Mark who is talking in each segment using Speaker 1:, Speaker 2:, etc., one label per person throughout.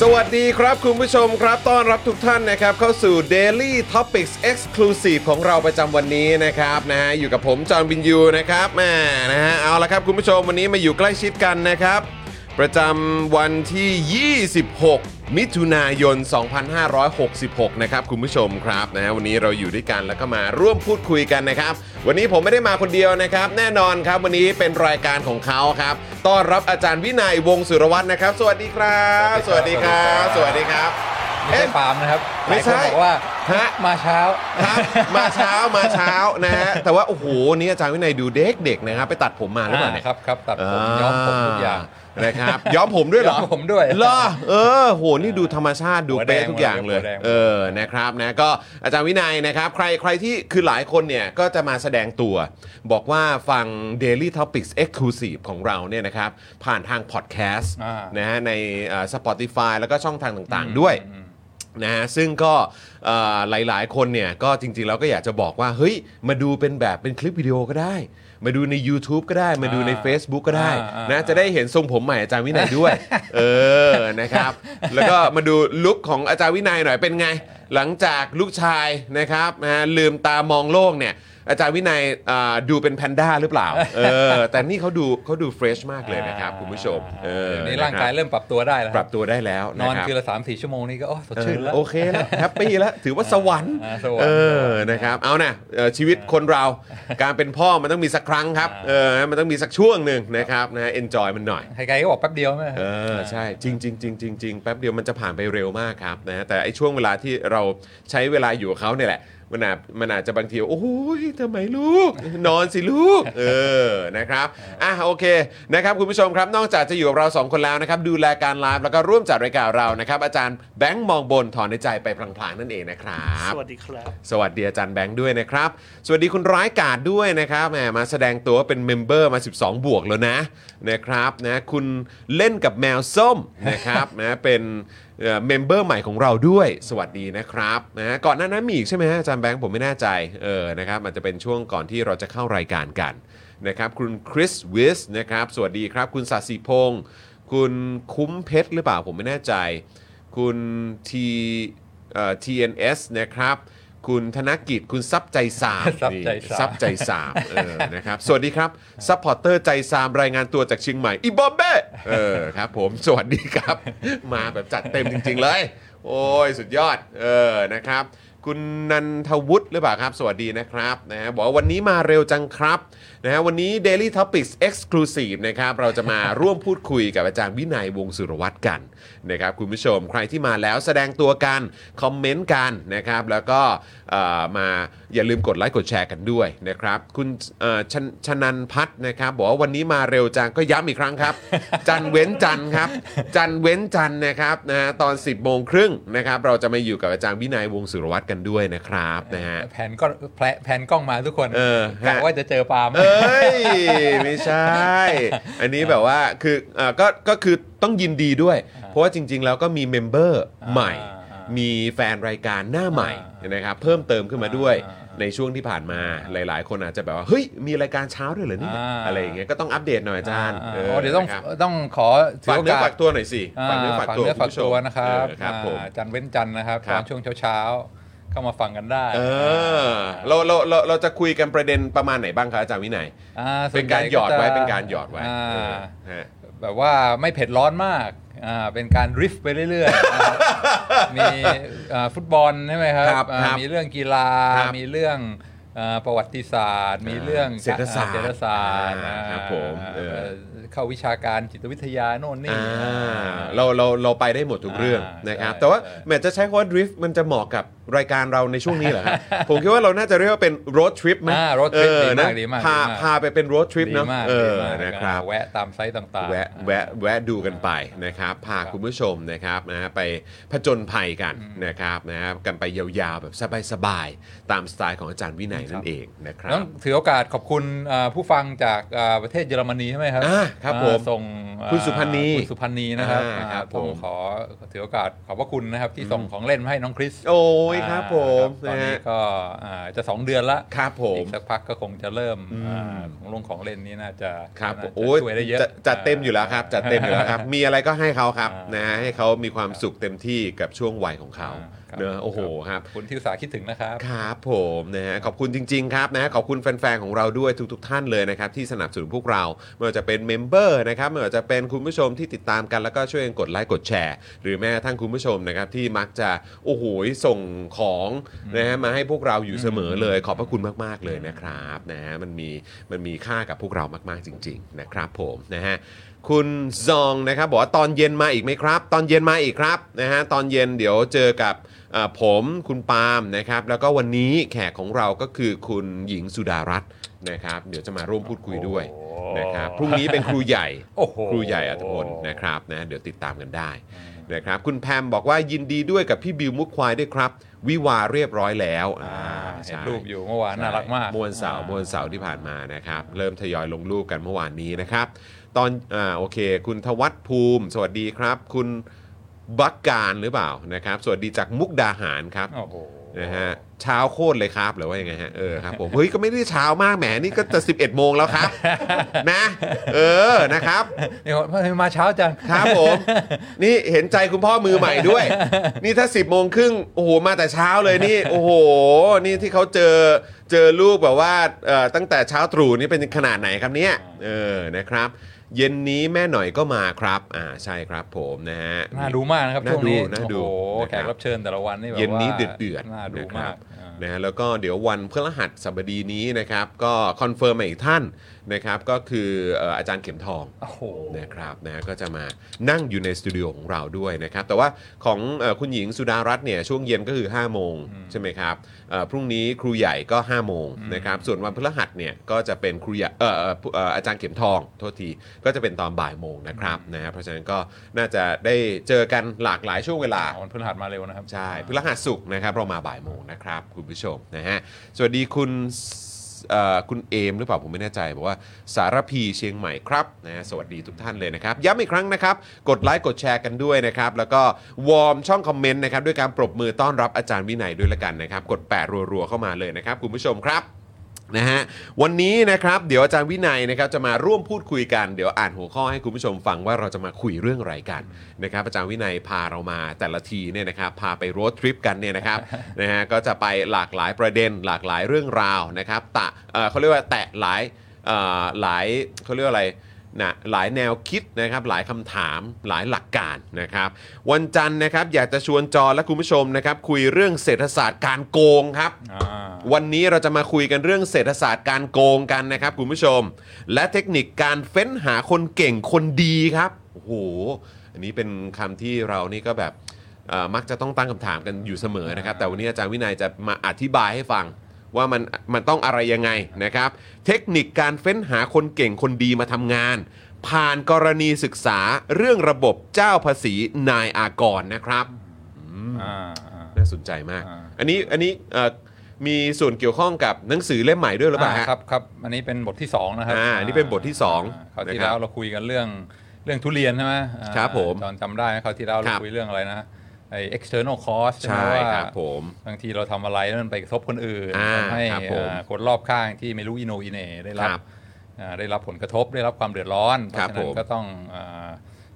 Speaker 1: สวัสดีครับ คุณผู้ชมครับต้อนรับทุกท่านนะครับ เข้าสู่ Daily Topics Exclusive ของเราประจำวันนี้นะครับนะฮะอยู่กับผม จอห์นวินยูนะครับแหม่นะฮะเอาละครับคุณผู้ชมวันนี้มาอยู่ใกล้ชิดกันนะครับ ประจำวันที่ 26 มิถุนายน 2566 นะครับ คุณผู้ชมครับนะฮะวันนี้เราอยู่ด้วยกันแล้วก็มาร่วมพูดคุยกันนะครับ วันนี้ผมไม่ได้มาคนเดียวนะครับ แน่นอนครับวันนี้เป็นรายการของเขาครับต้อนรับอาจารย์วินัยวงศ์สุรวัตรนะครับ สวัสดีครับ สวัสดีครับ สวัสดีครับ
Speaker 2: ไม่ใช่ปาล์มนะครับ
Speaker 1: ไม่ใช่
Speaker 2: หลายคนบอกว่า
Speaker 1: ฮะ
Speaker 2: มาเช้า
Speaker 1: ครับมาเช้า มาเช้านะฮะแต่ว่าโอ้โหวันนี่อาจารย์วินัยดูเด็กเด็กๆนะครับ ไปตัดผมมาหรือเปล่าเนี่ย
Speaker 2: ครับครับตัดผมย้อมผมทุกอย่าง
Speaker 1: นะครับย้อมผมด้วยเหรอ
Speaker 2: ย้อมผมด้วย
Speaker 1: เหรอเออโหนี่ดูธรรมชาติดู
Speaker 2: หัวแด
Speaker 1: เป๊ะ
Speaker 2: ง
Speaker 1: ทุกอย่างเลย
Speaker 2: หัวแดง
Speaker 1: เออนะครับนะก็อาจารย์วินัยนะครับ ใครใครที่คือหลายคนเนี่ยก็จะมาแสดงตัว บอกว่าฟัง Daily Topics Exclusive ของเราเนี่ยนะครับ ผ่านทางพอดแคสต์
Speaker 2: อ่าน
Speaker 1: นะฮะในเอ่อ Spotify แล้วก็ช่องทางต่างๆด้วย นะฮะซึ่งก็เอ่อหลาย ๆ คนเนี่ยก็จริง ๆ แล้วก็อยากจะบอกว่า เฮ้ย มาดูเป็นแบบเป็นคลิปวิดีโอก็ได้ มาดูใน YouTube ก็ได้ มาดูใน
Speaker 2: อ่า
Speaker 1: Facebook ก็ได้
Speaker 2: อ่า
Speaker 1: นะ
Speaker 2: อ่า
Speaker 1: จะได้เห็นทรงผมใหม่อาจารย์วินัย ด้วย เออนะครับ แล้วก็มาดูลุคของอาจารย์วินัยหน่อยเป็นไง หลังจากลูกชายนะครับนะฮะลืมตามองโลกเนี่ย อาจารย์วินัยอ่าดูเป็นแพนด้าหรือเปล่าเออแต่นี่เขาดูเขาดูเฟรชมากเลยนะครับคุณผู้ชมเออ
Speaker 2: เดี๋ยวนี้
Speaker 1: ะคบ
Speaker 2: ร่างกายเริ่มปรับตัวได้แล้ว
Speaker 1: ปรับตัวได้แล้ว
Speaker 2: น
Speaker 1: นะ
Speaker 2: อน
Speaker 1: ครับ
Speaker 2: คืนละสามสี่ชั่วโมงนี่ก็โอ้สดชื่นแล้ว
Speaker 1: เออโอเคแล้ว แฮปปี้แล้ว ถือว่าสวรรค์
Speaker 2: อ่าสวรรค์
Speaker 1: เออนะครับเอานะเอ่อชีวิตคนเรา การเป็นพ่อมันต้องมีสักครั้งครับ
Speaker 2: อ่า
Speaker 1: เออมันต้องมีสักช่วงหนึ่งนะครับนะเอนจอยมันหน่อย
Speaker 2: ใครๆก็บอกแป๊บเดียวไหม
Speaker 1: เออใช่จริงจริงจริงจริงจริงแป๊บเดียวมันจะผ่านไปเร็วมากครับนะแต่ไอ้ช่วงเวลาที่เราใช้เวลาอยู่กับเขาเนี่ยแหละ มันอาจมันอาจจะบางทีโอ้ยทำไมลูก นอนสิลูก เออนะครับอ่ะโอเคนะครับคุณผู้ชมครับนอกจากจะอยู่กับเราสองคนแล้วนะครับดูแลการไลฟ์แล้วก็ร่วมจัดรายการเรานะครับอาจารย์แบงค์มองบนถอนในใจไปพลางๆนั่นเองนะครับ
Speaker 3: สวัสดีครับ
Speaker 1: สวัสดีอาจารย์แบงค์ด้วยนะครับ สวัสดีคุณร้ายกาดด้วยนะครับแหมมาแสดงตัวว่าเป็นเมมเบอร์มา 12 บวกแล้วนะนะครับนะคุณเล่นกับแมวส้มนะครับ นะเป็นเอ่อเมมเบอร์ใหม่ของเราด้วย สวัสดีนะครับนะก่อนหน้านั้นมีอีกใช่ไหมฮะอาจารย์แบงค์ผมไม่แน่ใจเออนะครับอาจจะเป็นช่วงก่อนที่เราจะเข้ารายการกันนะครับคุณคริสวิสนะครับสวัสดีครับ คุณศาสิพงศ์คุณคุ้มเพชรหรือเปล่าผมไม่แน่ใจ คุณทีเอ่อ TNS นะครับ คุณธนกิจ คุณซับใจสาม
Speaker 2: ซับใจสาม
Speaker 1: ซับใจสามเออนะครับ สวัสดีครับ ซัพพอร์เตอร์ใจสามรายงานตัวจากเชียงใหม่ อีบอมเบ้ เออครับผม สวัสดีครับ มาแบบจัดเต็มจริง ๆ เลย โอ้ย สุดยอด เออ นะครับ คุณนันทวุฒิหรือเปล่าครับ สวัสดีนะครับนะฮะบอกว่าวันนี้มาเร็วจังครับนะฮะวันนี้ Daily Topics Exclusive นะครับเราจะมา ร่วมพูดคุยกับอาจารย์วินัยวงศ์สุรวัตรกันนะครับคุณผู้ชมใครที่มาแล้วแสดงตัวกัน คอมเมนต์กันนะครับแล้วก็เอ่อมาอย่าลืมกดไลค์กดแชร์กันด้วยนะครับคุณเอ่อชนชนันพัฒน์นะครับบอกว่าวันนี้มาเร็วจังก็ย้ำอีกครั้งครับ จันเว้นจันครับ จันเว้นจันนะครับนะฮะตอน 10บโมงครึ่งนะครับเราจะมาอยู่กับอาจารย์วินัยวงศ์สุรวัตรกัน กันด้วยนะครับนะฮะ
Speaker 2: แผนก็แผนแผนกล้องมาทุกคน
Speaker 1: เออก
Speaker 2: ะ
Speaker 1: ฮะ
Speaker 2: ว่าจะเจอปาล์ม
Speaker 1: เอ้ย ไม่ใช่ อันนี้แบบว่าคืออ่าก็ก็คือต้องยินดีด้วย เพราะว่าจริง ๆ แล้วก็มีเมมเบอร์ใหม่
Speaker 2: อ่าอ่ามี
Speaker 1: มีแฟนรายการหน้าใหม่
Speaker 2: อ่าน
Speaker 1: นะครับเพิ่มเติมขึ้นมาด้วย
Speaker 2: อ่า
Speaker 1: ในช่วงที่ผ่านมาหลาย ๆ คนอาจจะแบบว่า เฮ้ย มีรายการเช้าด้วยเหรอเนี่ย
Speaker 2: อ่า
Speaker 1: อะไรอย่างเงี้ยก็ต้องอัปเดตหน่อยอาจารย์
Speaker 2: อ่า
Speaker 1: อ
Speaker 2: อ๋อเดี๋ยวต้อง
Speaker 1: นะครับ
Speaker 2: ต้องขอถื
Speaker 1: ฝากเนื้อก
Speaker 2: โอาส
Speaker 1: ฝากตัวหน่อยสิ
Speaker 2: อ่
Speaker 1: ฝากเนื้อฝากตัว
Speaker 2: เนื้อ
Speaker 1: คุณ
Speaker 2: ฝาก
Speaker 1: ผู้ชม
Speaker 2: ตัวนะครับ
Speaker 1: เออครับ
Speaker 2: อ่า
Speaker 1: ผม
Speaker 2: จันเว้นจันทร์นะครับ
Speaker 1: ครั
Speaker 2: ต
Speaker 1: บ
Speaker 2: อนช่วงเช้าๆก็มาฟังกันได้
Speaker 1: เออเราเราเราเราจะคุยกันประเด็นประมาณไหนบ้างครับอาจารย์วินัย
Speaker 2: อ่ส่
Speaker 1: เป็
Speaker 2: วน ใญ่
Speaker 1: การหยอดไว้
Speaker 2: จะ
Speaker 1: เป็นการหยอดไว้
Speaker 2: า
Speaker 1: เออฮะ
Speaker 2: แบบว่าไม่เผ็ดร้อนมากอ่าเป็นการริฟไปเรื่อยๆนะครับมีอ่าฟุตบอลใช่ไหมครับ
Speaker 1: ครับ
Speaker 2: อ่า
Speaker 1: ครับ
Speaker 2: มีเรื่องกีฬา
Speaker 1: ครับ
Speaker 2: มีเรื่องอ่าประวัติศาสตร์ มีเรื่อง
Speaker 1: เศรษฐศาสตร์
Speaker 2: เศรษฐศาสตร์
Speaker 1: อ่า
Speaker 2: อ่า
Speaker 1: ครับผมเออ
Speaker 2: เอ่อเข้าวิชาการจิตวิทยาโน่นนี่
Speaker 1: อ่าเราเราเราไปได้หมดทุกเรื่อง
Speaker 2: อ่าน
Speaker 1: นะครับ
Speaker 2: ใช่
Speaker 1: แต่ว่า
Speaker 2: ใช่
Speaker 1: แหมจะใช้คำว่าดริฟต์มันจะเหมาะกับรายการเราในช่วงนี้เหรอครับ ผมคิดว่าเราน่าจะเรียกว่าเป็น road trip ไหม
Speaker 2: อ่า road trip
Speaker 1: เออ
Speaker 2: ดี
Speaker 1: นะ
Speaker 2: มากดีมาก
Speaker 1: พา
Speaker 2: ดีมาก
Speaker 1: พาไปเป็น road trip
Speaker 2: ดี
Speaker 1: เนาะ
Speaker 2: มาก
Speaker 1: เอ
Speaker 2: ดี
Speaker 1: อ
Speaker 2: มาก
Speaker 1: นะครับ
Speaker 2: แวะตามไซต์ต่างๆ
Speaker 1: แวะแวะแวะดูกันไปนะครับ พาคุณผู้ชมนะครับนะฮะไปผจญภัยกันนะครับนะฮะกันไปยาวๆ แบบสบายๆ ตามสไตล์ของอาจารย์วินัยนั่นเองนะครับ
Speaker 2: ต้องถือโอกาสขอบคุณอ่าผู้ฟังจากอ่าประเทศเยอรมนีใช่ไหมครับ
Speaker 1: อ่าครับผม
Speaker 2: อ่าส่งอ่า
Speaker 1: คุณสุพันนี
Speaker 2: คุณสุพันนีนะครับ
Speaker 1: อ่าครับ
Speaker 2: อ่าต้อง
Speaker 1: ผม
Speaker 2: ขอถือโอกาสขอบพระคุณนะครับที่ส่งของเล่นมาให้น้องคริส
Speaker 1: โอ้ยครับผม
Speaker 2: อ่าครับตอน
Speaker 1: นะ
Speaker 2: นี้
Speaker 1: ฮะ
Speaker 2: ก็อ่าจะ 2 เดือนละ
Speaker 1: ครับผม
Speaker 2: อีกสักพักก็คงจะเริ่มอ่าของลงของเล่นนี่น่าจะ
Speaker 1: ครับ
Speaker 2: น่าจะ
Speaker 1: โอ้ย
Speaker 2: ช่วยได้เยอะ
Speaker 1: จะจัดเต็มอยู่แล้วครับ จัดเต็มอยู่แล้ว ครับ มีอะไรก็ให้เขาครับนะฮะให้เขามีความสุขเต็มที่กับช่วงวัยของเขา
Speaker 2: อ่ครับ
Speaker 1: เนอะโอ้โหครับ
Speaker 2: ขอคุณที่อุตสาห์คิดถึงนะครับ
Speaker 1: ครับผมนะฮะขอบคุณจริง ๆ ครับนะฮะขอบคุณแฟน ๆ ของเราด้วยทุก ๆ ท่านเลยนะครับ ที่สนับสนุนพวกเราไม่ว่าจะเป็นเมมเบอร์นะครับไม่ว่าจะเป็นคุณผู้ชมที่ติดตามกันแล้วก็ช่วยกันกดไลค์กดแชร์ หรือแม้กระทั่งคุณผู้ชมนะครับที่มักจะโอ้โหส่งของนะฮะมาให้พวกเราอยู่เสมอเลย ขอบพระคุณมาก ๆ เลยนะครับนะฮะมันมีมันมีค่ากับพวกเรามาก ๆ จริง ๆ นะครับผมนะฮะ คุณซองนะครับบอกว่าตอนเย็นมาอีกไหมครับ ตอนเย็นมาอีกครับนะฮะตอนเย็นเดี๋ยวเจอกับเอ่อผมคุณปาล์มนะครับแล้วก็วันนี้แขกของเราก็คือคุณหญิงสุดารัตน์นะครับ เดี๋ยวจะมาร่วมพูดคุยด้วย
Speaker 2: โอ้
Speaker 1: นะครับพรุ่งนี้เป็นครูใหญ่
Speaker 2: โอ้โห
Speaker 1: ครูใหญ่อัธพลนะครับนะเดี๋ยวติดตามกันได้นะครับคุณแพมบอกว่ายินดีด้วยกับพี่บิวมุกควายด้วยครับ วิวาเรียบร้อยแล้วอ่า
Speaker 2: เห็
Speaker 1: ใช่
Speaker 2: นรูปอยู่เมื่อวานน่ารักมาก
Speaker 1: ใช่มวลเสาร์มวลเสาร์ที่ผ่านมานะครับ เริ่มทยอยลงรูปกันเมื่อวานนี้นะครับ ตอนอ่าโอเค คุณทวัฒภูมิ สวัสดีครับ คุณบักการหรือเปล่านะครับ สวัสดีจากมุกดาหารครับ
Speaker 2: โอ้โห
Speaker 1: นะฮะเช้าโคตรเลยครับหรือว่ายังไงฮะเออครับผมเฮ้ยก็ไม่ได้เช้ามากแหมนี่ก็จะ 11 โมงแล้ว ครับนะเออนะครับ
Speaker 2: นี่ว่าทำไมมาเช้าจัง
Speaker 1: ครับผม นี่เห็นใจคุณพ่อมือใหม่ด้วย นี่ถ้า 10บโมงครึ่งโอ้โหมาแต่เช้าเลยนี่ โอ้โห นี่ที่เขาเจอเจอลูกแบบว่าเอ่อตั้งแต่เช้าตรู่นี่เป็นขนาดไหนครับเนี่ยเออนะครับ เย็นนี้แม่หน่อยก็มาครับ อ่าใช่ครับผมนะฮะ
Speaker 2: น่าดูมากนะครับ
Speaker 1: น่า
Speaker 2: ช่วงนี้
Speaker 1: ดูน่าดู
Speaker 2: โอ้โห
Speaker 1: นะครับ
Speaker 2: แขกรับเชิญแต่ละวันนี่แบบว่า
Speaker 1: เย็นนี้เดือดเดือด
Speaker 2: น่าดู
Speaker 1: นะค
Speaker 2: มา
Speaker 1: รั
Speaker 2: ก
Speaker 1: บ
Speaker 2: อ่า
Speaker 1: นะฮะแล้วก็เดี๋ยววันพฤหัสบดีนี้นะครับ ก็คอนเฟิร์มมาอีกท่านนะครับ ก็คือเอ่ออาจารย์เข็มทอง
Speaker 2: โอ้โห
Speaker 1: นะครับนะก็จะมานั่งอยู่ในสตูดิโอของเราด้วยนะครับ แต่ว่าของเอ่อคุณหญิงสุดารัตน์เนี่ยช่วงเย็นก็คือ 5 โมงใช่ไหมครับเอ่อพรุ่งนี้ครูใหญ่ก็ 5 โมงนะครับ ส่วนวันพฤหัสเนี่ยก็จะเป็นครูใหญ่เอ่อเอ่อผู้เอ่ออาจารย์เข็มทองโทษทีก็จะเป็นตอนบ่ายโมงนะครับนะฮะเพราะฉะนั้นก็น่าจะได้เจอกันหลากหลายช่วงเวลา
Speaker 2: วันพฤหัสมาเร็วนะครับ
Speaker 1: ใช่พฤหัสศุกร์นะครับ เรามาบ่ายโมงนะครับ คุณผู้ชมนะฮะ สวัสดีคุณเอ่อคุณเอมหรือเปล่าผมไม่แน่ใจบอกว่าสารพีเชียงใหม่ครับนะฮะสวัสดีทุกท่านเลยนะครับ ย้ำอีกครั้งนะครับ กดไลค์กดแชร์กันด้วยนะครับ แล้วก็วอร์มช่องคอมเมนต์นะครับ ด้วยการปรบมือต้อนรับอาจารย์วินัยด้วยละกันนะครับ กดแปะรัวๆเข้ามาเลยนะครับ คุณผู้ชมครับ นะฮะวันนี้นะครับเดี๋ยวอาจารย์วินัยนะครับจะมาร่วมพูดคุยกันเดี๋ยวอ่านหัวข้อให้คุณผู้ชมฟังว่าเราจะมาคุยเรื่องอะไรกันนะครับอาจารย์วินัยพาเรามาแต่ละทีเนี่ยนะครับพาไปโรดทริปกันเนี่ยนะครับ นะฮะก็จะไปหลากหลายประเด็นหลากหลายเรื่องราวนะครับตะเอ่อเขาเรียกว่าแตะหลายเอ่อหลายเขาเรียกว่าอะไร นะหลายแนวคิดนะครับหลายคำถามหลายหลักการนะครับวันจันทร์นะครับอยากจะชวนจอและคุณผู้ชมนะครับคุยเรื่องเศรษฐศาสตร์การโกงครับ
Speaker 2: อ่า
Speaker 1: วันนี้เราจะมาคุยกันเรื่องเศรษฐศาสตร์การโกงกันนะครับคุณผู้ชม และเทคนิคการเฟ้นหาคนเก่งคนดีครับโอ้โหอันนี้เป็นคำที่เรานี่ก็แบบเอ่อมักจะต้องตั้งคำถามกันอยู่เสมอนะครับ แต่วันนี้อาจารย์วินัยจะมาอธิบายให้ฟัง ว่ามันมันต้องอะไรยังไงนะครับ เทคนิคการเฟ้นหาคนเก่งคนดีมาทำงาน ผ่านกรณีศึกษาเรื่องระบบเจ้าภาษีนายอากรนะครับ
Speaker 2: อ่าอ่า
Speaker 1: น่า าสนใจมาก
Speaker 2: อ่า
Speaker 1: อันนี้อันนี้เอ่อมีส่วนเกี่ยวข้องกับหนังสือเล่มใหม่ด้วยหรือเปล่าฮะ
Speaker 2: ครับครับอันนี้เป็นบทที่สองนะครับ
Speaker 1: อ่าอันนี้เป็นบทที่สอง
Speaker 2: าคราวที่
Speaker 1: นะครับ
Speaker 2: แล้วเราคุยกันเรื่องเรื่องทุเรียนใช่ไหมอ่า
Speaker 1: ครับผม
Speaker 2: ตอนจำได้ไหมคราวที่แล้วเรา
Speaker 1: ครับ
Speaker 2: คุยเรื่องอะไรนะไอ external cost
Speaker 1: ใช่
Speaker 2: ไหมว่า
Speaker 1: ครับผม
Speaker 2: บางทีเราทำอะไรแล้วมันไปกระทบคนอื่น
Speaker 1: อ่า
Speaker 2: ทำให้
Speaker 1: ครับผม
Speaker 2: อ่าคนรอบข้างที่ไม่รู้อินโนอินเหน่ได้รั
Speaker 1: ครับ
Speaker 2: บอ่าได้รับผลกระทบได้รับความเดือดร้อน เพ
Speaker 1: ครั
Speaker 2: ราะ
Speaker 1: บ
Speaker 2: ฉะนั้
Speaker 1: ผ
Speaker 2: น
Speaker 1: ม
Speaker 2: ก็ต้องอ่า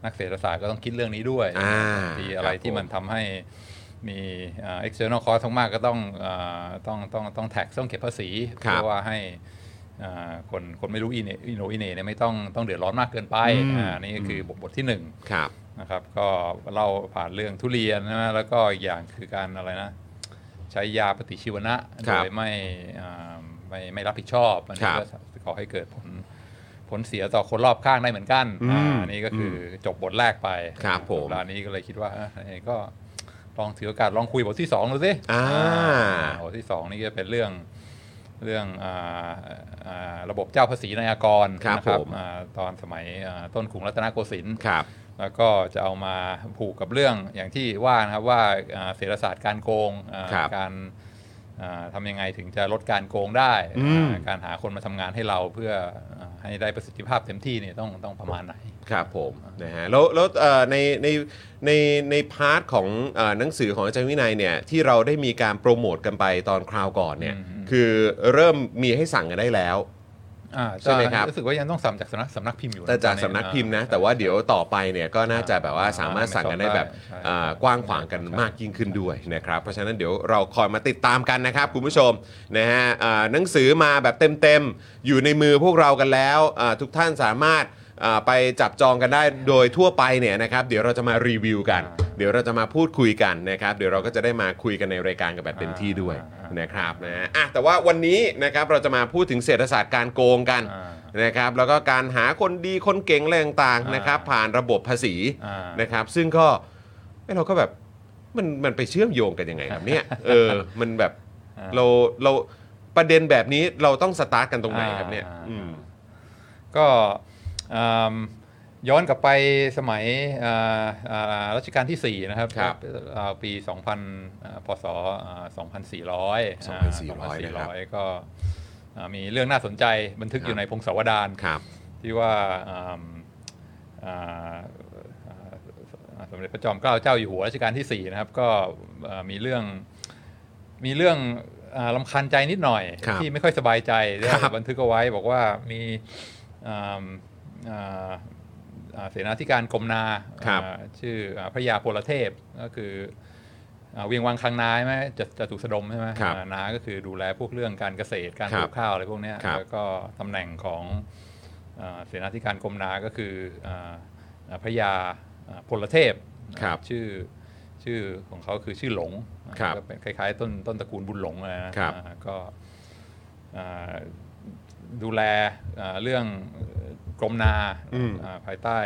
Speaker 2: นักเศรษฐศาสตร์ก็ต้องคิดเรื่องนี้ด้วย
Speaker 1: อ่า
Speaker 2: บางทีอะไร
Speaker 1: ครับ
Speaker 2: ที่
Speaker 1: ผม
Speaker 2: มันทำให้มีอ่า external cost มากๆก็ต้องอ่าต้องต้องต้อง tax ต้องเก็บภาษี
Speaker 1: ครั
Speaker 2: เพื่
Speaker 1: บ
Speaker 2: อว่าให้อ่าคนคนไม่รู้อินเนอินโนอินเนเนี่ยไม่ต้องต้องเดือดร้อนมากเกินไป
Speaker 1: อืม
Speaker 2: อ่านี่ก็คือบทบทที่หนึ่ง
Speaker 1: ครับ
Speaker 2: นะครับก็เล่าผ่านเรื่องทุเรียนนะฮะแล้วก็อีกอย่างคือการอะไรนะ ใช้ยาปฏิชีวนะ
Speaker 1: ค
Speaker 2: โด
Speaker 1: รับ
Speaker 2: ยไม่อ่าไม่ไม่รับผิดชอบอัน
Speaker 1: ค
Speaker 2: นี้
Speaker 1: รับ
Speaker 2: ก็ก่อให้เกิดผลผลเสียต่อคนรอบข้างได้เหมือนกัน
Speaker 1: อืม
Speaker 2: อ่าอันนี้ก็คืออจบบทแรกไป
Speaker 1: ครับผม
Speaker 2: สัปดาห์นี้ก็เลยคิดว่าเอ้ยเอ้ยก็ลองถือโอกาสลองคุยบทที่สองดูสิ
Speaker 1: อ่า
Speaker 2: หัวที่สองนี่จะเป็นเรื่องเรื่องอาอ่าระบบเจ้าภาษีนายากร
Speaker 1: ครับ
Speaker 2: นะ
Speaker 1: ผม
Speaker 2: อาตอนสมัยอ่าต้นกรุงรัตนโกสินทร์
Speaker 1: ครับ
Speaker 2: แล้วก็จะเอามาผูกกับเรื่องอย่างที่ว่านะครับว่าอ่าเศรษฐศาสตร์การโกงอ่า
Speaker 1: ครับ
Speaker 2: การอ่าทำยังไงถึงจะลดการโกงได้
Speaker 1: อืม
Speaker 2: อ่าการหาคนมาทำงานให้เราเพื่ออ่าให้ได้ประสิทธิภาพเต็มที่เนี่ยต้องต้องประมาณไหน
Speaker 1: ครับผมนะฮะแล้วแล้วเอ่อในในในในพาร์ทของเออหนังสือของอาจารย์วินัยเนี่ยที่เราได้มีการโปรโมทกันไปตอนคราวก่อนเนี่ย
Speaker 2: อืม
Speaker 1: คือเริ่มมีให้สั่งกันได้แล้ว
Speaker 2: อ่า
Speaker 1: ใช่ไหมครับ
Speaker 2: รู้สึกว่ายังต้องสั่งจากสำนักสำนักพิมพ์อยู่นะ
Speaker 1: แต่จาก
Speaker 2: ตอ
Speaker 1: สำนักพิมพ์นะ แต่ว่าเดี๋ยวต่อไปเนี่ยก็น่าจะแบบว่าสามารถสั่งกันได้แบบเอ่อกว้างขวางกันมากยิ่งขึ้นด้วยนะครับ เพราะฉะนั้นเดี๋ยวเราคอยมาติดตามกันนะครับ คุณผู้ชมนะฮะเอ่อหนังสือมาแบบเต็มๆ อยู่ในมือพวกเรากันแล้วเอ่อทุกท่านสามารถเอ่อไปจับจองกันได้โดยทั่วไปเนี่ยนะครับเดี๋ยวเราจะมารีวิวกัน เดี๋ยวเราจะมาพูดคุยกันนะครับเดี๋ยวเราก็จะได้มาคุยกันในรายการกันแบบเต็มที่ด้วยนะครับนะฮะอ่ะแต่ว่าวันนี้นะครับเราจะมาพูดถึงเศรษฐศาสตร์การโกงกัน
Speaker 2: อ่า
Speaker 1: นะครับแล้วก็การหาคนดีคนเก่งอะไรต่างๆ
Speaker 2: อ่าน
Speaker 1: นะครับผ่านระบบภาษี
Speaker 2: อ่าน
Speaker 1: นะครับ ซึ่งก็เอ้ยเราก็แบบมันมันไปเชื่อมโยงกันยังไงครับเนี่ยเออมันแบบเราเราประเด็นแบบนี้เราต้องสตาร์ทกันตรงไหนครับเนี่ย
Speaker 2: อ่า
Speaker 1: อืม
Speaker 2: ก็อืมย้อนกลับไปสมัยอ่าอ่ารัชกาลที่ 4 นะครับ
Speaker 1: ครับ
Speaker 2: อ่าปี 2000อ่าพศ
Speaker 1: 2400นะครั
Speaker 2: อ่า2400
Speaker 1: บ
Speaker 2: 2400 ก็อ่ามีเรื่องน่าสนใจบันทึกอยู่ในพงศาวดาร
Speaker 1: ครับ
Speaker 2: ที่ว่าอืมอ่าอ่าสมเด็จพระจอมเกล้าเจ้าอยู่หัวรัชกาลที่ 4 นะครับ ก็อ่ามีเรื่องมีเรื่องอ่าลำคาญใจนิดหน่อย
Speaker 1: ครับ
Speaker 2: ที่ไม่ค่อยสบายใจได้
Speaker 1: ครับ
Speaker 2: บันทึกเอาไว้บอกว่ามีอ่าอ่าอ่าเสนาธิการกรมนา
Speaker 1: ครับ
Speaker 2: อ่าชื่ออ่าพระยาพลเทพก็คืออ่าเวียงวังคังนาใช่ไหมจะจะถูกสะดมใช่ไหม
Speaker 1: ครับ
Speaker 2: อ่านาก็คือดูแลพวกเรื่องการเกษตรการ
Speaker 1: ครั
Speaker 2: ป
Speaker 1: บ
Speaker 2: ลูกข้าวอะไรพวกเนี้ย
Speaker 1: ครับ
Speaker 2: แล้วก็ตำแหน่งของอ่าเสนาธิการกรมนาก็คืออ่าอ่าพระยาอ่าพลเทพ
Speaker 1: ครับ
Speaker 2: ชื่อชื่อของเขาคือชื่อหลงอ่า
Speaker 1: ครับ
Speaker 2: ก็เป็นคล้ายๆ ต้นต้นตระกูลบุญหลงอะไรนะครับ อ่าก็ อ่าดูแลอ่าเรื่องกรมนา
Speaker 1: อืม
Speaker 2: อ่าภายใต้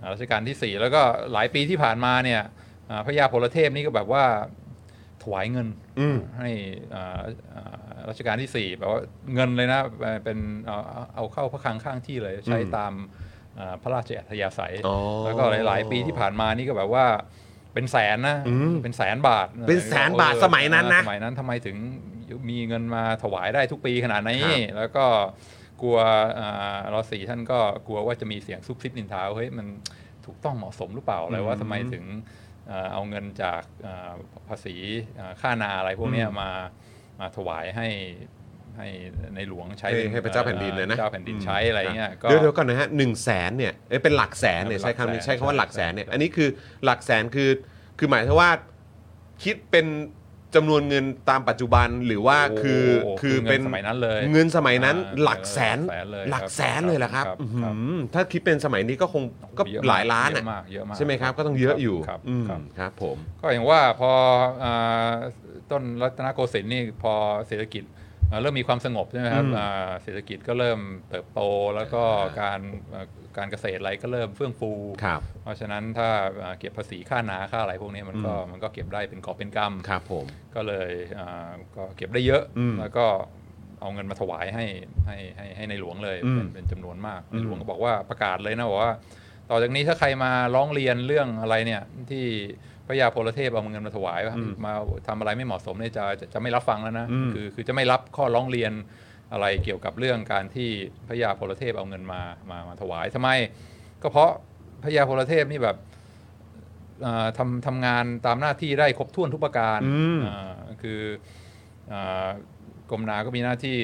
Speaker 2: อ่ารัชกาลที่ 4 แล้วก็หลายปีที่ผ่านมาเนี่ยอ่าพระยาพลเทพนี่ก็แบบว่าถวายเงิน
Speaker 1: อืม
Speaker 2: ให้อ่าอ่ารัชกาลที่ 4 แบบว่าเงินเลยนะเป็นเอาเอาเอาเข้าพระคลังข้างที่เลยใช้
Speaker 1: อืม
Speaker 2: ตามอ่าพระราชอัธยาศัย
Speaker 1: อ๋อ
Speaker 2: แล้วก็หลาย ๆ ปีที่ผ่านมานี่ก็แบบว่าเป็นแสนนะ
Speaker 1: อืม
Speaker 2: เป็นแสนบาท
Speaker 1: เป็นแสนบาท
Speaker 2: เออ
Speaker 1: สมัยนั้นนะ
Speaker 2: สมัยนั้นทำไมถึงมีเงินมาถวายได้ทุกปีขนาดนั้น
Speaker 1: ครับ
Speaker 2: นี่แล้วก็กลัวเอ่อรอสี่ท่านก็กลัวว่าจะมีเสียงซุบซิบนินทาว่าเฮ้ยมันถูกต้องเหมาะสมหรือเปล่าอะไรว่าทำไมถึงเอ่อเอาเงินจากเอ่อภาษีเอ่อค่านาอะไรพวกเนี้ยมามาถวายให้ให้ในหลวงใช้
Speaker 1: ให้ให้พระเจ้าแผ่นดินเลยนะ
Speaker 2: เจ้าแผ่นดินใช้อะไรเงี้ย
Speaker 1: คบ
Speaker 2: ก็
Speaker 1: เดี๋ยวเดี๋ยวก่อนนะฮะหนึ่งแสนเนี่ยเอ้ยเป็นหลักแสนเนี่ย
Speaker 2: เป็นหลั
Speaker 1: ใช้
Speaker 2: ก
Speaker 1: คำนี้
Speaker 2: แสน
Speaker 1: ใช้คำว่าหลักแสนเนี่ย
Speaker 2: ใช่
Speaker 1: อันนี้คือหลักแสนคือคือหมายถึงว่าคิดเป็นจำนวนเงินตามปัจจุบันหรือว่าคือ
Speaker 2: โโห
Speaker 1: คือเป็น
Speaker 2: งิสมัยนั้นเลย
Speaker 1: เงินสมัยนั้น
Speaker 2: อ่า
Speaker 1: หลักแสน
Speaker 2: เลย
Speaker 1: หลักแสน
Speaker 2: ครับ
Speaker 1: เลยแหละครับ
Speaker 2: ครับ
Speaker 1: อื้อหือ
Speaker 2: ครับ
Speaker 1: ถ้าคิดเป็นสมัยนี้ก็คงก็
Speaker 2: เยอะม
Speaker 1: หลายล้าน
Speaker 2: เย
Speaker 1: อ่ะ
Speaker 2: อะมากเยอะมาก
Speaker 1: ใช่ไหมครับก็ต้องเยอะอยู่
Speaker 2: ครับ
Speaker 1: อืม
Speaker 2: ครับ
Speaker 1: ครับผม
Speaker 2: ก็อย่างว่าพออ่าต้นรัตนโกสินทร์นี่พอเศรษฐกิจอ่าเริ่มมีความสงบใช่ไหมครับ
Speaker 1: อืม
Speaker 2: อ่าเศรษฐกิจก็เริ่มเติบโตแล้วก็
Speaker 1: อ่า
Speaker 2: การเอ่อการเกษตรอะไรก็เริ่มเฟื่องฟู
Speaker 1: ครับ
Speaker 2: เพราะฉะนั้นถ้าอ่าเก็บภาษีค่านาค่าอะไรพวกนี้มันก็มันก็เก็บได้เป็นกอบเป็นกำ
Speaker 1: ครับผม
Speaker 2: ก็เลยอ่าก็เก็บได้เยอะ
Speaker 1: อืม
Speaker 2: แล้วก็เอาเงินมาถวายให้ให้ให้ให้ในหลวงเลย
Speaker 1: อืม
Speaker 2: เป็นเป็นจำนวนมากในหลวงก็บอกว่าประกาศเลยนะบอกว่า ต่อจากนี้ถ้าใครมาร้องเรียนเรื่องอะไรเนี่ยที่ พระยาโพลเทพเอาเงินมาถวายว่ามาทำอะไรไม่เหมาะสมเนี่ยจะจะจะไม่รับฟังแล้วนะ
Speaker 1: อืม
Speaker 2: คือคือจะไม่รับข้อร้องเรียนอะไรเกี่ยวกับเรื่องการที่พระยาโพลเทพเอาเงินมามามาถวายทำไม ก็เพราะพระยาโพลเทพนี่แบบเอ่อทำทำงานตามหน้าที่ได้ครบถ้วนทุกประการ
Speaker 1: อืม
Speaker 2: เอ่อคือเอ่อกรมนาก็มีหน้าที่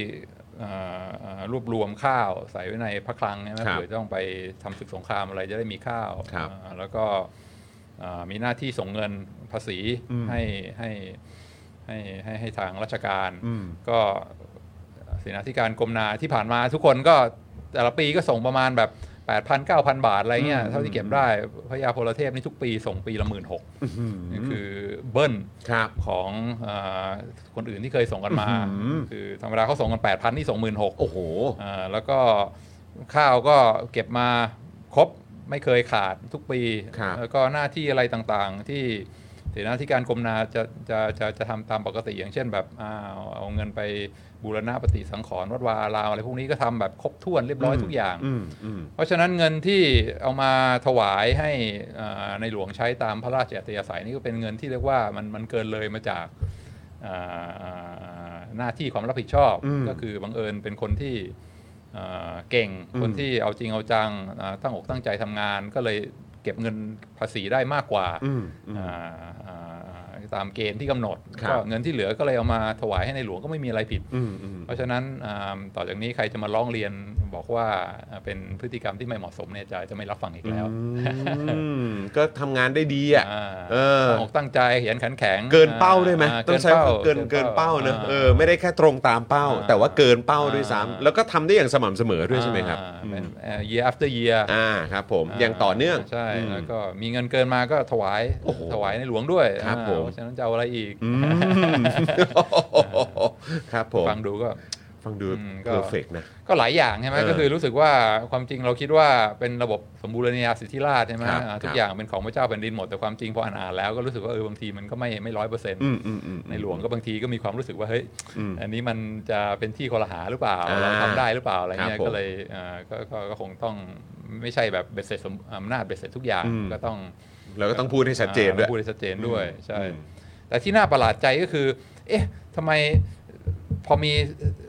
Speaker 2: เอ่อเอ่อรวบรวมข้าวใส่ไว้ในพระคลังใช่ไหม
Speaker 1: ครับ
Speaker 2: เผื่อจะต้องไปทำศึกสงครามอะไรจะได้มีข้าว
Speaker 1: ครับ
Speaker 2: เอ่อแล้วก็เอ่อมีหน้าที่ส่งเงินภาษี
Speaker 1: อืม
Speaker 2: ให้ให้ให้ให้ให้ทางราชการ
Speaker 1: อืม
Speaker 2: ก็เสนาธิการกรมนาที่ผ่านมาทุกคนก็แต่ละปีก็ส่งประมาณแบบ 8,000 9,000 บาทอะไรเงี้ย
Speaker 1: อืม
Speaker 2: เท่าที่เก็บได้พระยาโพลเทพนี่ทุกปีส่งปีละหมื่นหกคือเบิ้ล
Speaker 1: ครับ
Speaker 2: ของเออคนอื่นที่เคยส่งกันมา
Speaker 1: อื้อหือ
Speaker 2: คือธรรมดาเขาส่งกัน 8,000นี่ส่งหมื่นหก
Speaker 1: โอ้โห
Speaker 2: แล้วก็ข้าวก็เก็บมาครบไม่เคยขาดทุกปี
Speaker 1: ครับ
Speaker 2: แล้วก็หน้าที่อะไรต่างๆ ที่เสนาธิการกรมนาจะจะจะจะทำตามปกติอย่างเช่นแบบอ้าวเอาเงินไปบูรณะปฏิสังขรณ์วัดวาอารามอะไรพวกนี้ก็ทำแบบครบถ้วนเรียบร้อยทุกอย่าง
Speaker 1: อืมอืม
Speaker 2: เพราะฉะนั้นเงินที่เอามาถวายให้เอ่อในหลวงใช้ตามพระราชอัธยาศัยนี่ก็เป็นเงินที่เรียกว่ามันมันเกินเลยมาจากเอ่อเอ่อหน้าที่ความรับผิดชอบ
Speaker 1: อืม
Speaker 2: ก็คือบังเอิญเป็นคนที่เอ่อเก่ง
Speaker 1: อืม
Speaker 2: คนที่เอาจริงเอาจังเอ่อตั้งอกตั้งใจทำงาน ก็เลยเก็บเงินภาษีได้มากกว่า
Speaker 1: อืมอืม
Speaker 2: อ่าอ่าตามเกณฑ์ที่กำหนด
Speaker 1: ครับ
Speaker 2: ก็เงินที่เหลือก็เลยเอามาถวายให้ในหลวงก็ไม่มีอะไรผิด
Speaker 1: อืมอืม
Speaker 2: เพราะฉะนั้นอ่าต่อจากนี้ใครจะมาร้องเรียนบอกว่าอ่าเป็นพฤติกรรมที่ไม่เหมาะสมเนี่ยจะจะไม่รับฟังอีกแล้ว
Speaker 1: อืมก็ทำงานได้ดีอ่ะ
Speaker 2: อ่า
Speaker 1: เออ
Speaker 2: ตั้งอกตั้งใจเขียนขันแข็ง
Speaker 1: เกินเป้าด้วยไหม
Speaker 2: า
Speaker 1: ต้องใช้คำว่าเกินเกินเป้าเนอะเออไม่ได้แค่ตรงตามเป้า
Speaker 2: อ่า
Speaker 1: แต่ว่าเกินเป้าด้วย
Speaker 2: อ่า
Speaker 1: ซ้ำแล้วก็ทำได้อย่างสม่ำเสมอด้วยใช่ไหมครับ
Speaker 2: อ่า
Speaker 1: อื
Speaker 2: เป็น
Speaker 1: ม
Speaker 2: เอ่อ year after year
Speaker 1: อ่าครับผมอย่างต่อเนื่อง
Speaker 2: ใช่
Speaker 1: อืม
Speaker 2: แล้วก็มีเงินเกินมาก็ถวาย
Speaker 1: โอ้โห
Speaker 2: ถวายในหลวงด้วย
Speaker 1: ครับ
Speaker 2: อ่า
Speaker 1: ผม
Speaker 2: เพราะฉะนั้นจะเอาอะไรอีก
Speaker 1: อืมครับผม
Speaker 2: ฟังดูก็
Speaker 1: ฟังดู
Speaker 2: อืมก็
Speaker 1: เพอร์เฟกนะ
Speaker 2: ก็หลายอย่างใช่ไหม
Speaker 1: เออ
Speaker 2: ก็คือรู้สึกว่าความจริงเราคิดว่าเป็นระบบสมบูรณาญาสิทธิราชย์ใช่ไหม
Speaker 1: ครับ
Speaker 2: อ่าทุ
Speaker 1: ครั
Speaker 2: ก
Speaker 1: บ
Speaker 2: อย่างเป็นของพระเจ้าแผ่นดินหมดแต่ความจริงพออ่านๆแล้วก็รู้สึกว่าเออบางทีมันก็ไม่ไม่ร้อยเปอร์เซ็นต์
Speaker 1: อืมอืมอืม
Speaker 2: ในหลวงก็บางทีก็มีความรู้สึกว่าเฮ้ย
Speaker 1: อืม
Speaker 2: อันนี้มันจะเป็นที่คอรหาหรือเปล่า
Speaker 1: อ่า
Speaker 2: เราทำได้หรือเปล่าอะไรเงี้
Speaker 1: ครับผม
Speaker 2: ยก็เลยอ่าก็ก็ก็คงต้องไม่ใช่แบบเบ็ดเสร็จสมอำนาจเบ็ดเสร็จทุกอย่าง
Speaker 1: อืม
Speaker 2: ก็ต้อง
Speaker 1: เราก็ต้องพูดให้ชัดเจนด้วย
Speaker 2: อ่าพูดให้ชัดเจนด้วยใช่
Speaker 1: อืม
Speaker 2: แต่ที่น่าประหลาดใจก็คือ เอ๊ะทำไมพอมี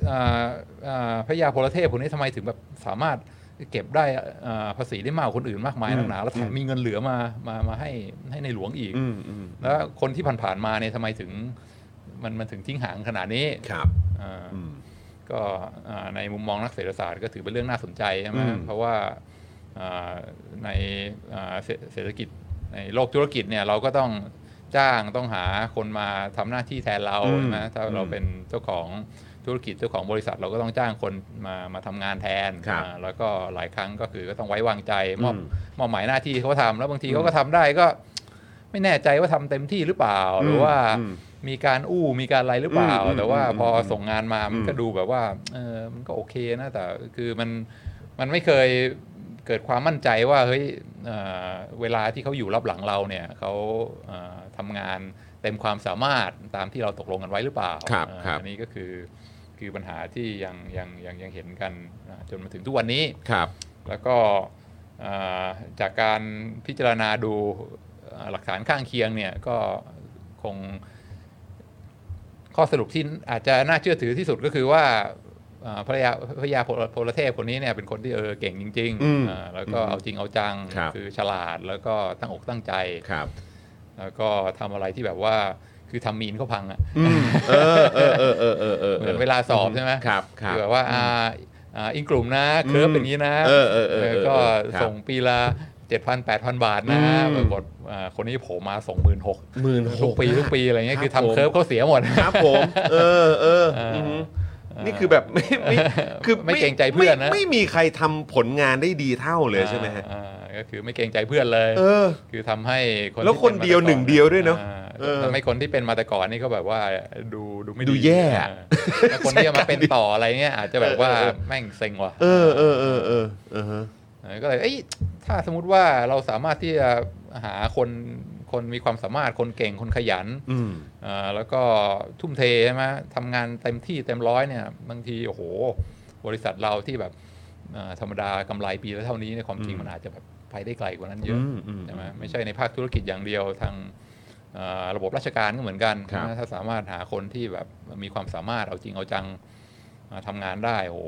Speaker 2: เอ่อเอ่อพระยาโพลเทพคนนี้ทำไมถึงแบบสามารถเก็บได้เอ่อภาษีได้มากกว่าคนอื่นมากมายนักหนาแล้วแถมมีเงินเหลือมามามาให้ให้ในหลวงอีก
Speaker 1: อืมอืม
Speaker 2: แล้วคนที่ผ่านๆมาเนี่ยทำไมถึงมันมันถึงทิ้งห่างขนาดนี้
Speaker 1: ครับ
Speaker 2: เอ่ออ
Speaker 1: อืม
Speaker 2: ก็เอ่อในมุมมองนักเศรษฐศาสตร์ก็ถือเป็นเรื่องน่าสนใจใช่ไหม
Speaker 1: อืม
Speaker 2: เพราะว่าเอ่อในเอ่อเศรษเศรษฐกิจในโลกธุรกิจเนี่ยเราก็ต้องจ้างต้องหาคนมาทำหน้าที่แทนเรา
Speaker 1: อืม
Speaker 2: ใช่ไหมถ้าเรา
Speaker 1: อืม
Speaker 2: เป็นเจ้าของธุรกิจเจ้าของบริษัท เราก็ต้องจ้างคนมามาทำงานแทน
Speaker 1: ครับ
Speaker 2: อ่าแล้วก็หลายครั้งก็คือก็ต้องไว้วางใจมอบ
Speaker 1: อืม
Speaker 2: มอบหมายหน้าที่เขาทำแล้วบางทีเขาก็ทำได้ก็ไม่แน่ใจว่าทำเต็มที่หรือเปล่า หรือว่า
Speaker 1: อืม
Speaker 2: มีการอู้มีการอะไรหรือเปล่า
Speaker 1: อืมอืม
Speaker 2: แต่ว่า
Speaker 1: อืม
Speaker 2: พอส่งงานมามันก็
Speaker 1: อืม
Speaker 2: ดูแบบว่าเออมันก็โอเคนะแต่คือมันมันไม่เคย เกิดความมั่นใจว่าเฮ้ยเอ่อเวลาที่เขาอยู่รับหลังเราเนี่ยเขาเอ่อทำงานเต็มความสามารถตามที่เราตกลงกันไว้หรือเปล่า
Speaker 1: ครับ
Speaker 2: เอ่อ
Speaker 1: ครับ
Speaker 2: อันนี้ก็คือคือปัญหาที่ยังยังยังยังเห็นกันนะจนมาถึงทุกวันนี้
Speaker 1: ครับ
Speaker 2: แล้วก็เอ่อจากการพิจารณาดูเอ่อหลักฐานข้างเคียงเนี่ยก็คงข้อสรุปที่อาจจะน่าเชื่อถือที่สุดก็คือว่าเอ่อพระยาพระยาโพโพลเทพคนนี้เนี่ยเป็นคนที่เออเก่งจริง
Speaker 1: อืม
Speaker 2: เอ่อแล้วก็
Speaker 1: อืม
Speaker 2: เอาจริงเอาจัง
Speaker 1: ครับ
Speaker 2: อฉลาดแล้วก็ตั้งอกตั้งใจ
Speaker 1: ครับ
Speaker 2: แล้วก็ทำอะไรที่แบบว่าคือทำมีนเขาพังอะ
Speaker 1: อืมเออเออเออเออเออออ
Speaker 2: เหมือนเวลาสอบใช่ไหม
Speaker 1: ครับครับ
Speaker 2: คือแบบว่าอ่าอ่าอิงกลุ่มนะเคิร์ฟ
Speaker 1: อืม
Speaker 2: อย่างนี้นะ
Speaker 1: เออเออเออ
Speaker 2: แล้วก็
Speaker 1: เออครับ
Speaker 2: ส่งปีละ 7,000 8,000 บาทนะ
Speaker 1: อืม
Speaker 2: ปรากฏอ่าคนนี้โผล่มา 26,000
Speaker 1: หมื่นห
Speaker 2: ทุกปีทุกปีอะไรเงี้ย
Speaker 1: ครับ
Speaker 2: คือ
Speaker 1: ผม
Speaker 2: ทำเคิร์ฟเขาเสียหมด
Speaker 1: ครับผมเออเออ
Speaker 2: เออ
Speaker 1: อื
Speaker 2: อื
Speaker 1: อฮึนี่คือแบบไม่ไม่คือ
Speaker 2: ไม่เกรงใจเพื่อนนะ
Speaker 1: ไม่ไม่มีใครทำผลงานได้ดีเท่าเลยใช่ไหมฮะ
Speaker 2: อ่าก็คือไม่เกรงใจเพื่อนเลย
Speaker 1: เออ
Speaker 2: คือทำให้คน
Speaker 1: แล้วคน
Speaker 2: ที่ป็
Speaker 1: เดียวหนึ่งเดียวด้วยเนอะ
Speaker 2: อ่
Speaker 1: เออ
Speaker 2: ทำให้คนที่เป็นมาแต่ก่อนนี่ก็แบบว่าดูดูไม่
Speaker 1: ดูแย่
Speaker 2: อ่าแล้วคนที่จะมาเป็นต่ออะไรเงี้ยอาจจะแบบว่า
Speaker 1: เออเออเออ
Speaker 2: แม่งเซ็งว่ะ
Speaker 1: เออเออเออเออเออฮะ
Speaker 2: เออก็เลยเอ้ยถ้าสมมติว่าเราสามารถที่จะหาคนคนมีความสามารถคนเก่งคนขยัน
Speaker 1: อืม
Speaker 2: เอ่อแล้วก็ทุ่มเทใช่ไหมทำงานเต็มที่เต็มร้อยเนี่ยบางทีโอ้โห บริษัทเราที่แบบเอ่อธรรมดากำไรปีละเท่านี้ในยความจริง
Speaker 1: อืม
Speaker 2: มันอาจจะแบบไปได้ไกลกว่านั้นเยอะ
Speaker 1: อืมอืม
Speaker 2: ใช่ไหมไม่ใช่ในภาคธุรกิจอย่างเดียวทาง เอ่อระบบราชการก็เหมือนกัน
Speaker 1: ครับ
Speaker 2: นะถ้าสามารถหาคนที่แบบมีความสามารถเอาจริงเอาจังอ่าทำงานได้โอ้โห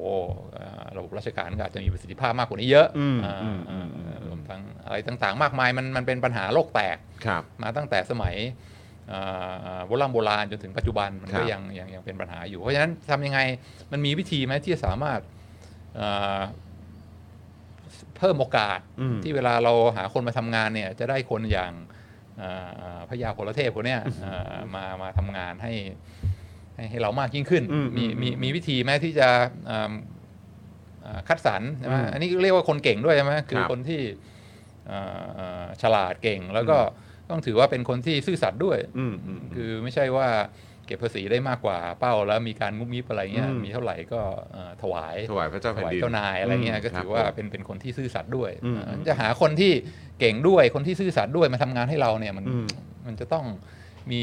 Speaker 2: เอ่อระบบราชการก็อาจจะมีประสิทธิภาพมากกว่านี้เยอะอ่าอ่ารวมทั้งอะไรต่างๆ มากมายมันมันเป็นปัญหาโลกแตก
Speaker 1: ครับ
Speaker 2: มาตั้งแต่สมัยเอ่อโบราณโบราณจนถึงปัจจุบันมัน
Speaker 1: ครั
Speaker 2: ก็
Speaker 1: บ
Speaker 2: ยังยังยังเป็นปัญหาอยู่ เพราะฉะนั้นทำยังไงมันมีวิธีไหมที่จะสามารถเอ่อเพิ่มโอกาส
Speaker 1: อืม
Speaker 2: ที่เวลาเราหาคนมาทำงานเนี่ยจะได้คนอย่างเอ่อพระยาโพลเทพคนเนี้ยเอ่อมามาทำงานให้ให้ให้เรามากยิ่งขึ้น
Speaker 1: อืม
Speaker 2: มี
Speaker 1: อืม
Speaker 2: มีมีวิธีไหมที่จะเอิ่มเอ่อคัดสรรใช่ไหม
Speaker 1: อืม
Speaker 2: อันนี้เรียกว่าคนเก่งด้วยใช่ไหมคื
Speaker 1: ค
Speaker 2: อ
Speaker 1: รับ
Speaker 2: คนที่ เอ่อเอ่อฉลาดเก่งแล้วก็ต้องถือว่าเป็นคนที่ซื่อสัตย์ด้วย
Speaker 1: อืมอืม
Speaker 2: คือไม่ใช่ว่าเก็บภาษีได้มากกว่าเป้าแล้วมีการงุบงิบอะไรเงี้ย
Speaker 1: อืม
Speaker 2: มีเท่าไหร่ก็เอ่อถวาย
Speaker 1: ถวายพระเจ้า
Speaker 2: ถ
Speaker 1: แผ่น
Speaker 2: วาย
Speaker 1: ดิน
Speaker 2: เจ้านายอะไรเงี้ยก็
Speaker 1: ครับ
Speaker 2: ถือว่า
Speaker 1: ผม
Speaker 2: เป็นเป็นคนที่ซื่อสัตย์ด้วย
Speaker 1: อืม
Speaker 2: เอ่อจะหาคนที่เก่งด้วยคนที่ซื่อสัตย์ด้วยมาทำงานให้เราเนี่ยมัน
Speaker 1: อืม
Speaker 2: มันจะต้องมี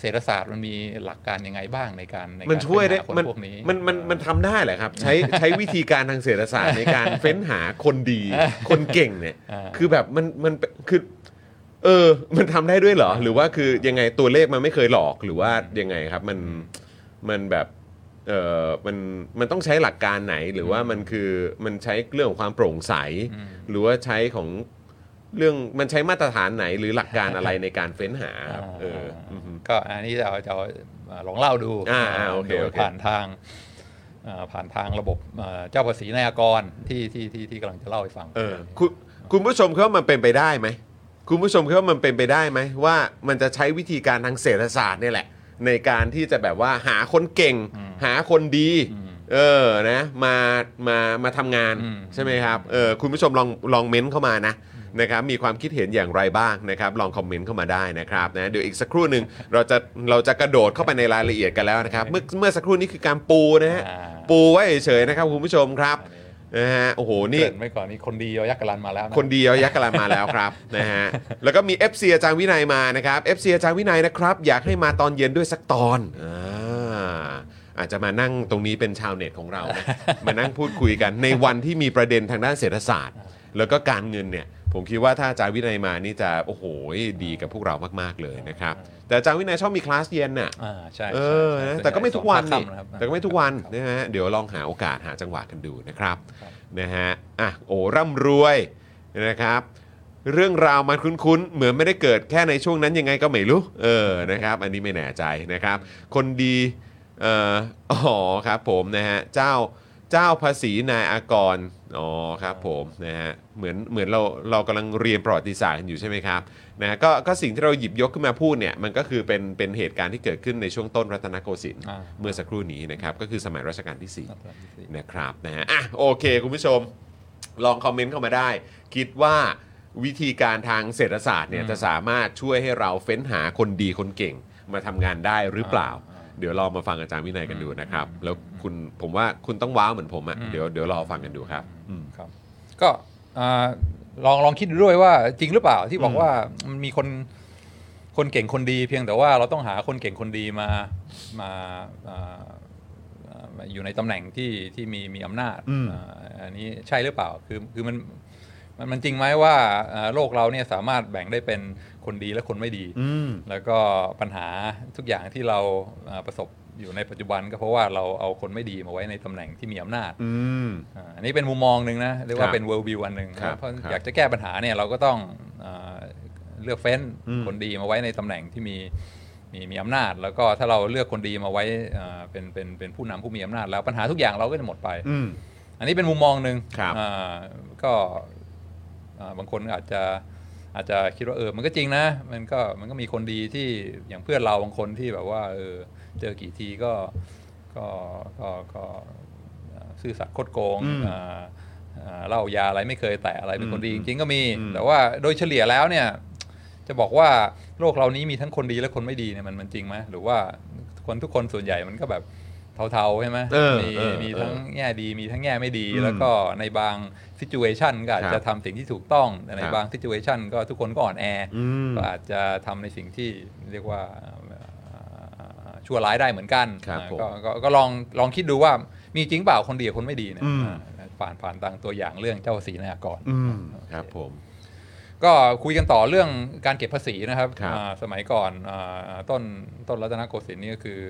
Speaker 2: เศรษฐศาสตร์มันมีหลักการยังไงบ้างในการในการ
Speaker 1: มันช่วยได้
Speaker 2: หาคน
Speaker 1: มัน
Speaker 2: พวกนี้
Speaker 1: มันมันมันทำได้แหละครับ ใช้ใช้วิธีการทางเศรษฐศาสตร์ในการเฟ้นหาคน ดี คนเก่งเนี่ย
Speaker 2: อ่า
Speaker 1: คือแบบมันมันคือ เออ มันทำได้ด้วยเหรอ หรือว่าคือยังไงตัวเลขมันไม่เคยหลอกหรือว่ายังไงครับ มันมันแบบเออมันมันต้องใช้หลักการไหน หรือว่ามันคือมันใช้เรื่องของความโปร่งใส
Speaker 2: อืม
Speaker 1: หรือว่าใช้ของเรื่องมันใช้มาตรฐานไหน หรือหลักการอะไรในการเฟ้นหาครับเอออือฮึ
Speaker 2: ก็อันนี้จะเอาจะเอาอ่าลองเล่าดู
Speaker 1: อ่าอ่าโอเค
Speaker 2: โดย
Speaker 1: โอเค
Speaker 2: ผ่านทางอ่าผ่านทางระบบอ่าเจ้าภาษีนายากรที่ที่ที่ที่กำลังจะเล่าให้ฟัง
Speaker 1: เออคุณคุณผู้ชมคิดว่ามันเป็นไปได้ไหมคุณผู้ชมคิดว่ามันเป็นไปได้ไหมว่ามันจะใช้วิธีการทางเศรษฐศาสตร์เนี่ยแหละ ในการที่จะแบบว่าหาคนเก่ง
Speaker 2: อืม
Speaker 1: หาคนดี
Speaker 2: อืม
Speaker 1: เออนะมามามาทำงาน
Speaker 2: อืม
Speaker 1: ใช่ไหมครับเออคุณผู้ชมลองลองเม้นเข้ามานะนะครับมีความคิดเห็นอย่างไรบ้างนะครับลองคอมเมนต์เข้ามาได้นะครับนะเดี๋ยวอีกสักครู่หนึ่งเราจะเราจะกระโดดเข้าไปในรายละเอียดกันแล้วนะครับเมื่อเมื่อสักครู่นี้คือการปูนะฮะ
Speaker 2: อ่า
Speaker 1: ปูไว้เฉยๆนะครับคุณผู้ชมครับ
Speaker 2: อันนี้
Speaker 1: นะฮะโอ้โห
Speaker 2: เก
Speaker 1: นี่
Speaker 2: ริ่นไม่ก่อนนี่คนดีเอายักษ์กรันมาแล้วะ
Speaker 1: คนดีเอายักษ์กะลันมาแล้วครับ นะฮะแล้วก็มี FC อาจารย์วินัยมานะครับ FC อาจารย์วินัยนะครับ อยากให้มาตอนเย็นด้วยสักตอนอ่าอาจจะมานั่งตรงนี้เป็นชาวเน็ตของเรา นะ มานั่งพูดคุยกันในวันที่มีประเด็นทางด้านเศรษฐศาสตร์ แล้วก็การเงินเนี่ย ผมคิดว่าถ้าอาจารย์วินัยมานี่จะโอ้โหดีกับพวกเรามากๆเลยนะครับ แต่อาจารย์วินัยชอบมีคลาสเย็นน่ะ
Speaker 2: อ่าใช่
Speaker 1: เอ
Speaker 2: ใช่
Speaker 1: อ
Speaker 2: ใช่
Speaker 1: นะ
Speaker 2: ส่วน
Speaker 1: แต่ก็ไม่
Speaker 2: ใหญ่
Speaker 1: ทุกวัน
Speaker 2: สอ
Speaker 1: นี่
Speaker 2: งภาคค่ำะครับ
Speaker 1: แต่ก็ไม่ทุกวันนะฮะ เดี๋ยวลองหาโอกาสหาจังหวะกันดูนะครับ
Speaker 2: ครับ
Speaker 1: นะฮะ อ่ะ โอ้ร่ำรวยนะครับ เรื่องราวมันคุ้นๆ เหมือนไม่ได้เกิดแค่ในช่วงนั้นยังไงก็ไม่รู้ เออ นะครับ อันนี้ไม่แน่ใจนะครับ คนดี เอ่ออ๋อครับผมนะฮะ เจ้า เจ้าภาษีนายอากร อ๋อครับผมนะฮะ เหมือน เหมือนเรา เรากำลังเรียนประวัติศาสตร์กันอยู่ใช่ไหมครับ นะฮะก็ก็สิ่งที่เราหยิบยกขึ้นมาพูดเนี่ยมันก็คือเป็นเป็นเหตุการณ์ที่เกิดขึ้นในช่วงต้นรัตนโกสินทร์
Speaker 2: อ่า
Speaker 1: เมื่อสักครู่นี้นะครับ ก็คือสมัยรัชกาลที่
Speaker 2: ครับ
Speaker 1: 4 นะครับนะฮะอ่ะโอเค คุณผู้ชม ลองคอมเมนต์เข้ามาได้ คิดว่าวิธีการทางเศรษฐศาสตร์เนี่ยจะสามารถช่วยให้เราเฟ้นหาคนดีคนเก่ง มาทำงานได้หรือเปล่า เดี๋ยวลองมาฟังอาจารย์วินัยกันดูนะครับ แล้วคุณผมว่าคุณต้องว้าวเหมือนผมอะ่ะเดี๋ยวเดี๋ยวรอฟังกันดูครับ
Speaker 2: ครับก็อ่าลองลองคิดดูด้วยว่าจริงหรือเปล่าที่บอก
Speaker 1: อืม
Speaker 2: ว่ามันมีคนคนเก่งคนดี เพียงแต่ว่าเราต้องหาคนเก่งคนดีมามาอ่าอ่าอยู่ในตำแหน่งที่ที่มีมีอำนาจอ่าอันนี้ใช่หรือเปล่าคือคือมันมันมันจริงไหมว่าอ่าโลกเราเนี่ยสามารถแบ่งได้เป็นคนดีและคนไม่ดี
Speaker 1: อืม
Speaker 2: แล้วก็ปัญหาทุกอย่างที่เราอ่าประสบอยู่ในปัจจุบันก็เพราะว่าเราเอาคนไม่ดีมาไว้ในตำแหน่งที่มีอำนาจ
Speaker 1: อืม
Speaker 2: อ่าอันนี้เป็นมุมมองหนึ่งนะเรียกว่า
Speaker 1: ครับ
Speaker 2: เป็น world view อันหนึ่งนะครับ เพราะ
Speaker 1: ครับ
Speaker 2: อยากจะแก้ปัญหาเนี่ยเราก็ต้องอ่าเลือกเฟ้น
Speaker 1: อืม
Speaker 2: คนดีมาไว้ในตำแหน่งที่มีมีมีอำนาจ แล้วก็ถ้าเราเลือกคนดีมาไว้อ่าเป็นเป็นเป็นผู้นำผู้มีอำนาจ แล้วปัญหาทุกอย่างเราก็จะหมดไป อันนี้เป็นมุมมองหนึ่ง
Speaker 1: ครับ
Speaker 2: อ่าก็อ่าบางคนอาจจะอาจจะคิดว่าเออมันก็จริงนะ มันก็มันก็มีคนดีที่อย่างเพื่อนเราบางคนที่แบบว่าเออเจอกี่ทีก็ก็ก็ก็อ่าซื่อสัตย์คดโกง
Speaker 1: อืม
Speaker 2: อ่าอ่าเหล่ายาอะไรไม่เคยแตะอะไรเป็นคนดี
Speaker 1: อืม
Speaker 2: จริงๆก็มี
Speaker 1: อืม
Speaker 2: แต่ว่าโดยเฉลี่ยแล้วเนี่ย จะบอกว่าโลกเรานี้มีทั้งคนดีและคนไม่ดีเนี่ยมันมันจริงไหมหรือว่าคนทุกคนส่วนใหญ่มันก็แบบเทาๆใช่ไหม
Speaker 1: เออ
Speaker 2: มี
Speaker 1: เออ
Speaker 2: มี
Speaker 1: เออ
Speaker 2: ทั้งแง่ดีมีทั้งแง่ไม่ดี
Speaker 1: อืม
Speaker 2: แล้วก็ในบางซิจูเอชันก็อาจ
Speaker 1: ครับ
Speaker 2: จะทำสิ่งที่ถูกต้องแต่ใน
Speaker 1: ครับ
Speaker 2: บางซิจูเอชันก็ทุกคนก็อ่อนแออ
Speaker 1: อืม
Speaker 2: ก็อาจจะทำในสิ่งที่เรียกว่าเอ่อชั่วร้ายได้เหมือนกัน
Speaker 1: ครับ
Speaker 2: นะ
Speaker 1: ผม
Speaker 2: ก็ก็ก็ลองลองคิดดูว่ามีจริงเปล่าคนดีกับคนไม่ดีเนี่ยอ่าผ่านผ่านตังตัวอย่างเรื่องเจ้าสีนายากร
Speaker 1: อืมครับผม
Speaker 2: ก็คุยกันต่อเรื่องการเก็บภาษีนะครับ
Speaker 1: ครับ
Speaker 2: อ่าสมัยก่อนอ่าต้นต้นรัตนโกสินทร์นี่ก็คือ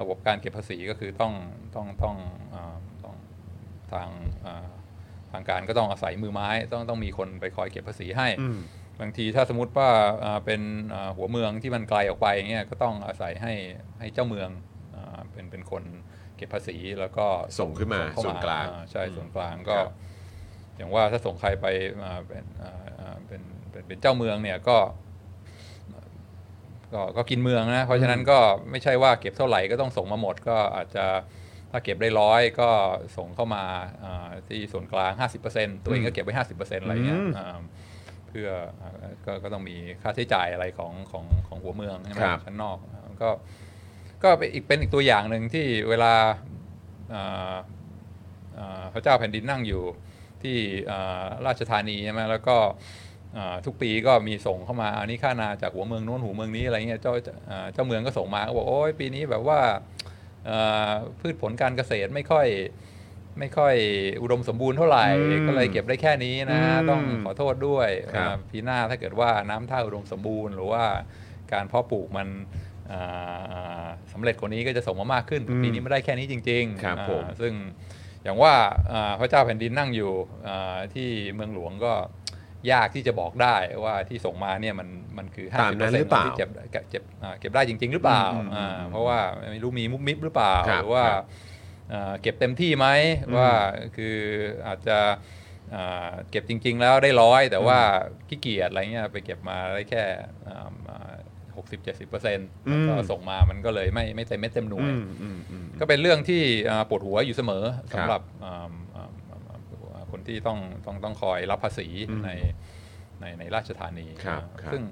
Speaker 2: ระบบการเก็บภาษีก็คือต้องต้องต้องอาต้องทางอ่าทางการก็ต้องอาศัยมือไม้ต้องต้องมีคนไปคอยเก็บภาษีให้ บางทีถ้าสมมติว่าอ่าเป็นอ่าหัวเมืองที่มันไกลออกไปเงี้ยก็ต้องอาศัยให้ให้เจ้าเมืองอ่าเป็นเป็นคนเก็บภาษีแล้วก็
Speaker 1: ส่งขึ้นมา
Speaker 2: เข้
Speaker 1: ส่วนกลาง
Speaker 2: อ่ใช่ส่วนกลาง
Speaker 1: ค
Speaker 2: ก็
Speaker 1: รับ
Speaker 2: อย่างว่าถ้าส่งใครไปอ่าเป็นอ่าอ่าเป็นเป็นเป็นเจ้าเมืองเนี่ยก็ก็ก็กินเมืองนะเพราะฉะนั้นก็ไม่ใช่ว่าเก็บเท่าไหร่ก็ต้องส่งมาหมด ก็อาจจะถ้าเก็บได้ร้อยก็ส่งเข้ามาอ่าที่ส่วนกลาง 50%ตัวเองก็เก็บไว้ 50%อะไรเงี้ย
Speaker 1: อืม
Speaker 2: อ่า เพื่ออ่าก็ก็ต้องมีค่าใช้จ่ายอะไรของของของหัวเมืองใช่ไหม
Speaker 1: ครับ
Speaker 2: ชั้นนอกก็ก็เป็นอีกเป็นอีกตัวอย่างหนึ่งที่เวลาอ่าอ่าพระเจ้าแผ่นดินนั่งอยู่ที่อ่าราชธานีใช่ไหมแล้วก็อ่าทุกปีก็มีส่งเข้ามาอันนี้ค่านาจากหัวเมืองโน้นหัวเมืองนี้อะไรเงี้ยเจ้าอ่าเจ้าเมืองก็ส่งมาก็บอกโอ้ยปีนี้แบบว่าอ่าพืชผลการเกษตรไม่ค่อยไม่ค่อยอุดมสมบูรณ์เท่าไหร่
Speaker 1: อืม
Speaker 2: ก็เลยเก็บได้แค่นี้นะ
Speaker 1: อืม
Speaker 2: ต้องขอ ขอโทษด้วย
Speaker 1: ครับ
Speaker 2: อ่าปีหน้าถ้าเกิดว่าน้ำท่าอุดมสมบูรณ์ หรือว่าการเพาะปลูกมันอ่าสำเร็จกว่านี้ก็จะส่งมามากขึ้น
Speaker 1: อืม
Speaker 2: ปีนี้ไม่ได้แค่นี้จริงๆ
Speaker 1: ครับ
Speaker 2: อ่า
Speaker 1: ผม
Speaker 2: ซึ่งอย่างว่าอ่าพระเจ้าแผ่นดินนั่งอยู่อ่าที่เมืองหลวงก็ยากที่จะบอกได้ว่าที่ส่งมาเนี่ยมันมันคือ
Speaker 1: ตามนั้นหรือเปล่า
Speaker 2: ที่เก็บเก็บเก็บอ่าเก็บได้จริง ๆ หรือเปล่า
Speaker 1: อืมอืม
Speaker 2: อ่าเพราะว่าไม่รู้มีมุบมิบหรือเปล่า
Speaker 1: ครับ
Speaker 2: หรือว่า
Speaker 1: ครับ
Speaker 2: อ่าเก็บเต็มที่ไหมว่าคืออาจจะ อ่าเก็บจริง ๆ แล้วได้ร้อยแต่ว่าขี้เกียจอะไรเงี้ยไปเก็บมาได้แค่หกสิบเจ็ดสิบเปอร์เซ็นต์ก็
Speaker 1: อืม
Speaker 2: ส่งมามันก็เลยไม่ไม่เต็มเม็ดเต็มหน่วย
Speaker 1: อืมอืมอืม
Speaker 2: ก็เป็นเรื่องที่อ่าปวดหัวอยู่เสมอ
Speaker 1: ครับ
Speaker 2: สำหรับอ่าอ่าอ่าอ่าคนที่ต้องต้องต้องคอยรับภาษี
Speaker 1: อืม
Speaker 2: ในในในราชธานี
Speaker 1: ครับ
Speaker 2: อ่า
Speaker 1: ครับ
Speaker 2: ซึ่ง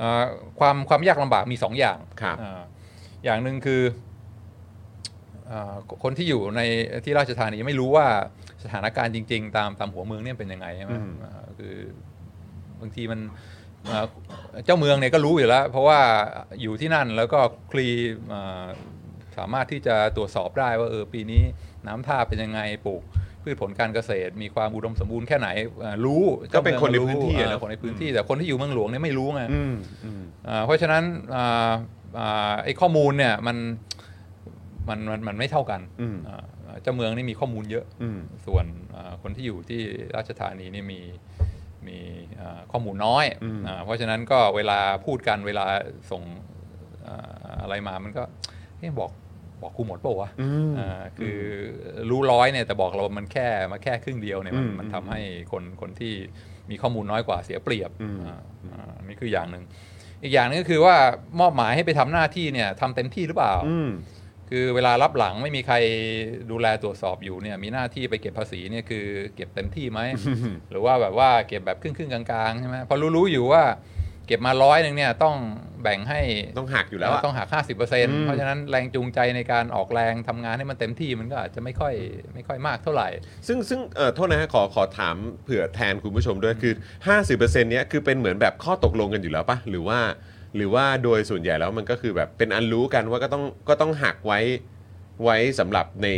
Speaker 2: อ่าความความยากลำบากมีสองอย่าง
Speaker 1: ครับ
Speaker 2: อ่าอย่างหนึ่งคืออ่าคนที่อยู่ในที่ราชธานีไม่รู้ว่าสถานการณ์จริง ๆ ตามตามหัวเมืองเนี่ยเป็นยังไงใช่ไหม
Speaker 1: อืม
Speaker 2: อ่าคือบางทีมัน เอ่อเจ้าเมืองเนี่ยก็รู้อยู่แล้ว เพราะว่าอยู่ที่นั่นแล้วก็คลีเอ่อสามารถที่จะตรวจสอบได้ว่าเออปีนี้น้ำท่าเป็นยังไงปลูกพืชผลการเกษตร มีความอุดมสมบูรณ์แค่ไหนเอ่อรู้
Speaker 1: ก็เป็นคนในพื้นที่อะนะ
Speaker 2: เจ้าเมืองรู้เอ่อคนในพื้นที่แต่คนที่อยู่เมืองหลวงเนี่ยไม่รู้ไง
Speaker 1: อืมอืม
Speaker 2: อ่าเพราะฉะนั้นอ่าอ่าไอ้ข้อมูลเนี่ยมันมันมันมันไม่เท่ากัน
Speaker 1: อืม
Speaker 2: อ่าเจ้าเมืองนี่มีข้อมูลเยอะ
Speaker 1: อืม
Speaker 2: ส่วนอ่าคนที่อยู่ที่ราชธานีนี่มีมีอ่าข้อมูลน้อย
Speaker 1: อืม
Speaker 2: อ่าเพราะฉะนั้นก็เวลาพูดกันเวลาส่งอ่าอะไรมามันก็เฮ้ยบอกบอกกูหมดเปล่าวะ
Speaker 1: อืม
Speaker 2: อ่าคือรู้ร้อยเนี่ยแต่บอกเรามันแค่มาแค่ครึ่งเดียวเนี่ยมัน
Speaker 1: อืม
Speaker 2: มันทำให้คนคนที่มีข้อมูลน้อยกว่าเสียเปรียบ
Speaker 1: อืม
Speaker 2: อ่า อ่านี่คืออย่างหนึ่ง อีกอย่างหนึงก็คือว่ามอบหมายให้ไปทำหน้าที่เนี่ยทำเต็มที่หรือเปล่า
Speaker 1: อืม
Speaker 2: คือเวลารับหลังไม่มีใครดูแลตรวจสอบอยู่เนี่ยมีหน้าที่ไปเก็บภาษีเนี่ยคือเก็บเต็มที่ไหม หรือว่าแบบว่าเก็บแบบครึ่งครึ่งๆกลางๆใช่ไหมเพอรู้ๆอยู่ว่าเก็บมาร้อยหนึ่งเนี่ยต้องแบ่งให้
Speaker 1: ต้องหักอยู่แล้วอะ
Speaker 2: ต้องหักห้าสิบเปอร์เซ็นต์เพราะฉะนั้นแรงจูงใจในการออกแรงทำงานให้มันเต็มที่มันก็อาจจะไม่ค่อยไม่ค่อยมากเท่าไหร่
Speaker 1: ซึ่งซึ่งเอ่อโทษนะฮะขอขอถามเผื่อแทนคุณผู้ชมด้วยคือ 50%เนี้ยคือเป็นเหมือนแบบข้อตกลงกันอยู่แล้วปะหรือว่า หรือว่าโดยส่วนใหญ่แล้วมันก็คือแบบเป็นอันรู้กันว่าก็ต้องก็ต้องหักไว้ไว้สำหรับใน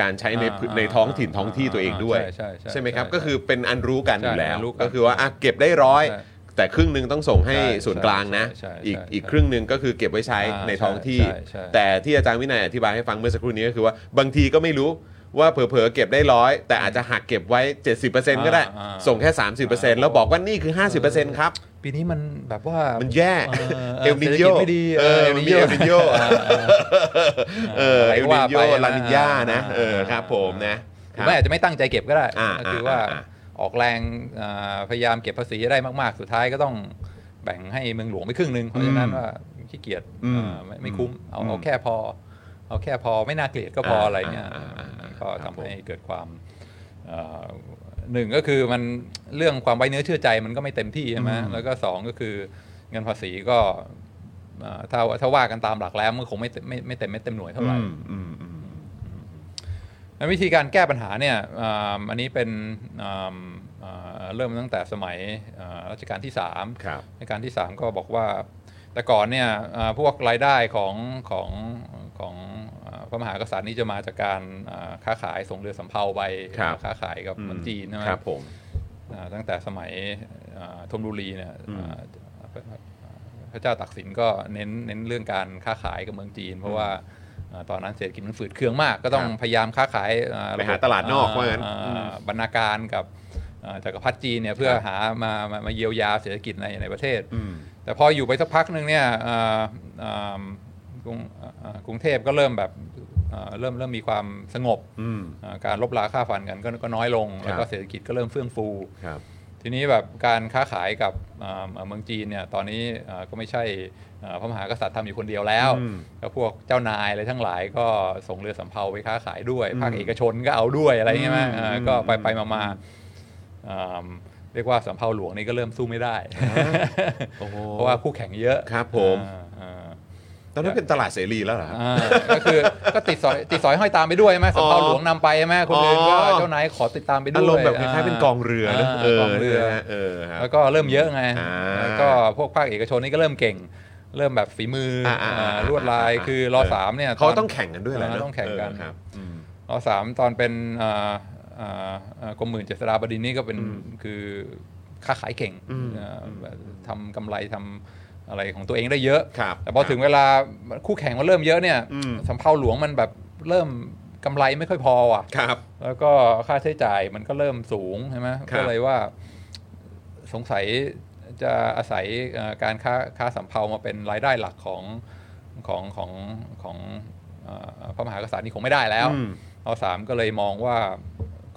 Speaker 1: การใช้ใน
Speaker 2: อ่า
Speaker 1: พื้นในท้องถิ่นท้องที่ตัวเองด้วย
Speaker 2: ใช่ใช่ใช่
Speaker 1: ไหมครับ
Speaker 2: ใช่
Speaker 1: ก็คือเป็นอันรู้กันอยู่แล้ว
Speaker 2: ใช่อันรู้กัน
Speaker 1: ก็คือว่าอ่ะเก็บได้ร้อย
Speaker 2: ใช่
Speaker 1: แต่ครึ่งหนึ่งต้องส่งให้
Speaker 2: ใช่
Speaker 1: ส่วนกลางนะ
Speaker 2: ใช่ใช่ใช่
Speaker 1: อีก
Speaker 2: ใช่
Speaker 1: อีกครึ่งหนึ่งก็คือเก็บไว้ใช้
Speaker 2: อ่า
Speaker 1: ในท้องที่
Speaker 2: ใช่ใช่
Speaker 1: แต่ที่อาจารย์วินัยอธิบายให้ฟังเมื่อสักครู่นี้ก็คือว่าบางทีก็ไม่รู้ว่าเผลอๆเก็บได้ร้อยแต่อาจจะหักเก็บไว้ 70%ก็ได้
Speaker 2: อ่าอ่า
Speaker 1: ส่งแค่ 30%แล้วบอกว่านี่คือ 50%ครับ
Speaker 2: ปีนี้มันแบบว่า
Speaker 1: มั
Speaker 2: มั
Speaker 1: นแย่เอลนิโย
Speaker 2: ไม่ดี
Speaker 1: เออมันมีเอลนิโยเออเอลนิโยลานิญานะเออครับผมนะ
Speaker 2: ห
Speaker 1: ค
Speaker 2: รื
Speaker 1: รั
Speaker 2: อบ ไม่อาจจะไม่ตั้งใจเก็บก็ได้
Speaker 1: อ่า
Speaker 2: ก็คือว่า
Speaker 1: อ่าอ่า
Speaker 2: ออกแรงอ่าพยายามเก็บภาษีให้ได้มาก ๆ สุดท้ายก็ต้องแบ่งให้เมืองหลวงไปครึ่งหนึ่งเพราะฉะนั้นว่าขี้เกียจ
Speaker 1: อืม
Speaker 2: อ่าไม่ไม่คุ้มเอา
Speaker 1: อืม
Speaker 2: เอาแค่พอ เอาแค่พอไม่น่าเกลียดก็พออะไรเงี้ย
Speaker 1: อ่าอ่าอ่า
Speaker 2: ก็
Speaker 1: ครับ
Speaker 2: ทำ
Speaker 1: ผม
Speaker 2: ให้เกิดความเอ่อหนึ่งก็คือมันเรื่องความไว้เนื้อเชื่อใจมันก็ไม่เต็มที่ใช่ไหมแล้วก็สองก็คือเงินภาษีก็อ่าถ้าถ้าว่ากันตามหลักแล้วมันคงไม่เต็มไม่ไม่เต็มไม่เต็มหน่วยเท่าไหร่
Speaker 1: อืมอืม
Speaker 2: แล้ววิธีการแก้ปัญหาเนี่ยอ่าอันนี้เป็นอ่าอ่าเริ่มตั้งแต่สมัยอ่ารัชกาลที่3
Speaker 1: ครับ
Speaker 2: รัชกาลที่ 3 ก็บอกว่าแต่ก่อนเนี่ยอ่าพวกรายได้ของของของอ่าพระมหากษัตริย์นี่จะมาจากการอ่าค้าขายส่งเรือสำเภาไป
Speaker 1: ครับ
Speaker 2: ค้าขายกับเมืองจีนใช่ไหม
Speaker 1: ครับผม
Speaker 2: อ่าตั้งแต่สมัยอ่ อธนบุรีเนี่ยเอ่อพระเจ้าตักสินก็เน้นเน้นเรื่องการค้าขายกับเมืองจีน เพราะว่าเอ่อตอนนั้นเศรษฐกิจมันฝืดเคืองมาก ก็ต้อง
Speaker 1: ครับ
Speaker 2: พยายามค้าขายเอ่อ
Speaker 1: ไปหาตลาดนอกว่างั้น
Speaker 2: เอ่อ
Speaker 1: ม
Speaker 2: อบรรณาการกับเอ่อจักรพรรดิจีนเนี่ยเพื่อหามามามาเยียวยาเศรษฐกิจในในประเทศ
Speaker 1: อืม
Speaker 2: แต่พออยู่ไปสักพักหนึ่งเนี่ยเอ่อเอ่อกรุงเอ่อกรุงเทพก็เริ่มแบบเอ่อเริ่มเริ่มมีความสงบ
Speaker 1: อืม
Speaker 2: เอ่อการลบราค่าฟันกันก็ก็น้อยลง
Speaker 1: ครับ
Speaker 2: แล้วก็เศรษฐกิจก็เริ่มเฟื่องฟู
Speaker 1: ครับ
Speaker 2: ทีนี้แบบการค้าขายกับเอ่อเมืองจีนเนี่ยตอนนี้เอ่อก็ไม่ใช่เอ่อพระมหากษัตริย์ทำอยู่คนเดียวแล้ว
Speaker 1: อืม
Speaker 2: แล้วพวกเจ้านายอะไรทั้งหลายก็ส่งเรือสำเภาไปค้าขายด้วย
Speaker 1: อืม
Speaker 2: ภาคเอกชนก็เอาด้วยอะไรเงี้ยไหม
Speaker 1: อืม
Speaker 2: เอ่ออ
Speaker 1: ม
Speaker 2: ก็ไปไปมามาเอิ่มเรียกว่าสำเภาหลวงนี่ก็เริ่มสู้ไม่ได้
Speaker 1: โอ้โห
Speaker 2: เพราะว่าคู่แข่งเยอะ
Speaker 1: ครับผม
Speaker 2: อ่า
Speaker 1: ตอนนั้นเป็นตลาดเสรีแล้วเหรอครับ
Speaker 2: อ่าก็คือก็ติดสอยติดสอยห้อยตามไปด้วยใช่ไหมสำเภาหลวงนำไปใช่ไหมคนอื่นก็
Speaker 1: อ๋อ
Speaker 2: เจ้านายขอติดตามไปด้วย
Speaker 1: อารมณ์แบบคล้ายๆเป็นกองเรือนะ
Speaker 2: า
Speaker 1: เออก
Speaker 2: องเรือ
Speaker 1: นะฮะเออครับ
Speaker 2: แล้วก็เริ่มเยอะไง
Speaker 1: อ่า
Speaker 2: แล้วก็พวกภาคเอกชนนี่ก็เริ่มเก่ง เริ่มแบบฝีมืออา
Speaker 1: อ่าอ่า
Speaker 2: อ่าลวดลาย
Speaker 1: อ่า
Speaker 2: คือรอสามเนี่ย
Speaker 1: เขา
Speaker 2: น
Speaker 1: ต้องแข่งกันด้วยแหละเนอะ
Speaker 2: เออต้องแข่งกัน
Speaker 1: เออครับอืม
Speaker 2: รอสามตอนเป็นอ่าอ่าอ่ากรมหมื่นเจษฎาบดินทร์นี่ก็เป็นคือค้าขายเก่ง
Speaker 1: อืม
Speaker 2: อ่าทำกำไรทำอะไรของตัวเองได้เยอะ
Speaker 1: ครับ
Speaker 2: แต่พอถึงเวลาคู่แข่งมันเริ่มเยอะเนี่ย
Speaker 1: อืม
Speaker 2: สำเภาหลวงมันแบบเริ่มกำไรไม่ค่อยพออ่ะ
Speaker 1: ครับ
Speaker 2: แล้วก็ค่าใช้จ่ายมันก็เริ่มสูงใช่ไหม
Speaker 1: ครับ
Speaker 2: ก็เลยว่าสงสัยจะอาศัยเอ่อการค้าค้าสำเภามาเป็นรายได้หลักของของของของเอ่อพระมหากษัตริย์นี่คงไม่ได้แล้ว
Speaker 1: อืม
Speaker 2: อสามก็เลยมองว่า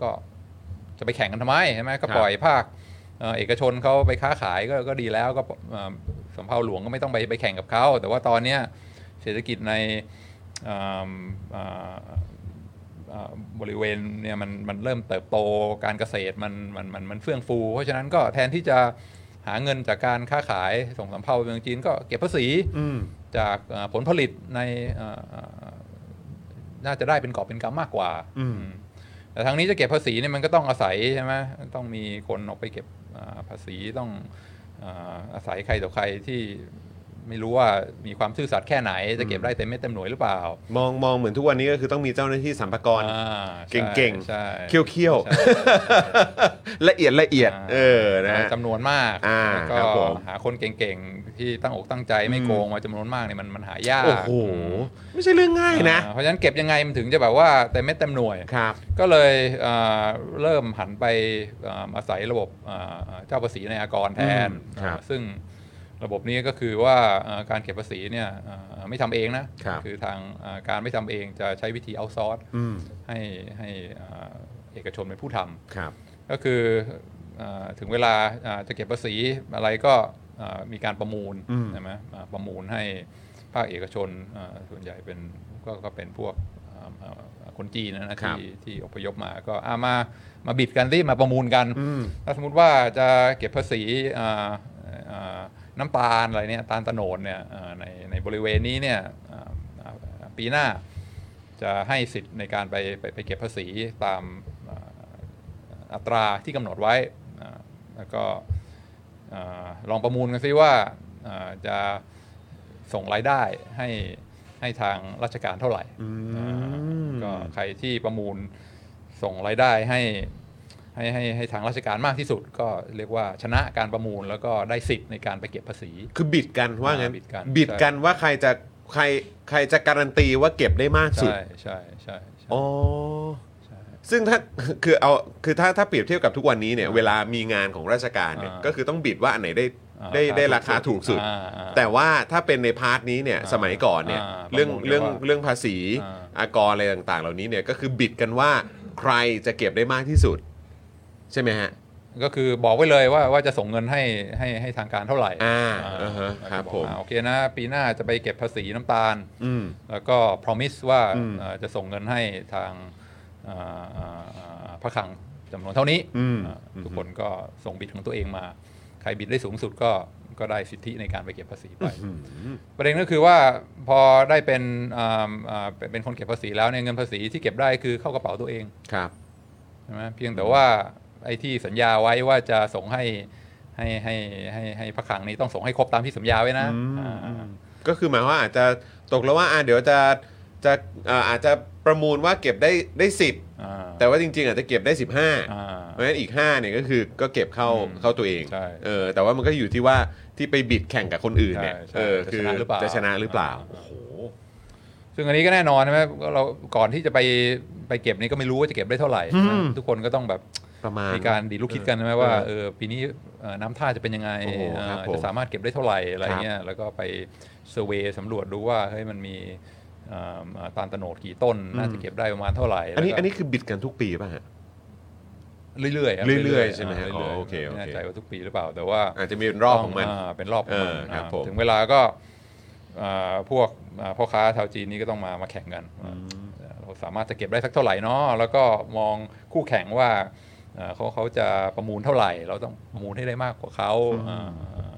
Speaker 2: ก็จะไปแข่งกันทำไมใช่ไหมก็
Speaker 1: ครับ
Speaker 2: ปล่อยภาคเอ่อเอกชนเขาไปค้าขายก็ก็ดีแล้วก็เอ่อสำเภาหลวงก็ไม่ต้องไปไปแข่งกับเขาแต่ว่าตอนเนี้ยเศรษฐกิจในเอิ่มเอ่อ เอ่อบริเวณเนี่ยมันมันเริ่มเติบโตการเกษตรมันมันมันมันเฟื่องฟู เพราะฉะนั้นก็แทนที่จะหาเงินจากการค้าขายส่งสำเภาไปเมืองจีนก็เก็บภาษี
Speaker 1: อืม
Speaker 2: จากเอ่อผลผลิตในเอ่อเอ่อน่าจะได้เป็นกอบเป็นกำมากกว่า
Speaker 1: อืม
Speaker 2: อืมแต่ทางนี้จะเก็บภาษีเนี่ยมันก็ต้องอาศัยใช่ไหมต้องมีคนออกไปเก็บเอ่อภาษีต้องเอ่ออาศัยใครต่อใครที่ไม่รู้ว่ามีความซื่อสัตย์แค่ไหน จะเก็บได้เต็มเม็ดเต็มหน่วยหรือเปล่าม
Speaker 1: องมองเหมือนทุกวันนี้ก็คือต้องมีเจ้าหน้าที่สัมภากร
Speaker 2: อ่าใช่
Speaker 1: เก่งๆ
Speaker 2: ใช่
Speaker 1: เคี้ยวเคี้ยวๆ ละเอียดละเอียด
Speaker 2: อ่า
Speaker 1: เออนะฮะ
Speaker 2: จำนวนมาก
Speaker 1: อ่าค
Speaker 2: แล้วก็
Speaker 1: รับผม
Speaker 2: หาคนเก่งๆ ที่ตั้งอกตั้งใจไม่
Speaker 1: อืม
Speaker 2: โกงมาจำนวนมากเนี่ยมันมันหายาก
Speaker 1: โอ้โห ไม่ใช่เรื่องง่ายนะ
Speaker 2: อ่าเพราะฉะนั้นเก็บยังไงมันถึงจะแบบว่าเต็มเม็ดเต็มหน่วย
Speaker 1: ครับ
Speaker 2: ก็เลยเอ่อเริ่มหันไปเอ่ออาศัยระบบเอ่อเจ้าภาษีในอากรแทน
Speaker 1: อืมครับ
Speaker 2: เอ่อซึ่งระบบนี้ก็คือว่าเอ่อการเก็บภาษีเนี่ยเอ่อไม่ทำเองนะครับ อทางเอ่อการไม่ทำเองจะใช้วิธีเอาซอร์ส
Speaker 1: อืม
Speaker 2: ให้ให้เอ่อเอกชนเป็นผู้ทำ
Speaker 1: ครับ
Speaker 2: ก็คือเอ่อถึงเวลาอ่าจะเก็บภาษีอะไรก็เอ่อมีการประมูล
Speaker 1: อืม
Speaker 2: ใช่ไหมอ่าประมูลให้ภาคเอกชนอ่าส่วนใหญ่เป็นก็ก็เป็นพวกอ่าอ่าคนจีนนะนะครับ ที่ที่อพยพมาก็อามามาบิดกันที่มาประมูลกัน
Speaker 1: อืม
Speaker 2: ถ้าสมมติว่าจะเก็บภาษีอ่าอ่าน้ำตาลอะไรเนี่ยตาลตะโนดเนี่ยอ่าในในบริเวณนี้เนี่ยอ่าอ่าปีหน้าจะให้สิทธิ์ในการไปไปไปเก็บภาษีตามอ่า อัตราที่กำหนดไว้อ่าแล้วก็อ่าลองประมูลกันซิว่าอ่าจะส่งรายได้ให้ให้ทางราชการเท่าไหร่
Speaker 1: อืม
Speaker 2: อ่าก็ใครที่ประมูลส่งรายได้ให้ให้ให้ให้ทางราชการมากที่สุด ก็เรียกว่าชนะการประมูลแล้วก็ได้สิทธิ์ในการไปเก็บภาษี
Speaker 1: คือบิดกันว่างั้น
Speaker 2: อ่าบิดกัน
Speaker 1: บิดกัน
Speaker 2: ใช่
Speaker 1: ว่าใครจะใครใครจะการันตีว่าเก็บได้มากสุด
Speaker 2: ใช่ใช่ใช่ใช่
Speaker 1: อ๋อ
Speaker 2: ใช่
Speaker 1: ซึ่งถ้า คือเอา คือถ้าถ้าเปรียบเทียบกับทุกวันนี้เนี่ย เวลามีงานของราชการเนี่ย
Speaker 2: อ่า
Speaker 1: ก็คือต้องบิดว่าอันไหนได้
Speaker 2: อ่า
Speaker 1: ได้ได้ราคาถูกสุด
Speaker 2: อ่าอ่า
Speaker 1: แต่ว่าถ้าเป็นในพาร์ทนี้เนี่ย
Speaker 2: อ่า
Speaker 1: สมัยก่อนเนี่ย
Speaker 2: อ่า
Speaker 1: เรื่อง
Speaker 2: ประมูล
Speaker 1: เรื่อง
Speaker 2: กันว่า
Speaker 1: เรื่องภาษี
Speaker 2: อ่า
Speaker 1: อากรอะไรต่างๆ เหล่านี้เนี่ยก็คือบิดกันว่าใครจะเก็บได้มากที่สุด ใช่ไหมฮะ
Speaker 2: ก็คือบอกไว้เลยว่าว่าจะส่งเงินให้ให้ให้ทางการเท่าไหร่
Speaker 1: อ่า
Speaker 2: อ่า
Speaker 1: อ่าฮะ
Speaker 2: แล้วก็
Speaker 1: ครับ
Speaker 2: อก
Speaker 1: ผม
Speaker 2: อ่าโอเคนะ ปีหน้าจะไปเก็บภาษีน้ำตาล
Speaker 1: อืม
Speaker 2: แล้วก็ promise ว่า
Speaker 1: อืม
Speaker 2: เอ่อจะส่งเงินให้ทางอ่าอ่าอ่าพระคลังจำนวนเท่านี้
Speaker 1: อืม
Speaker 2: อ่า
Speaker 1: อืม
Speaker 2: ทุกคนก็ส่งบิดของตัวเองมา ใครบิดได้สูงสุดก็ก็ได้สิทธิในการไปเก็บภาษีไป ประเด็นก็คือว่าพอได้เป็นอ่าอ่าเป็นเป็นคนเก็บภาษีแล้วเนี่ยเงินภาษีที่เก็บได้คือเข้ากระเป๋าตัวเอง
Speaker 1: ครับ
Speaker 2: ใช่ไหมเพียงแต่ว่าไอ้ที่สัญญาไว้ว่าจะส่งให้ให้ให้ให้ให้พระคลังนี้ต้องส่งให้ครบตามที่สัญญาไว้นะอ่า
Speaker 1: ก็คือหมายว่าอาจจะตกแล้วว่าอ่าเดี๋ยวจะจะเอ่ออาจจะประมูลว่าเก็บได้ได้สิบ
Speaker 2: อ่า
Speaker 1: แต่ว่าจริงๆอาจจะเก็บได้ 15
Speaker 2: อ่า
Speaker 1: เพราะฉะนั้นอีก5เนี่ยก็คือก็เก็บเข้า
Speaker 2: อืม
Speaker 1: เข้าตัวเอง
Speaker 2: ใช่
Speaker 1: เออแต่ว่ามันก็อยู่ที่ว่าที่ไปบิดแข่งกับคนอื่นเนี่ย
Speaker 2: ใช่ใช่
Speaker 1: เออ
Speaker 2: จะ
Speaker 1: คือ
Speaker 2: ชนะหรือเปล่า
Speaker 1: จะชนะหรือเปล่าโอ้โห
Speaker 2: ซึ่งอันนี้ก็แน่นอนใช่ไหมเราก่อนที่จะไปไปเก็บนี่ก็ไม่รู้ว่าจะเก็บได้เท่าไหร่
Speaker 1: อืม
Speaker 2: ใช่ไหมทุกคนก็ต้องแบบ
Speaker 1: ประมาณ
Speaker 2: มีการดีดลูกคิดกันใช่ไหมว่า
Speaker 1: เออ
Speaker 2: เออปีนี้เอ่อน้ำท่าจะเป็นยังไง
Speaker 1: โอ้โห
Speaker 2: เอ่อ
Speaker 1: ครับผม
Speaker 2: จะสามารถเก็บได้เท่าไหร่อะไร
Speaker 1: ครับ
Speaker 2: เงี้ยแล้วก็ไปเซอร์เวย์สำรวจดูว่าเฮ้ยมันมีเอ่อเอ่อตาลตะโนดกี่ต้น
Speaker 1: อืม
Speaker 2: น่าจะเก็บได้ประมาณเท่าไหร่
Speaker 1: อันนี้
Speaker 2: แล้วก็
Speaker 1: อันนี้คือบิดกันทุกปีป่ะฮะ
Speaker 2: เรื่อยๆครับ
Speaker 1: เรื่อยๆใช่ไหมฮะ
Speaker 2: ารื่ยๆ
Speaker 1: อ๋อโอเคโอเค
Speaker 2: ไม่แน่ใจว่าทุกปีหรือเปล่าแต่ว่า
Speaker 1: อาจจะมีเป็นรอบของมัน
Speaker 2: าเป็นรอบของมัน
Speaker 1: เออครับ
Speaker 2: อ่า
Speaker 1: ผม
Speaker 2: ถึงเวลาก็อ่าพวกอ่าพ่อค้าชาวจีนนี่ก็ต้องมามาแข่งกันว่าเราสามารถจะเก็บได้สักเท่าไหร่เนาะแล้วก็มองคู่แข่งว่าอ่าเขาเขาจะประมูลเท่าไหร่ เราต้องประมูลให้ได้มากกว่าเขาอ่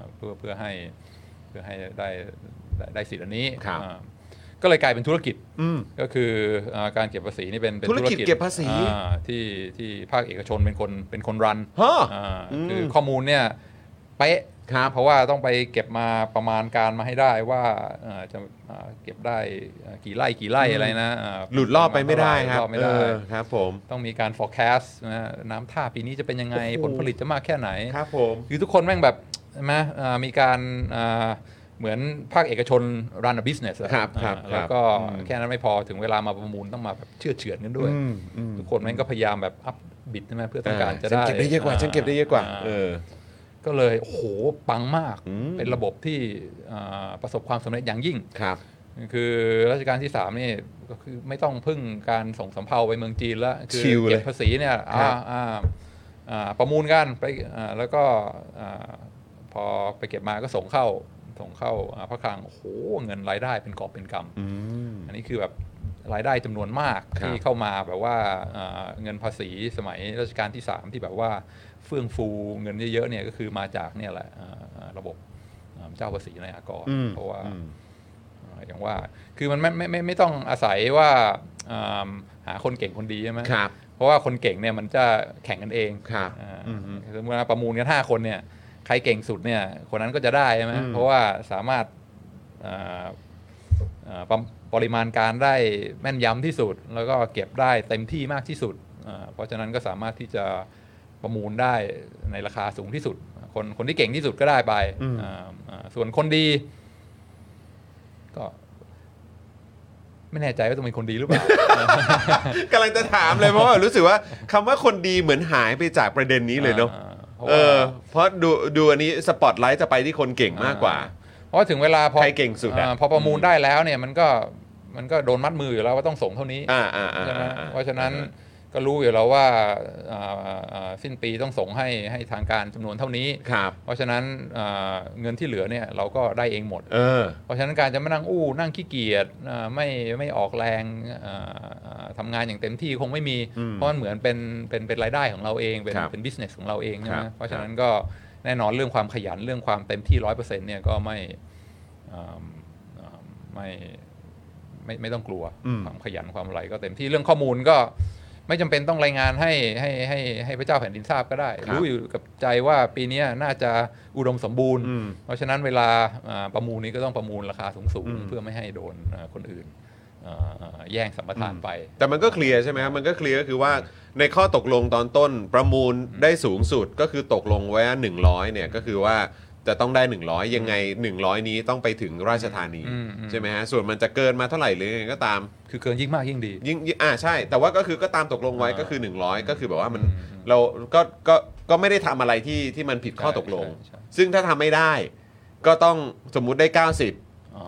Speaker 2: าเพื่อเพื่อให้เพื่อให้ได้ได้ได้สิทธิ์อันนี้
Speaker 1: ครับ
Speaker 2: อ่าก็เลยกลายเป็นธุรกิจ
Speaker 1: อืม
Speaker 2: ก็คืออาการเก็บภาษีนี่เป็นป็น
Speaker 1: ธุรกิจเก็บภาษี
Speaker 2: อ่าที่ที่ภาคเอกชนเป็นคนเป็นคนรัน
Speaker 1: ฮะ
Speaker 2: อ่า
Speaker 1: อืม
Speaker 2: คือข้อมูลเนี่ยเป๊ะ
Speaker 1: ครับ
Speaker 2: เพราะว่าต้องไปเก็บมาประมาณการมาให้ได้ว่าเอ่อจะอ่าเก็บได้อ่ากี่ไร่กี่ไร่อะไรนะอ่า
Speaker 1: หลุดรอบไปไม่ได้ครับ
Speaker 2: หลุอไม่
Speaker 1: เอ
Speaker 2: ได้
Speaker 1: อครับผม
Speaker 2: ต้องมีการ forecast นะน้ำท่าปีนี้จะเป็นยังไง
Speaker 1: โอ้โห
Speaker 2: ผลผลิตจะมากแค่ไหน
Speaker 1: ครับผม
Speaker 2: คือทุกคนแม่งแบบใช่ไหมอ่ามีการอ่าเหมือนภาคเอกชน run a business อะ
Speaker 1: ครับครับ
Speaker 2: อ่า
Speaker 1: ครับ
Speaker 2: แล้วก็แค่นั้นไม่พอถึงเวลามาประมูลต้องมาแบบเชื่อเฉือนกันด้วย
Speaker 1: อืมอืม
Speaker 2: ทุกคนแม่งก็พยายามแบบอัพบิดใช่ไหมเพื่อต้องการจะ
Speaker 1: ฉัน
Speaker 2: ได้
Speaker 1: เก็บได้เยอะกว่าฉันเก็บได้เยอะกว่า
Speaker 2: า
Speaker 1: เออ
Speaker 2: ก็เลยโอ้โหปังมาก
Speaker 1: อืม
Speaker 2: เป็นระบบที่อ่าประสบความสำเร็จอย่างยิ่ง
Speaker 1: ครับ
Speaker 2: คือรัชกาลที่ 3 นี่ก็คือไม่ต้องพึ่งการส่งสำเภาไปเมืองจีนแล้วคื
Speaker 1: ชิลเลย
Speaker 2: เก็บภาษีเนี่ย
Speaker 1: ครั
Speaker 2: อ่า
Speaker 1: บ
Speaker 2: อ่าอ่าประมูลกันไปอ่าแล้วก็อ่าพอไปเก็บมาก็ส่งเข้าส่งเข้าอ่าพระคลังโอ้โหเงินรายได้เป็นกอบเป็นกำอันนี้คือแบบรายได้จำนวนมาก
Speaker 1: ครับ
Speaker 2: ที่เข้ามาแบบว่าอ่าเงินภาษีสมัยรัชกาลที่ 3 ที่แบบว่าเฟื่องฟูเงินเยอะๆเนี่ยก็คือมาจากเนี่ยแหละอ่าอ่าระบบอ่าเจ้าภาษีในอากร
Speaker 1: อืม
Speaker 2: เพราะว่า อ่าอย่างว่า คือมันไม่ไมไม่ไม่ต้องอาศัยว่าอ่าหาคนเก่งคนดีใช่ไหม
Speaker 1: ครับ
Speaker 2: เพราะว่าคนเก่งเนี่ยมันจะแข่งกันเอง
Speaker 1: ครับ
Speaker 2: อ่า
Speaker 1: อือฮึ
Speaker 2: สมมติว่าประมูลกัน 5 คนเนี่ย ใครเก่งสุดเนี่ย คนนั้นก็จะได้ใช่ไหม
Speaker 1: อืม
Speaker 2: เพราะว่าสามารถอ่าอ่าปริปริมาณการได้แม่นยำที่สุด แล้วก็เก็บได้เต็มที่มากที่สุดอ่าเพราะฉะนั้นก็สามารถที่จะประมูลได้ในราคาสูงที่สุด คนคนที่เก่งที่สุดก็ได้ไป
Speaker 1: อืม
Speaker 2: อ่าอ่าส่วนคนดี ก็ ไม่แน่ใจว่าต้องเป็นคนดีหรือเปล่า
Speaker 1: กำลังจะถามเลยเพราะว่ารู้สึกว่าคำว่าคนดีเหมือนหายไปจากประเด็นนี้เลยเนาะ
Speaker 2: อ่พราะ
Speaker 1: เออ
Speaker 2: ว่า
Speaker 1: เพราะดูดูอันนี้สปอตไลท์จะไปที่คนเก่งมากกว่า
Speaker 2: เพราะว่าถึงเวลาพอ
Speaker 1: ใครเก่งสุดอะ
Speaker 2: าพอประมูลได้แล้วเนี่ยมันก็มันก็โดนมัดมืออยู่แล้วว่าต้องส่งเท่านี้
Speaker 1: อ่าอ่าอ่า
Speaker 2: ใช่ไหม
Speaker 1: อ่าอ่า
Speaker 2: เพราะฉะนั้นก็รู้อยู่แล้วว่าอ่าอ่าสิ้นปีต้องส่งให้ให้ทางการจำนวนเท่านี้
Speaker 1: ครับ
Speaker 2: เพราะฉะนั้นอ่าเงินที่เหลือเนี่ยเราก็ได้เองหมด
Speaker 1: เออ
Speaker 2: เพราะฉะนั้นการจะมานั่งอู้นั่งขี้เกียจอ่าไม่ไม่ออกแรงอ่าอ่าทำางานอย่างเต็มที่คงไม่มี
Speaker 1: อืม
Speaker 2: เพราะมันเหมือนเป็นเป็นเป็นรายได้ของเราเองเป็น
Speaker 1: ครับ
Speaker 2: เป็น business ของเราเองใช่
Speaker 1: ค
Speaker 2: ไห
Speaker 1: รั
Speaker 2: ม
Speaker 1: บ
Speaker 2: เพราะฉะนั้นก็แน่นอนเรื่องความขยันเรื่องความเต็มที่ร้อยเปอร์เซ็นต์เนี่ยก็ไม่อ่าอ่าไม่ไม่ไม่ต้องกลัว
Speaker 1: อืม
Speaker 2: ความขยันความอะไรก็เต็มที่เรื่องข้อมูลก็ไม่จำเป็นต้องรายงานให้ให้ให้ให้พระเจ้าแผ่นดินทราบก็ได้ รู้อยู่กับใจว่าปีเนี้ยน่าจะอุดมสมบูรณ์
Speaker 1: อืม
Speaker 2: เพราะฉะนั้นเวลาอ่าประมูลนี้ก็ต้องประมูลราคาสูง
Speaker 1: อืม
Speaker 2: ๆเพื่อไม่ให้โดนอ่าคนอื่นอ่าอ่าแย่งสัมปทานไป
Speaker 1: แต่มันก็เคลียร์ใช่ไหมครับมันก็เคลียร์ก็คือว่าในข้อตกลงตอนต้นประมูลได้สูงสุดก็คือตกลงไว้ว่า100เนี่ยก็คือว่าจะต้องได้ 100 ยังไง 100 นี้ต้องไปถึงราชธานี
Speaker 2: อืมอืม
Speaker 1: ใช่ไหมฮะส่วนมันจะเกินมาเท่าไหร่หรือยังไงก็ตาม
Speaker 2: คือเกินยิ่งมากยิ่งดี
Speaker 1: ยิ่งยิ่งอ่าใช่ แต่ว่าก็คือก็ตามตกลงไว้
Speaker 2: อ่า
Speaker 1: ก็คือ 100 ก็คือแบบว่ามัน
Speaker 2: อืม
Speaker 1: เราก็ก็ก็ไม่ได้ทำอะไรที่ที่มันผิดข้อ
Speaker 2: ใช่
Speaker 1: ตกลง
Speaker 2: ใช่ใช่
Speaker 1: ซึ่งถ้าทำไม่ได้ ก็ต้องสมมุติได้ 90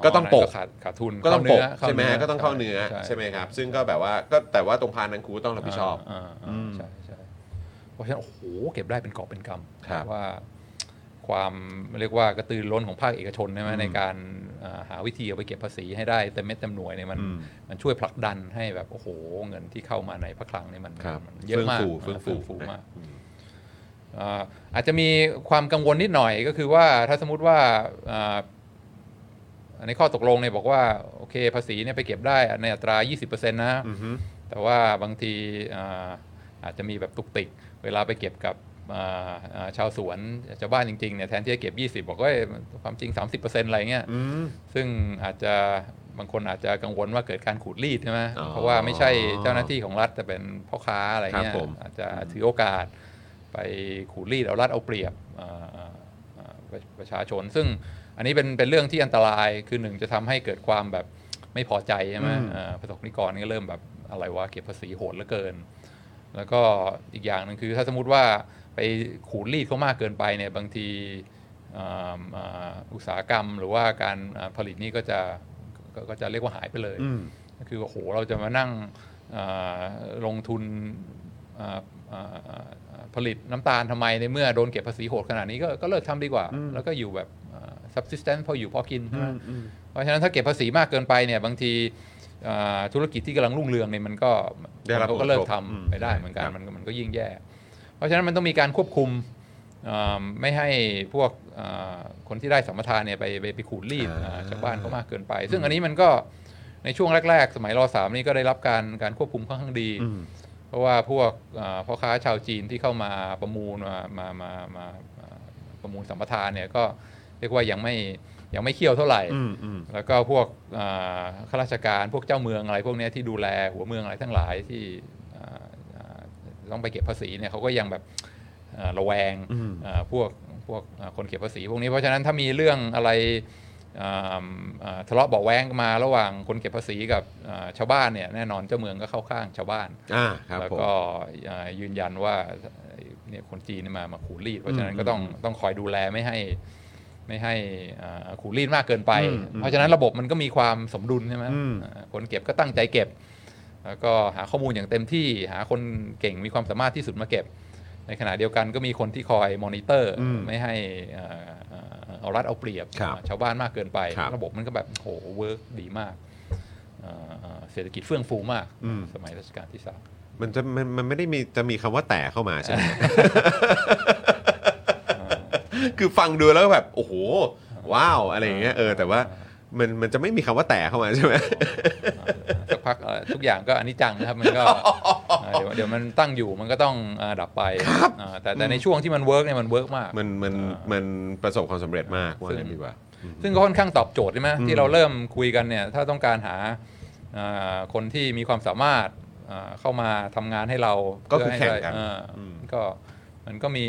Speaker 1: ก็ต้องโปะ
Speaker 2: ขาดขาดทุน
Speaker 1: ก็ต้องปก
Speaker 2: เข้า
Speaker 1: ใช่ไหม
Speaker 2: เนื้
Speaker 1: ฮะก็ต้องเข้าเนื้อใช่ไหมครับ ซึ่งก็แบบว่าก็แต่ว่าตรงพานังคูต้องรับผิดชอบ
Speaker 2: าา
Speaker 1: อืม
Speaker 2: ใช่ใช่เพราะฉะนั้นโอ้โหเก็บได้เป็นกอบเป็นกำ
Speaker 1: ครับ
Speaker 2: ว่าความเรียกว่ากระตือรือร้นของภาคเอกชนใช่ไหม
Speaker 1: อืม
Speaker 2: ในการอ่าหาวิธีเอาไปเก็บภาษีให้ได้เต็มเม็ดเต็มหน่วยเนี่ยมัน
Speaker 1: อืม
Speaker 2: มันช่วยผลักดันให้แบบโอ้โหเงินที่เข้ามาในพระคลังเนี่ยมัน
Speaker 1: ครับ
Speaker 2: มันเยอะมาก
Speaker 1: เฟื่องฟูเฟื่องฟู
Speaker 2: เฟื่อง
Speaker 1: นะ
Speaker 2: มากอ่าอาจจะมีความกังวลนิดหน่อยก็คือว่าถ้าสมมติว่าอ่า ในข้อตกลงเนี่ยบอกว่าโอเคภาษีเนี่ยไปเก็บได้ในอัตรา 20%นะ
Speaker 1: อือฮึ
Speaker 2: แต่ว่าบางทีอ่าอาจจะมีแบบตุกติก เวลาไปเก็บกับ อ่าอ่าชาวสวนชาวบ้านจริงๆเนี่ยแทนที่จะเก็บ 20 บอกว่าเอ้ยความจริง 30%อะไรเงี้ย
Speaker 1: อืม
Speaker 2: ซึ่งอาจจะบางคนอาจจะกังวลว่าเกิดการขูดรีดใช่ไหม
Speaker 1: อ๋อ
Speaker 2: เพราะว่าไม่ใช่เจ้าหน้าที่ของรัฐแต่เป็นพ่อค้าอะไรเงี้
Speaker 1: ค
Speaker 2: ย
Speaker 1: รับผม
Speaker 2: อาจจะถือโอกาสไปขูดรีดเอารัดเอาเปรียบเอ่อเอ่อเอ่อประประชาชน ซึ่งอันนี้เป็นเป็นเรื่องที่อันตรายคือหนึ่งจะทำให้เกิดความแบบไม่พอใจใช่ไหม
Speaker 1: อืม
Speaker 2: เอ่อประสบนิกรก็เริ่มแบบอะไรวะเก็บภาษีโหดเหลือเกิน แล้วก็อีกอย่างหนึ่งคือถ้าสมมติว่าไปขูดรีดเขามากเกินไปเนี่ยบางทีอ่าอ่าอุตสาหกรรมหรือว่าการอ่าผลิตนี่ก็จะก็ก็จะเรียกว่าหายไปเลย
Speaker 1: อืม
Speaker 2: ก็คือโอ้โหเราจะมานั่งอ่าลงทุนอ่าอ่าอ่าอ่าผลิตน้ำตาลทำไมในเมื่อโดนเก็บภาษีโหดขนาดนี้ก็ก็เลิกทำดีกว่า
Speaker 1: อืม
Speaker 2: แล้วก็อยู่แบบอ่า subsistence พออยู่พอกินใช่ไหม
Speaker 1: อืม
Speaker 2: เพราะฉะนั้นถ้าเก็บภาษีมากเกินไปเนี่ยบางทีเอ่อธุรกิจที่กำลังรุ่งเรืองเนี่ยมันก็
Speaker 1: ได้รับ
Speaker 2: มั
Speaker 1: ผล
Speaker 2: น
Speaker 1: ก
Speaker 2: ก็
Speaker 1: ระทบ
Speaker 2: เลิก
Speaker 1: อืม
Speaker 2: ทำไปได้เหมือนกั
Speaker 1: คน รับ
Speaker 2: มันมันก็ยิ่งแย่ เพราะฉะนั้นมันต้องมีการควบคุมเอ่อไม่ให้พวกเอ่อคนที่ได้สัมปทานเนี่ยไปไปไปขูดรีดเอ่อชาวบ้านเขามากเกินไป ซึ่งอันนี้มันก็ในช่วงแรก ๆ สมัยรอสามนี่ก็ได้รับการการควบคุมค่อนข้างดี
Speaker 1: อืม
Speaker 2: เพราะว่าพวกเอ่อพ่อค้าชาวจีนที่เข้ามาประมูลมามามามามาประมูลสัมปทานเนี่ยก็เรียกว่ายังไม่ยังไม่เคี่ยวเท่าไหร่
Speaker 1: อืมอืม
Speaker 2: แล้วก็พวกอ่าข้าราชการพวกเจ้าเมืองอะไรพวกเนี้ยที่ดูแลหัวเมืองอะไรทั้งหลายที่อ่าอ่าต้องไปเก็บภาษีเนี่ยเขาก็ยังแบบอ่าระแวง
Speaker 1: อืม
Speaker 2: อ่าพวกพวกอ่าคนเก็บภาษีพวกนี้เพราะฉะนั้นถ้ามีเรื่องอะไรอ่าอ่าทะเลาะเบาะแว้งมาระหว่างคนเก็บภาษีกับอ่าชาวบ้านเนี่ยแน่นอนเจ้าเมืองก็เข้าข้างชาวบ้าน
Speaker 1: อ่าครับ
Speaker 2: แล้ว
Speaker 1: ผม
Speaker 2: ก็อ่ายืนยันว่าเนี่ยคนจีนเนี่ยมามาขูดรีด เพราะฉะนั้นก็ต้องต้องคอยดูแลไม่ให้ไม่ให้อ่าขูดรีดมากเกินไป
Speaker 1: อืมอืม
Speaker 2: เพราะฉะนั้นระบบมันก็มีความสมดุลใช่ไหม
Speaker 1: อืม
Speaker 2: อ่าคนเก็บก็ตั้งใจเก็บ แล้วก็หาข้อมูลอย่างเต็มที่หาคนเก่งมีความสามารถที่สุดมาเก็บ ในขณะเดียวกันก็มีคนที่คอยมอนิเตอร์
Speaker 1: อืม
Speaker 2: ไม่ให้อ่าอ่าเอารัดเอาเปรียบ
Speaker 1: ครับ
Speaker 2: ชาวบ้านมากเกินไป
Speaker 1: ครับ
Speaker 2: ระบบมันก็แบบโหเวิร์กดีมากอ่าอ่าเศรษฐกิจเฟื่องฟูมาก
Speaker 1: อืม
Speaker 2: สมัยรัชกาลที่สาม
Speaker 1: มันจะมันมันไม่ได้มีจะมีคำว่าแต่เข้ามาใช่ไหม คือฟังดูแล้วแบบ โอ้โห ว้าวอะไรอย่างเงี้ยเออแต่ว่ามันมันจะไม่มีคำว่าแต่เข้ามาใช่ไหม
Speaker 2: สักพักเอ่อทุกอย่างก็อันนี้จังนะครับ มันก็เอ่อเดี๋ยวเดี๋ยวมันตั้งอยู่มันก็ต้องอ่าดับไปอ่าแต่แต่ในช่วงที่มันเวิร์กเนี่ยมันเวิร์กมาก
Speaker 1: มันมันมันประสบความสำเร็จมากว่างั้นดีกว่า
Speaker 2: ซึ่งก็ค่อนข้างตอบโจทย์ใช่ไหมที่เราเริ่มคุยกันเนี่ยถ้าต้องการหาอ่าคนที่มีความสามารถอ่าเข้ามาทำงานให้เรา
Speaker 1: ก็คือแข่งกัน
Speaker 2: เพื่อให้ได้อ่า
Speaker 1: อืม
Speaker 2: ก็มันก็มี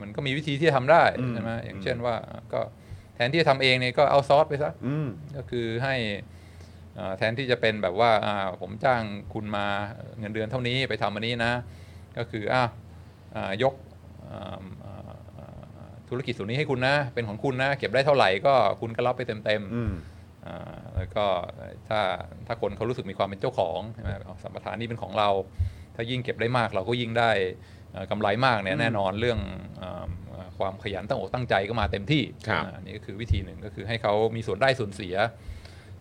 Speaker 2: มันก็มีวิธีที่จะทำได้
Speaker 1: อืม
Speaker 2: ใช่ไหมอย่างเช่นว่าก็แทนที่จะทำเองเนี่ยก็เอาซอสไปซะ
Speaker 1: อืม
Speaker 2: ก็คือให้เอ่อแทนที่จะเป็นแบบว่าอ่าผมจ้างคุณมาเงินเดือนเท่านี้ไปทำอันนี้นะ ก็คืออ้าวอ่ายกอ่าอ่าอ่าธุรกิจส่วนนี้ให้คุณนะ เป็นของคุณนะ เก็บได้เท่าไหร่ก็คุณก็รับไปเต็ม
Speaker 1: อืม
Speaker 2: ๆอ่าแล้วก็ถ้าถ้าคนเขารู้สึกมีความเป็นเจ้าของใช่ไหมเอาสัมปทานนี่เป็นของเรา ถ้ายิ่งเก็บได้มากเราก็ยิ่งได้เอ่อกำไรมากเนี่ยแน่นอนเรื่องอ่าอ่าความขยันตั้งอกตั้งใจก็มาเต็มที่
Speaker 1: ครับ
Speaker 2: อ่า อันนี้ก็คือวิธีหนึ่งก็คือให้เขามีส่วนได้ส่วนเสีย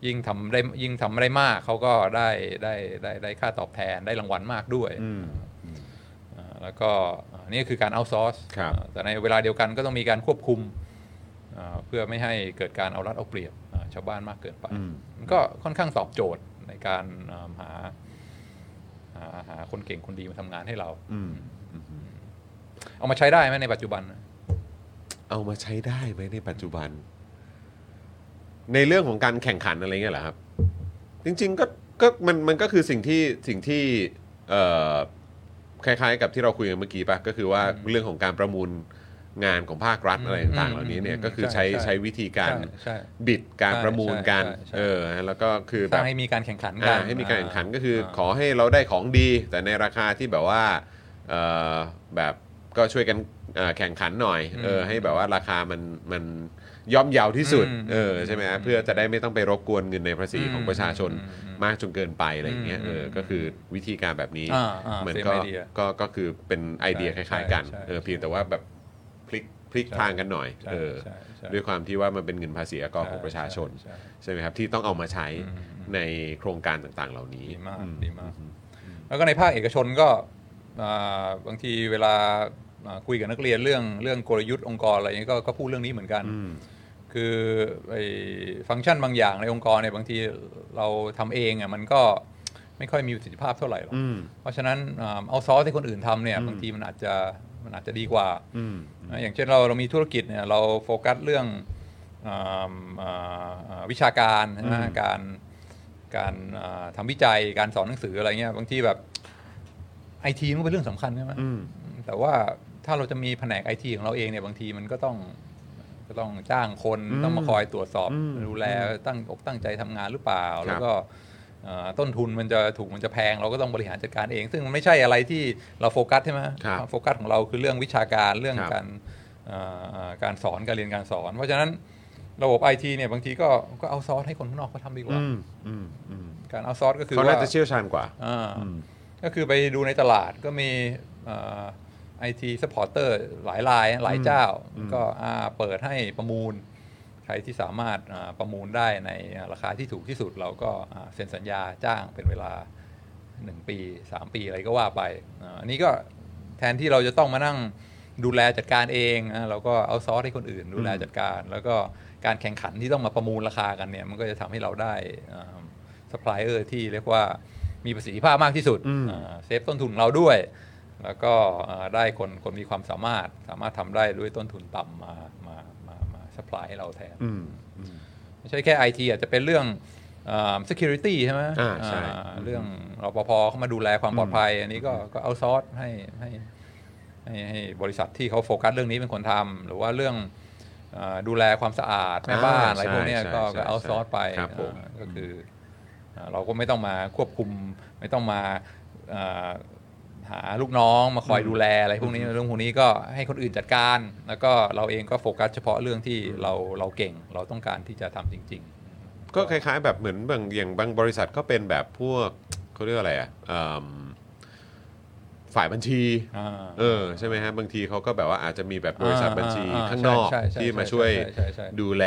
Speaker 2: ยิ่งทำได้ยิ่งทำได้มากเขาก็ได้ได้ได้ได้ค่าตอบแทนได้รางวัลมากด้วย
Speaker 1: อืม
Speaker 2: อ่าแล้วก็อ่านี่คือการเอาซอร์ส
Speaker 1: ครับ
Speaker 2: แต่ในเวลาเดียวกันก็ต้องมีการควบคุมอ่าเพื่อไม่ให้เกิดการเอารัดเอาเปรียบอ่าชาวบ้านมากเกินไป
Speaker 1: อืม
Speaker 2: มันก็ค่อนข้างตอบโจทย์ในการอ่าหาหาหาคนเก่งคนดีมาทำงานให้เรา
Speaker 1: อืม
Speaker 2: เอามาใช้ได้ไหมในปัจจุบัน
Speaker 1: เอามาใช้ได้ไหมในปัจจุบัน ในเรื่องของการแข่งขันอะไรเงี้ยเหรอครับ จริง ๆ ก็ก็มันมันก็คือสิ่งที่สิ่งที่เอ่อคล้ายๆ กับที่เราคุยกันเมื่อกี้ปะก็คือว่าเรื่องของการประมูลงานของภาครัฐ
Speaker 2: อืม
Speaker 1: อะไรต่างๆเหล่านี้เนี่ย
Speaker 2: อืม
Speaker 1: ก็คือ
Speaker 2: ใช่
Speaker 1: ใช้
Speaker 2: ใช่
Speaker 1: ใช้วิธีการ
Speaker 2: ใช่
Speaker 1: บิดการ
Speaker 2: ใช่
Speaker 1: ประมูลกัน
Speaker 2: ใช่ใช่
Speaker 1: เออฮะแล้วก็คือ
Speaker 2: ส
Speaker 1: แบ
Speaker 2: ร้า
Speaker 1: บ
Speaker 2: งให้มีการแข่งขันกั
Speaker 1: อ่าน ให้มีการแข่งขันก็
Speaker 2: า
Speaker 1: คืออา ขอให้เราได้ของดี แต่ในราคาที่แบบว่าเอ่อแบบก็ช่วยกันเอ่อแข่งขันหน่อย
Speaker 2: อืม
Speaker 1: เออให้แบบว่าราคามันมันย่อมเยาวที่สุด
Speaker 2: อืม
Speaker 1: เออใช่ไหมฮะ
Speaker 2: อืม
Speaker 1: เพื่อจะได้ไม่ต้องไปรบกวนเงินในภาษี
Speaker 2: อืม
Speaker 1: ของประชาชน
Speaker 2: อืมอืม
Speaker 1: มากจนเกินไปอะไรอย่างเงี้ย
Speaker 2: อืม
Speaker 1: เอออ
Speaker 2: ม
Speaker 1: ก็คือวิธีการแบบนี้
Speaker 2: อ่าอ่า
Speaker 1: มัน
Speaker 2: same
Speaker 1: ก็
Speaker 2: idea
Speaker 1: ก็ก็คือเป็นไอเดียค
Speaker 2: ใช่
Speaker 1: ล้ายๆกัน
Speaker 2: ใช่
Speaker 1: เออ
Speaker 2: ใช่
Speaker 1: เพียงแต่ว่าแบบพลิกพลิก
Speaker 2: ใช่
Speaker 1: ทางกันหน่อย
Speaker 2: ใช่
Speaker 1: เออ
Speaker 2: ใช่ใช่
Speaker 1: ด้วยความที่ว่ามันเป็นเงินภาษีอากรของประชาชน
Speaker 2: ใใใ
Speaker 1: ใช่ไหมครับ ที่ต้องเอามาใช้
Speaker 2: อืม
Speaker 1: ในโครงการต่างๆ เหล่านี้
Speaker 2: ดีมากดีมากแล้วก็ในภาคเอกชนก็อ่าบางทีเวลาอ่าคุยกับนักเรียนเรื่องเรื่องกลยุทธ์องค์กรอะไรนี้ยก็ก็พูดเรื่องนี้เหมือนกัน คือไอ้ฟังก์ชันบางอย่างในองค์กรเนี่ยบางทีเราทำเองอ่ะมันก็ไม่ค่อยมีประสิทธิภาพเท่าไหร่หรอก
Speaker 1: อืม
Speaker 2: เพราะฉะนั้นอ่าเอาซอสที่คนอื่นทำเนี่ยบางทีมันอาจจะ มันอาจจะดีกว่า
Speaker 1: อืม
Speaker 2: นะอย่างเช่นเราเรามีธุรกิจเนี่ยเราโฟกัสเรื่องอ่าอ่าอ่าวิชาการนะฮะ
Speaker 1: อืม
Speaker 2: การการอ่าทำวิจัยการสอนหนังสืออะไรเงี้ยบางทีแบบไอทีมันก็เป็นเรื่องสำคัญใช่ไหม
Speaker 1: อืม
Speaker 2: แต่ว่าถ้าเราจะมีแผนกไอทีของเราเองเนี่ยบางทีมันก็ต้องก็ต้องจ้างคน
Speaker 1: อืม
Speaker 2: ต้องมาคอยตรวจสอบ
Speaker 1: อืม
Speaker 2: ดูแลตั้งอกตั้งใจทำงานหรือเปล่า
Speaker 1: ครับ
Speaker 2: แล้วก็อ่าต้นทุนมันจะถูกมันจะแพง เราก็ต้องบริหารจัดการเอง ซึ่งมันไม่ใช่อะไรที่เราโฟกัสใช่ไหม
Speaker 1: ครับ
Speaker 2: โฟกัสของเราคือเรื่องวิชาการเรื่อง
Speaker 1: ครับ
Speaker 2: การเอ่อเอ่อการสอนการเรียนการสอน เพราะฉะนั้นระบบ IT เนี่ยบางทีก็ก็เอาซอสให้คนข้างนอกเขาทำดีกว่า
Speaker 1: อืมอืมอืม
Speaker 2: การเอาซอสก็คือ
Speaker 1: เขา
Speaker 2: ว่า
Speaker 1: น่าจะเชี่ยวชาญกว่า
Speaker 2: อ่า
Speaker 1: อืม
Speaker 2: ก็คือไปดูในตลาดก็มีไอทีสปอร์เตอร์หลายรายหลายเจ้า
Speaker 1: อืม
Speaker 2: ก็อ่าเปิดให้ประมูล ใครที่สามารถอ่าประมูลได้ในราคาที่ถูกที่สุดเราก็อ่าเซ็นสัญญาจ้างเป็นเวลา 1 ปี 3 ปีอะไรก็ว่าไปอ่าอันนี้ก็แทนที่เราจะต้องมานั่งดูแลจัดการเองนะเราก็เอาซอสให้คนอื่น ดูแลจัดการ แล้วก็การแข่งขันที่ต้องมาประมูลราคากันเนี่ยมันก็จะทำให้เราได้ซัพพลายเออร์ที่เรียกว่ามีประสิทธิภาพมากที่สุด
Speaker 1: อืม
Speaker 2: อ่าเซฟต้นทุนเราด้วย แล้วก็อ่าได้คนคนมีความสามารถสามารถทำได้ด้วยต้นทุนต่ำมามามามาซัพพลายให้เราแทน
Speaker 1: อืมอืม
Speaker 2: ไม่ใช่แค่ไอทีอาจจะเป็นเรื่องอ่า security ใช่ไหม
Speaker 1: อ่าใช่
Speaker 2: อ่าเรื่องรปภเข้ามาดูแลความปลอดภัย อันนี้ก็ก็เอาซอสให้ให้ให้ให้บริษัทที่เขาโฟกัสเรื่องนี้เป็นคนทำหรือว่าเรื่องอ่าดูแลความสะอาดแม่บ้า
Speaker 1: อ่า
Speaker 2: นอะไรพวกเนี้ย
Speaker 1: ใช่
Speaker 2: ก็
Speaker 1: ใช่
Speaker 2: ก็เอาซอสไป
Speaker 1: ครับผม
Speaker 2: อ่าก็คืออ่าเราก็ไม่ต้องมาควบคุม ไม่ต้องมาอ่าหาลูกน้องมาคอยดูแลอะไรพวกนี้เรื่องพวกนี้ก็ให้คนอื่นจัดการ แล้วก็เราเองก็โฟกัสเฉพาะเรื่องที่
Speaker 1: อืม
Speaker 2: เราเราเก่งเราต้องการที่จะทำจริง ๆ
Speaker 1: ก็คล้ายๆ แบบเหมือนบางอย่างบางบริษัทก็เป็นแบบพวกเขาเรียกอะไรอ่ะเอิ่มฝ่ายบัญชี
Speaker 2: อ่า
Speaker 1: เออใช่ไหมฮะบางทีเขาก็แบบว่าอาจจะมีแบบบริษัทบัญชี
Speaker 2: อ่าอ่า
Speaker 1: ข้างนอก
Speaker 2: ใช่ใช่ใช่
Speaker 1: ที่มาช่วย
Speaker 2: ใช่ใช่ใช่
Speaker 1: ดูแล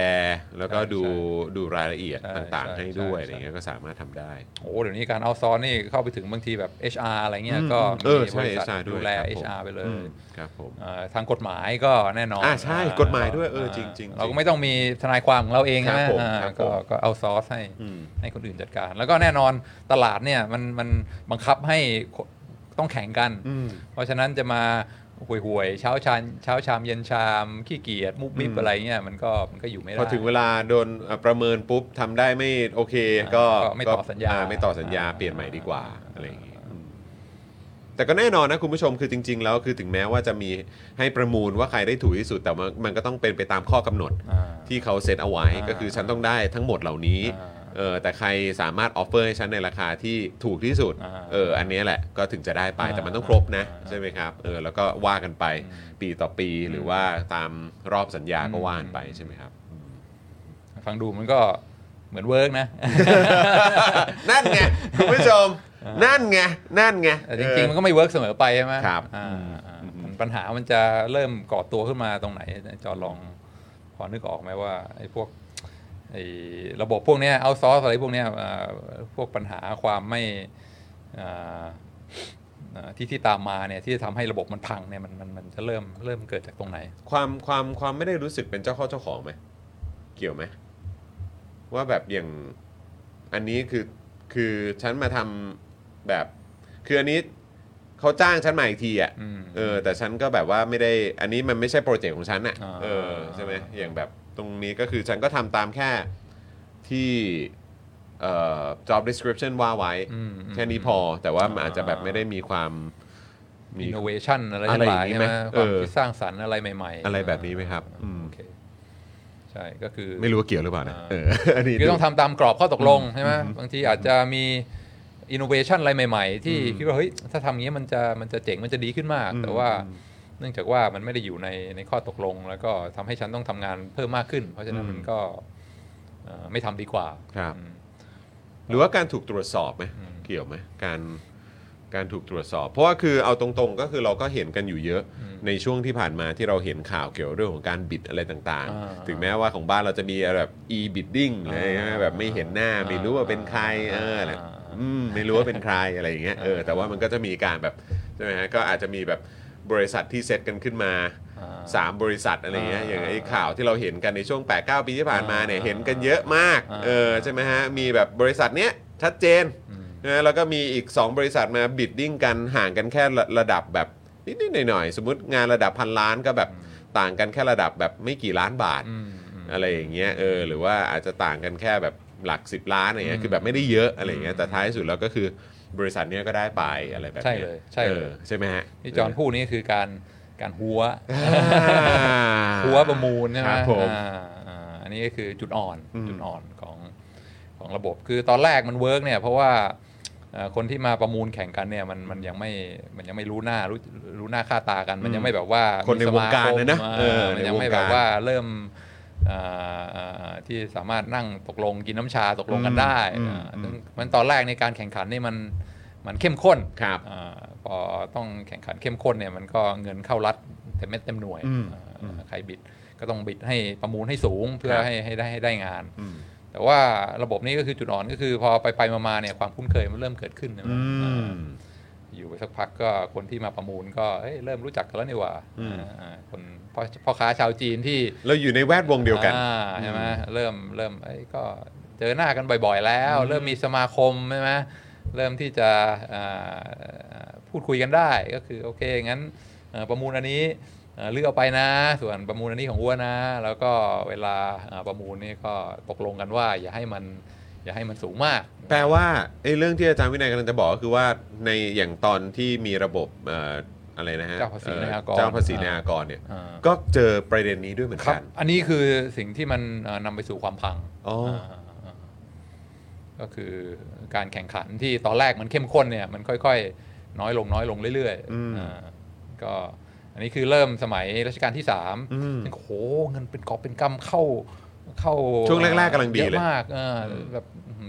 Speaker 1: แล้วก็
Speaker 2: ใช่
Speaker 1: ดู
Speaker 2: ใช่
Speaker 1: ดูรายละเอียด
Speaker 2: ใช่
Speaker 1: ต่าง
Speaker 2: ใช่
Speaker 1: ๆ ให้ด้วย
Speaker 2: ใช่
Speaker 1: อะไรเงี้ยก็สามารถทำได้
Speaker 2: โอ้เดี๋ยวนี้การเอาซอนนี่เข้าไปถึงบางทีแบบ HR อะไรเงี้ย
Speaker 1: อืม
Speaker 2: ก็
Speaker 1: อืมเออ
Speaker 2: มี
Speaker 1: ใช่
Speaker 2: บริษัท
Speaker 1: HR ด้วย
Speaker 2: ดูแล
Speaker 1: ครับผม
Speaker 2: HR ไปเล
Speaker 1: อื
Speaker 2: ย
Speaker 1: มครับผม
Speaker 2: เอ่อทางกฎหมายก็แน่นอน
Speaker 1: อ่าใช่กฎหมายด้วยเออจริงๆจริงๆ
Speaker 2: เราก็ไม่ต้องมีทนายความของเราเอง
Speaker 1: ครับ
Speaker 2: ใช่ไหม
Speaker 1: ผม
Speaker 2: อ่า
Speaker 1: ครับผม
Speaker 2: ก็ก็เอาซอสให้
Speaker 1: อืม
Speaker 2: ให้คนอื่นจัดการ แล้วก็แน่นอนตลาดเนี่ยมันมันบังคับให้คนต้องแข่งกัน
Speaker 1: อืม
Speaker 2: เพราะฉะนั้นจะมาห่วยๆเช้าชามเช้าชามเย็นชามขี้เกียจมุบมิบ
Speaker 1: อืม
Speaker 2: อะไรเงี้ยมันก็มันก็อยู่ไม่ได้
Speaker 1: พอถึงเวลาโดนเอ่อประเมินปุ๊บทำได้ไม่โอเค ก็
Speaker 2: ก็ไม่ต่อสัญญา
Speaker 1: ไม่ต่อสัญญา
Speaker 2: อ่า
Speaker 1: เปลี่ยนใหม่ดีกว่าอะไรอย่างงี้อืมแต่ก็แน่นอนนะคุณผู้ชมคือจริง ๆ แล้วคือถึงแม้ว่าจะมีให้ประมูลว่าใครได้ถูกที่สุด แต่มันมันก็ต้องเป็นไปตามข้อกำหนด
Speaker 2: อ่า
Speaker 1: ที่เขาเซตเอาไว้
Speaker 2: อ่า
Speaker 1: ก็คือฉันต้องได้ทั้งหมดเหล่านี้
Speaker 2: อ่า
Speaker 1: เออแต่ใครสามารถออฟเฟอร์ให้ฉันในราคาที่ถูกที่สุด
Speaker 2: อ่า
Speaker 1: เอออันเนี้ยแหละก็ถึงจะได้ไป
Speaker 2: อ่า
Speaker 1: แต่มันต้องครบนะ
Speaker 2: อ่า
Speaker 1: ใช่ไหมครับเออแล้วก็ว่ากันไป
Speaker 2: อืม
Speaker 1: ปีต่อปีหรือว่าตามรอบสัญญาก็
Speaker 2: อืม
Speaker 1: ว่ากันไปใช่ไหมครับ
Speaker 2: ฟังดูมันก็เหมือนเวิร์กนะ
Speaker 1: นั่นไงคุณผู้ชม นั่นไงนั่นไง
Speaker 2: แต่จริงๆ มันก็ไม่เวิร์กเสมอไปใช่ไหม
Speaker 1: ครับ
Speaker 2: อ่า
Speaker 1: อืม
Speaker 2: อ่า
Speaker 1: อืม
Speaker 2: ปัญหามันจะเริ่มก่อตัวขึ้นมาตรงไหนจอลองพอนึกออกไหมว่าไอ้พวกไอ้ระบบพวกเนี้ยเอาซอสอะไรพวกเนี้ยอ่าพวกปัญหาความไม่อ่าอ่าที่ที่ตามมาเนี่ยที่จะทำให้ระบบมันพังเนี่ยมันมันมันจะเริ่มเริ่มเกิดจากตรงไหน
Speaker 1: ความความความไม่ได้รู้สึกเป็นเจ้าข้อเจ้าของไหมเกี่ยวไหมว่าแบบอย่างอันนี้คือคือฉันมาทำแบบคืออันนี้เขาจ้างฉันมาอีกทีอ่ะ
Speaker 2: อืม
Speaker 1: เออแต่ฉันก็แบบว่าไม่ได้อันนี้มันไม่ใช่โปรเจกต์ของฉันอ่ะ
Speaker 2: อ่า
Speaker 1: เออใช่ไหมอย่างแบบตรงนี้ก็คือฉันก็ทำตามแค่ที่เอ่อ job description ว่าไว้
Speaker 2: อืม
Speaker 1: แค่นี้พอแต่ว่ามันอาจจะแบบไม่ได้มีความมี
Speaker 2: innovation อะไร
Speaker 1: อะ
Speaker 2: ทั้
Speaker 1: ไรง อ
Speaker 2: หลา
Speaker 1: ย่าย งนี้
Speaker 2: ใช่
Speaker 1: ไหม
Speaker 2: ไหม
Speaker 1: เออ
Speaker 2: ความคิดสร้างสรรค์อะไรใหม่ๆ
Speaker 1: อะไรแบบนี้ไหมครับอืม
Speaker 2: โอเคใช่ก็คือ
Speaker 1: ไม่รู้ว่าเกี่ยวหรือเปล่านะ
Speaker 2: อ่า
Speaker 1: เออ อันนี้
Speaker 2: คือต้องทำตามกรอบข้อตกลงใช่ไหม
Speaker 1: อืม
Speaker 2: บางทีอาจจะมีอินโนเวชันอะไรใหม่ๆ ที่
Speaker 1: อืม
Speaker 2: คิดว่าเฮ้ยถ้าทำอย่างนี้มันจะมันจะเจ๋งมันจะดีขึ้นมาก
Speaker 1: อืม
Speaker 2: แต่ว่า
Speaker 1: อืม
Speaker 2: เนื่องจากว่ามันไม่ได้อยู่ในในข้อตกลง แล้วก็ทำให้ฉันต้องทำงานเพิ่มมากขึ้น เพราะฉะนั้น
Speaker 1: อืม
Speaker 2: มันก็เอ่อไม่ทำดีกว่า
Speaker 1: ครับ
Speaker 2: อืม
Speaker 1: หรือว่าการถูกตรวจสอบไหม
Speaker 2: อืม
Speaker 1: เกี่ยวไหมการการถูกตรวจสอบ เพราะว่าคือเอาตรงๆก็คือเราก็เห็นกันอยู่เยอะ
Speaker 2: อืม
Speaker 1: ในช่วงที่ผ่านมาที่เราเห็นข่าวเกี่ยวเรื่องของการบิดอะไรต่าง
Speaker 2: อ่า
Speaker 1: ๆ ถึงแม้ว่าของบ้านเราจะมีแบบ e bidding อะไรใช่ไหมแบบไม่เห็นหน้า
Speaker 2: อ่า
Speaker 1: ไม่รู้ว่าเป็นใครเอออะไรอืมไม่รู้ว่าเป็นใครอะไรอย่างเงี้ยเออแต่ว่ามันก็จะมีการแบบใช่ไหมฮะก็อาจจะมีแบบบริษัทที่เซตกันขึ้นมา
Speaker 2: อ่า
Speaker 1: 3 บริษัทอะไรอย่างเงี้ย
Speaker 2: อ่า
Speaker 1: อย่างไอ้ข่าวที่เราเห็นกันในช่วง 8-9 ปีที่ผ่านมาเนี่ยเห็นกันเยอะมาก
Speaker 2: อ่า
Speaker 1: เออใช่ไหมฮะมีแบบบริษัทเนี้ยชัดเจน
Speaker 2: อืม
Speaker 1: นะแล้วก็มีอีก 2 บริษัทมาบิดดิ้งกันห่างกันแค่ระระดับแบบ นิดๆหน่อยๆ สมมติงานระดับพันล้านก็แบบต่างกันแค่ระดับแบบไม่กี่ล้านบาท
Speaker 2: อืมอืม
Speaker 1: อะไรอย่างเงี้ยเออหรือว่าอาจจะต่างกันแค่แบบหลัก 10 ล้านอะไรเงี้ย
Speaker 2: อืม
Speaker 1: คือแบบไม่ได้เยอะอะไรเงี้ย
Speaker 2: อืม
Speaker 1: แต่ท้ายสุดแล้วก็คือบริษัทเนี้ยก็ได้ไปอะไรแบบนี้
Speaker 2: ใช่เลยใช่เล
Speaker 1: อ
Speaker 2: ย
Speaker 1: อใช่ไหมฮะ
Speaker 2: ที่จอห์นพูดนี่คือการการหัว
Speaker 1: อ่า
Speaker 2: หัวประมูลใช่ไห
Speaker 1: ค
Speaker 2: ม
Speaker 1: รับผม
Speaker 2: อ่าอ่าอันนี้ก็คือจุดอ่อน
Speaker 1: อืม
Speaker 2: จุดอ่อนของของระบบ คือตอนแรกมันเวิร์กเนี่ยเพราะว่าเอ่อคนที่มาประมูลแข่งกันเนี่ยมันมันยังไม่มันยังไม่รู้หน้ารู้รู้หน้าค่าตากัน มันยังไม่แบบว่า
Speaker 1: คนในวงการนะนะ
Speaker 2: มีสมคม
Speaker 1: เออ
Speaker 2: มันยังไม่
Speaker 1: ในวง
Speaker 2: แบ
Speaker 1: การ
Speaker 2: บว่าเริ่มอ่าอ่าที่สามารถนั่งตกลงกินน้ำชาตกลงกันได้
Speaker 1: อืม
Speaker 2: อ่า
Speaker 1: อืม
Speaker 2: ซึ่งมันตอนแรกในการแข่งขันนี่มันมันเข้มข้น
Speaker 1: ครับ
Speaker 2: อาพอต้องแข่งขันเข้มข้นเนี่ยมันก็เงินเข้ารัฐเต็มเม็ดเต็มหน่วย
Speaker 1: อืม
Speaker 2: อ่า
Speaker 1: อืม
Speaker 2: ใครบิดก็ต้องบิดให้ประมูลให้สูงเพื่อ
Speaker 1: ครับ
Speaker 2: ให้ให้ได้ให้ได้งาน
Speaker 1: อืม
Speaker 2: แต่ว่าระบบนี้ก็คือจุดอ่อนก็คือพอไปไปๆมาๆเนี่ยความคุ้นเคยมันเริ่มเกิดขึ้นนะ
Speaker 1: อืม
Speaker 2: อยู่ไปสักพักก็คนที่มาประมูลก็เอ้ยเริ่มรู้จักกันแล้วนี่หว่า
Speaker 1: อืม
Speaker 2: อ่าคนพ่อพ่อค้าชาวจีนที่
Speaker 1: เราอยู่ในแวดวงเดียวกัน
Speaker 2: อ่าใช่ไหมเริ่มเริ่มเอ้ยก็เจอหน้ากันบ่อยๆแล้ว เริ่มมีสมาคมใช่ไหมเริ่มที่จะอ่าพูดคุยกันได้ก็คือโอเคงั้นเอ่อประมูลอันนี้เอ่อเลือกเอาไปนะ ส่วนประมูลอันนี้ของอ้วนนะ แล้วก็เวลาอ่าประมูลนี่ก็ตกลงกันว่า อย่าให้มันอย่าให้มันสูงมาก
Speaker 1: แปลว่าไอ้เรื่องที่อาจารย์วินัยกำลังจะบอกก็คือว่าในอย่างตอนที่มีระบบเอ่ออะไรนะฮะ
Speaker 2: เจ้าภาษีในอากร
Speaker 1: เจ้าภาษีในอากรเนี่ย
Speaker 2: อ่า
Speaker 1: ก็เจอประเด็นนี้ด้วยเหมือน
Speaker 2: ครับ
Speaker 1: กัน
Speaker 2: อันนี้คือสิ่งที่มันเอ่อนำไปสู่ความพัง
Speaker 1: อ๋อ
Speaker 2: อ่าก็คือการแข่งขันที่ตอนแรกมันเข้มข้นเนี่ยมันค่อยๆ น้อยลงน้อยลงเรื่อย
Speaker 1: อืม
Speaker 2: ๆอ่าก็อันนี้คือเริ่มสมัยรัชกาลที่สาม
Speaker 1: อืม
Speaker 2: ซึ่งโอ้โหเงินเป็นกอบเป็นกำเข้าเข้า
Speaker 1: ช่วงแรกๆกำลังดีเลย
Speaker 2: อะมากเอออแบบ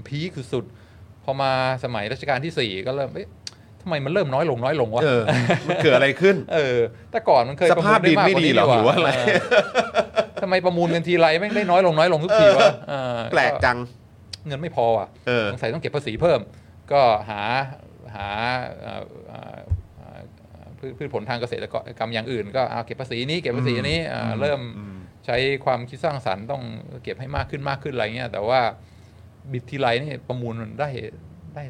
Speaker 2: พีคสุดๆพอมาสมัยรัชกาลที่สี่ก็เริ่มเอ๊ะทำไมมันเริ่มน้อยลงน้อยลงวะ
Speaker 1: เออ มันเกิดอะไรขึ้น
Speaker 2: เออ แต่ก่อนมันเคย
Speaker 1: สภาพดินไม่ดีเหรอ
Speaker 2: ปะ
Speaker 1: ห
Speaker 2: มูล
Speaker 1: รือว่าอะไร
Speaker 2: เทำไมประมูลกันทีไรแม่งได้น้อยลงน้อยลงทุกทีวะเออ
Speaker 1: แปลกจัง
Speaker 2: เงินไม่พออ่ะ
Speaker 1: เออ
Speaker 2: สงสัยต้องเก็บภาษีเพิ่ม ก็หาหาเอ่อเอ่อเอ่อพืชพืชผลทางเกษตรกรรมอย่างอื่น ก็เอาเก็บภาษีนี้เก็บภาษีนี้อ่าเริ่มใช้ความคิดสร้างสรรค์ต้องเก็บให้มากขึ้นมากขึ้นอะไรเงี้ยแต่ว่าบิดทีไรนี่ประมูลมันได้ได้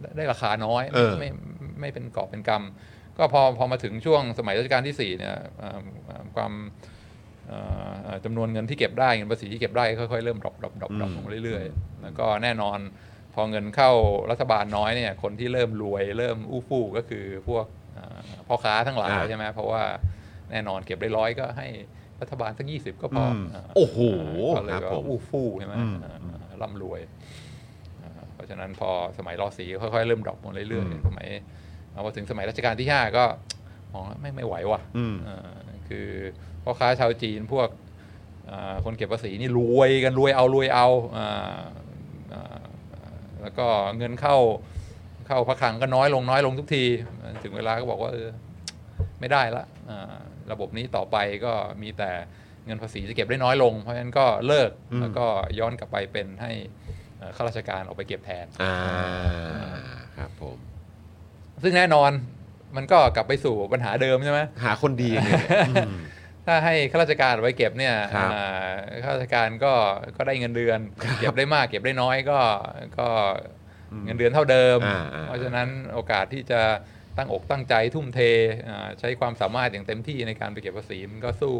Speaker 2: ได้ได้ราคาน้อย
Speaker 1: เออ
Speaker 2: ไม่ไม่ไม่เป็นกอบเป็นกำก็พอพอมาถึงช่วงสมัยรัชกาลที่สี่เนี่ยอ่าอ่าความ เอ่อเอ่อจำนวนเงินที่เก็บได้เงินภาษีที่เก็บได้ค่อยๆเริ่มดรอปดรอปดรอปดรอป
Speaker 1: อืม
Speaker 2: ลงเรื่อยๆ แล้วก็แน่นอนพอเงินเข้ารัฐบาลน้อยเนี่ยคนที่เริ่มรวยเริ่มอู้ฟู่ก็คือพวกเอ่อพ่อค้าทั้งหลายใช่ไหมเพราะว่าแน่นอนเก็บได้ร้อยก็ให้รัฐบาลสักยี่สิบก็พอ
Speaker 1: ม
Speaker 2: อ่า
Speaker 1: โอ้โห
Speaker 2: ก็เลย
Speaker 1: ครับ
Speaker 2: ว่า
Speaker 1: ผม
Speaker 2: อู้ฟู่ใช่ไหม
Speaker 1: อืม
Speaker 2: อ่าร่ำรวยอ่าเพราะฉะนั้นพอสมัยรอสีก็ค่อยๆเริ่มดรอปลงเรื่อยๆสมัยเอาพอถึงสมัยรัชกาลที่ห้าก็มองแล้วไม่ไม่ไหวว่ะ
Speaker 1: อืม
Speaker 2: เอ่อคือพ่อค้าชาวจีนพวกเอ่อคนเก็บภาษีนี่รวยกันรวยเอารวยเอาอ่าอ่าแล้วก็เงินเข้าเข้าพระคลังก็น้อยลงน้อยลงทุกที ถึงเวลาก็บอกว่าเออไม่ได้ละอ่าระบบนี้ต่อไปก็มีแต่เงินภาษีจะเก็บได้น้อยลง เพราะฉะนั้นก็เลิก
Speaker 1: อืม
Speaker 2: แล้วก็ย้อนกลับไปเป็นให้เอ่อข้าราชการออกไปเก็บแทน
Speaker 1: อ่าครับผม
Speaker 2: ซึ่งแน่นอนมันก็กลับไปสู่ปัญหาเดิมใช่ไหม
Speaker 1: หาคนดีไง
Speaker 2: ถ้าให้ข้าราชการไว้เก็บเนี่ย
Speaker 1: ครับ
Speaker 2: อ่าข้าราชการก็ก็ได้เงินเดือน เก็บได้มากเก็บได้น้อยก็ก็เงินเดือนเท่าเดิม
Speaker 1: อ่าอ่า
Speaker 2: เพราะฉะนั้นโอกาสที่จะตั้งอกตั้งใจทุ่มเทอ่าใช้ความสามารถอย่างเต็มที่ในการไปเก็บภาษีมันก็สู้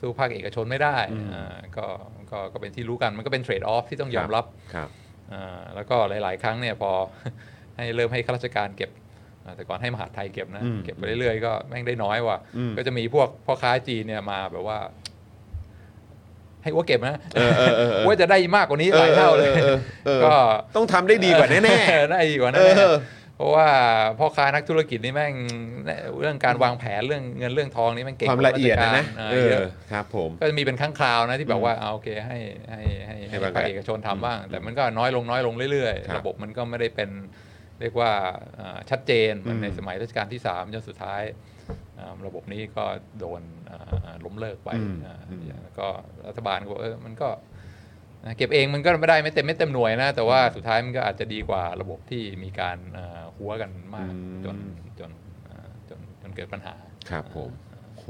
Speaker 2: สู้ภาคเอกชนไม่ได้อ่าก็ก็ก็เป็นที่รู้กันมันก็เป็นเทรดออฟที่ต้องยอมรับ
Speaker 1: ครับ
Speaker 2: อ่าแล้วก็หลาย ๆ ครั้งเนี่ยพอ ให้เริ่มให้ข้าราชการเก็บอ่าแต่ก่อนให้มหาดไทยเก็บนะ
Speaker 1: อืม
Speaker 2: เก็บไปเรื่อย ๆ ก็แม่งได้น้อยว่ะ
Speaker 1: อืม
Speaker 2: ก็จะมีพวกพ่อค้าจีนเนี่ยมาแบบว่า ให้อ้วเก็บนะ
Speaker 1: เออเออเออเออ
Speaker 2: ว่าจะได้มากกว่านี้หลายเท่าเลย
Speaker 1: ออเออเออ
Speaker 2: ก็
Speaker 1: ต้องทำได้ดีกว่าแน่
Speaker 2: เออได้ดีกว่าแน่
Speaker 1: เออ
Speaker 2: ๆเพราะว่าพ่อค้านักธุรกิจนี่แม่งเรื่องการวางแผนเรื่องเงินเรื่องทองนี่แม่งเก่
Speaker 1: ๆ
Speaker 2: ง
Speaker 1: ความละเอียดนะนะ
Speaker 2: กว่า
Speaker 1: เอ
Speaker 2: ราช
Speaker 1: อ
Speaker 2: การาเยอะ
Speaker 1: ครับผม
Speaker 2: ก็จะมีเป็นครั้งคราวนะที่แบบว่าเอาโอเคให้ให้ให้
Speaker 1: ให้
Speaker 2: ให้
Speaker 1: บาง
Speaker 2: ภาคเอกชนทำบ้าง แต่มันก็น้อยลงน้อยลงเรื่อย
Speaker 1: ครับ
Speaker 2: ๆ ระบบมันก็ไม่ได้เป็นเรียกว่าเอ่อชัดเจนเหมือนใน
Speaker 1: อืม
Speaker 2: สมัยรัชกาลที่ 3 จนสุดท้ายเอ่อระบบนี้ก็โดนเอ่อล้มเลิกไป
Speaker 1: อืม
Speaker 2: เอ่ออ
Speaker 1: ม
Speaker 2: แล้วก็รัฐบาลก็บอกเออมันก็นะเก็บเองมันก็ไม่ได้ไม่เต็มไม่เต็มหน่วยนะ แต่ว่าสุดท้ายมันก็อาจจะดีกว่าระบบที่มีการเอ่อหัวกันมากจนจนเอ่อจนจนเกิดปัญหา
Speaker 1: ครับผมโห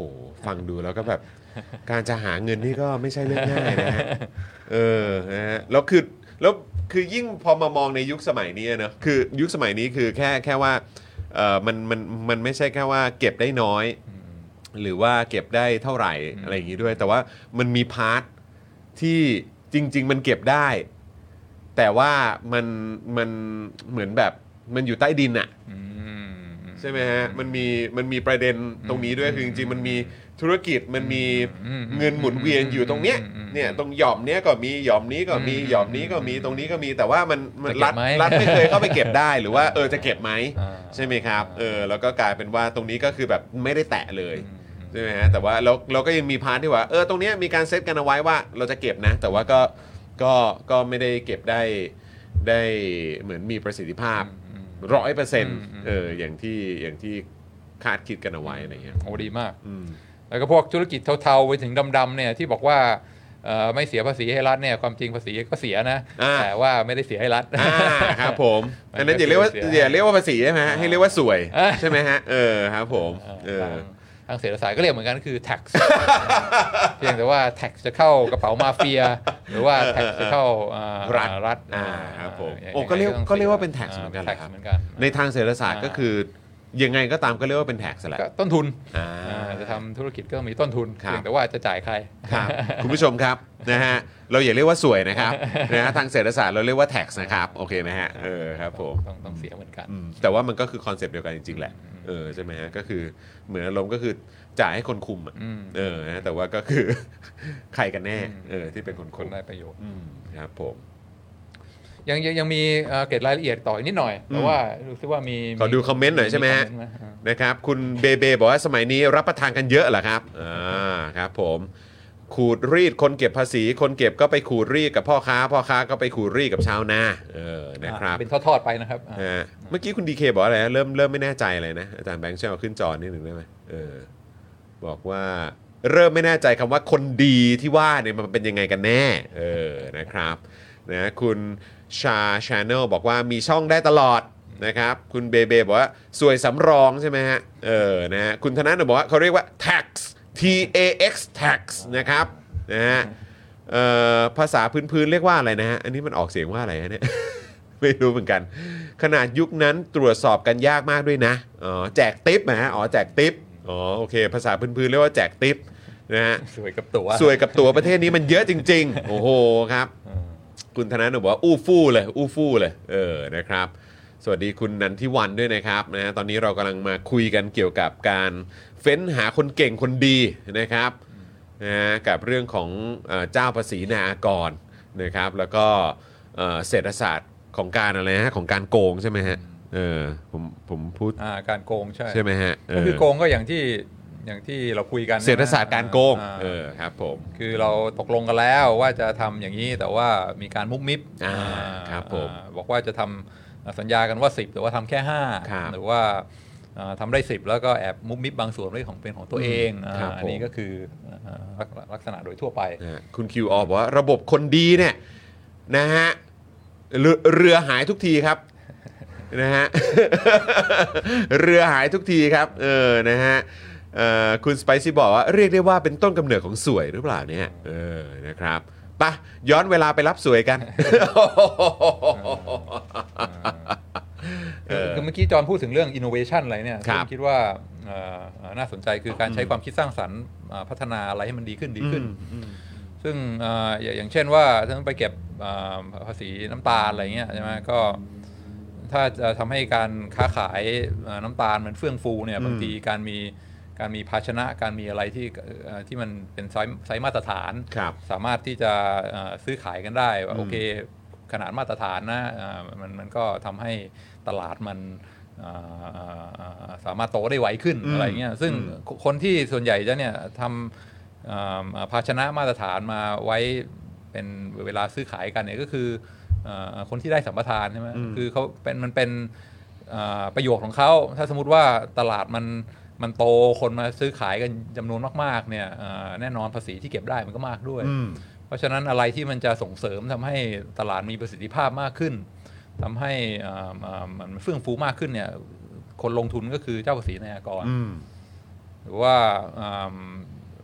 Speaker 1: ฟังดูแล้วก็แบบ การจะหาเงินนี่ก็ไม่ใช่เรื่องง่ายนะฮะเออนะฮะแล้วคือแล้วคือยิ่งพอมามองในยุคสมัยนี้อะเนอะคือยุคสมัยนี้คือแค่แค่ว่า เอ่อมันมันมันไม่ใช่แค่ว่าเก็บได้น้อย
Speaker 2: อืม
Speaker 1: หรือว่าเก็บได้เท่าไหร่
Speaker 2: อืม
Speaker 1: อะไรอย่างนี้ด้วย แต่ว่ามันมีพาร์ทที่จริง ๆ มันเก็บได้ แต่ว่ามันมันเหมือนแบบมันอยู่ใต้ดินอะ
Speaker 2: อืม
Speaker 1: ใช่ไหมฮะ มันมี มันมีประเด็นตรงนี้ด้วย
Speaker 2: อืม
Speaker 1: คือจริงๆ มันมีธุรกิจ มันมี
Speaker 2: อืม
Speaker 1: เงินหมุนเวียนอยู่ตรงเนี้ย
Speaker 2: อืมอืม
Speaker 1: เนี่ย ตรงหย่อมเนี้ยก็มี หย่อมนี้ก็มี
Speaker 2: อืม
Speaker 1: หย่อมนี้ก็มี ตรงนี้ก็มี แต่ว่ามันมัน
Speaker 2: จะ
Speaker 1: รั
Speaker 2: เก็
Speaker 1: ฐ
Speaker 2: บไหม
Speaker 1: รัฐไม่เคยเข้าไปเก็บได้ หรือว่า เออ จะเก็บไหม
Speaker 2: อ่า
Speaker 1: ใช่ไหมครับ เออ แล้วก็กลายเป็นว่าตรงนี้ก็คือแบบไม่ได้แตะเลย
Speaker 2: อืม
Speaker 1: ใช่ไหมฮะ แต่ว่าเราเราก็ยังมีพาร์ทที่ว่า เออ ตรงเนี้ยมีการเซตกันเอาไว้ว่าเราจะเก็บนะ แต่ว่าก็ ก็ ก็ไม่ได้เก็บได้ ได้เหมือนมีประสิทธิภาพ ร้อยเปอร์เซ็นต์
Speaker 2: ม
Speaker 1: เอออย่างที่อย่างที่คาดคิดกันเอาไว้อะไรเงี้ย
Speaker 2: โอ้ดีมาก
Speaker 1: อืม
Speaker 2: แล้วก็พวกธุรกิจเทาๆไปถึงดำๆเนี่ยที่บอกว่าเอ่อไม่เสียภาษีให้รัฐเนี่ยความจริงภาษีก็เสียนะ
Speaker 1: อ่า
Speaker 2: แต่ว่าไม่ได้เสียให้รัฐ
Speaker 1: อ่าครับผมอันนั้นอย่าเรียกว่า
Speaker 2: เสีย
Speaker 1: อย่าเรียกว่าภาษีใช่ไหมฮะให้เรียกว่าสวย
Speaker 2: เออ
Speaker 1: ใช่ไหมฮะเออครับผมเอ
Speaker 2: เออ
Speaker 1: อ
Speaker 2: ทางทางเศรษฐศาสตร์ก็เรียกเหมือนกันคือ tax เพียงแต่ว่า tax จะเข้ากระเป๋ามาเฟีย หรือว่า tax จะเข้าอ่า
Speaker 1: รัฐ
Speaker 2: รัฐ
Speaker 1: อ่าครับผม
Speaker 2: ย่าง
Speaker 1: โอ้ก็เรียก
Speaker 2: ต้อง
Speaker 1: ก็เรียกว่าเป็น tax เหมือนกัน
Speaker 2: ป็ tax
Speaker 1: เหรอครับ
Speaker 2: เหมือนกัน
Speaker 1: ในทางเศรษฐศาสตร์ก็คือยังไงก็ตามก็เรียกว่าเป็นแท็กแหละ
Speaker 2: ก็ต้นทุน
Speaker 1: อ่า
Speaker 2: อ่าจะทำธุรกิจก็ต้องมีต้นทุน
Speaker 1: ครับ
Speaker 2: เพียงแต่ว่าจะจ่ายใคร
Speaker 1: ครับคุณผู้ชมครับนะฮะเราอย่าเรียกว่าสวยนะครับนะฮะทางเศรษฐศาสตร์เราเรียกว่าแท็กนะครับโอเคไหมฮะเออครับผม
Speaker 2: ต้องต้องเสียเหมือนกัน
Speaker 1: อืมแต่ว่ามันก็คือคอนเซปต์เดียวกันจริง ๆ แหละ เออใช่ไหมฮะ ก็คือเหมือนอารมณ์ก็คือจ่ายให้คนคุมอะ
Speaker 2: อืม
Speaker 1: เออนะแต่ว่าก็คือ ใครกันแน่ เออที่เป็นคน
Speaker 2: ค
Speaker 1: คุ
Speaker 2: น
Speaker 1: ม
Speaker 2: ได้ประโยชน์
Speaker 1: อืมครับผม
Speaker 2: ยังยังยังมีเอ่อเกร็ดรายละเอียดต่ออีกนิดหน่อย แต่ว่ารู้สึกว่ามี
Speaker 1: ขอดูคอมเมนต์หน่อยใช่ไหมฮะ
Speaker 2: คอเนต์น
Speaker 1: นะครับ คุณเบเบบอกว่าสมัยนี้รับประทานกันเยอะเหรอครับ อ่าครับผม ขูดรีดคนเก็บภาษี คนเก็บก็ไปขูดรีดกับพ่อค้า พ่อค้าก็ไปขูดรีดกับชาวนา เออนะครับ
Speaker 2: เป็นทอดๆไปนะครับอ่า
Speaker 1: ฮะเมื่อกี้คุณดีเคบอกอะไรนะเริ่มเริ่มไม่แน่ใจเลยนะ อาจารย์แบงค์ช่วยเอาขึ้นจอนิดหนึ่งได้ไหมเออบอกว่าเริ่มไม่แน่ใจคำว่าคนดีที่ว่าเนี่ยมันเป็นยังไงกันแน่เออนะครับนะคุณชาชาแนลบอกว่ามีช่องได้ตลอดนะครับ คุณเบเบบอกว่า สวยสำรองใช่ไหมฮะเออนะฮะคุณธนาบอกว่าเขาเรียกว่า tax T A X tax นะครับนะฮะเอ่อภาษาพื้นๆเรียกว่าอะไรนะฮะอันนี้มันออกเสียงว่าอะไรฮะเนี่ย ไม่รู้เหมือนกัน ขนาดยุคนั้นตรวจสอบกันยากมากด้วยนะอ๋อแจกติปนะฮะอ๋อแจกติปอ๋อโอเค ภาษาพื้นๆเรียกว่าแจกติปนะฮะ
Speaker 2: สวยกับตัว
Speaker 1: สวยกับตัวประเทศนี้มันเยอะจริง ๆ โอ้โหครับ
Speaker 2: อ่า
Speaker 1: คุณธนาหนูบอกว่าอู้ฟู่เลยอู้ฟู่เลยเออนะครับ สวัสดีคุณนันทิวันด้วยนะครับนะฮะตอนนี้เรากำลังมาคุยกันเกี่ยวกับการเฟ้นหาคนเก่งคนดีนะครับนะฮะกับเรื่องของเอ่อเจ้าภาษีนาอากรนะครับ แล้วก็เอ่อเศรษฐศาสตร์ของการอะไรนะของการโกงใช่ไหมฮะเออผมผมพูด
Speaker 2: อ่าการโกงใช่
Speaker 1: ใช่ไหมฮะเ
Speaker 2: ก็คือโกงก็อย่างที่อย่างที่เราคุยกัน
Speaker 1: เศรษฐศาสตร์การโกง
Speaker 2: อ่
Speaker 1: เออครับผม
Speaker 2: คือเราตกลงกันแล้วว่าจะทำอย่างนี้แต่ว่ามีการมุกมิบ
Speaker 1: อ่า
Speaker 2: อ่า
Speaker 1: ครับผม
Speaker 2: อ่าบอกว่าจะทำสัญญากันว่า 10 แต่ว่าทำแค่
Speaker 1: ครับ
Speaker 2: 5 หรือว่าอ่าทำาได้ 10 แล้วก็แอบมุกมิบบางส่วนไว้ของเป็นของตัวเองอ่า
Speaker 1: ครับ
Speaker 2: อันนี้
Speaker 1: ผม
Speaker 2: ก็คืออ่าลักลักษณะโดยทั่วไป
Speaker 1: นะฮะคุณ QR บอกว่าระบบคนดีเนี่ยนะฮะเรือเรือหายทุกทีครับ นะฮ ะ เรือหายทุกทีครับ เออนะฮะเอ่อคุณสไปซี่บอกว่าเรียกได้ว่าเป็นต้นกำเนิดของสวยหรือเปล่าเนี่ยเออนะครับไปะย้อนเวลาไปรับสวยกัน
Speaker 2: คือคือเมื่อกี้จอห์นพูดถึงเรื่อง innovation อะไรเนี่ย
Speaker 1: ครับ
Speaker 2: ผมคิดว่าเอ่อเอ่อน่าสนใจคือการใช้ความคิดสร้างสรรค์อ่าพัฒนาอะไรให้มันดีขึ้นดีขึ้น ซึ่งเอ่ออย่าอย่างเช่นว่าถ้าไปเก็บอ่าภาษีน้ำตาลอะไรเงี้ยใช่ไหมก็ ถ้าจะทำให้การค้าขายเอ่อน้ำตาลมันเฟื่องฟูเนี่ยบางทีการมีการมีภาชนะการมีอะไรที่เอ่อที่มันเป็นไซส์ไซส์มาตรฐาน
Speaker 1: ครับ
Speaker 2: สามารถที่จะเอ่อซื้อขายกันได้ว่าโอเคขนาดมาตรฐานนะเอ่อมันมันก็ทำให้ตลาดมันเอ่อเอ่อเอ่อสามารถโตได้ไวขึ้น
Speaker 1: อืม
Speaker 2: อะไรเงี้ยซึ่ง
Speaker 1: อืม
Speaker 2: คนที่ส่วนใหญ่จะเนี่ยทำเอ่อภาชนะมาตรฐานมาไว้เป็นเวลาซื้อขายกันเนี่ยก็คือเอ่อคนที่ได้สัมปทานใช่ไหมคือเขาเป็นมันเป็น อ่าประโยชน์ของเขาถ้าสมมติว่าตลาดมันมันโตคนมาซื้อขายกันจำนวนมากๆเนี่ยอ่าแน่นอนภาษีที่เก็บได้มันก็มากด้วย
Speaker 1: อืม
Speaker 2: เพราะฉะนั้นอะไรที่มันจะส่งเสริมทำให้ตลาดมีประสิทธิภาพมากขึ้นทำให้อ่าอ่ามันเฟื่องฟูมากขึ้นเนี่ยคนลงทุนก็คือเจ้าภาษีในอากร
Speaker 1: อืม
Speaker 2: หรือว่าอ่า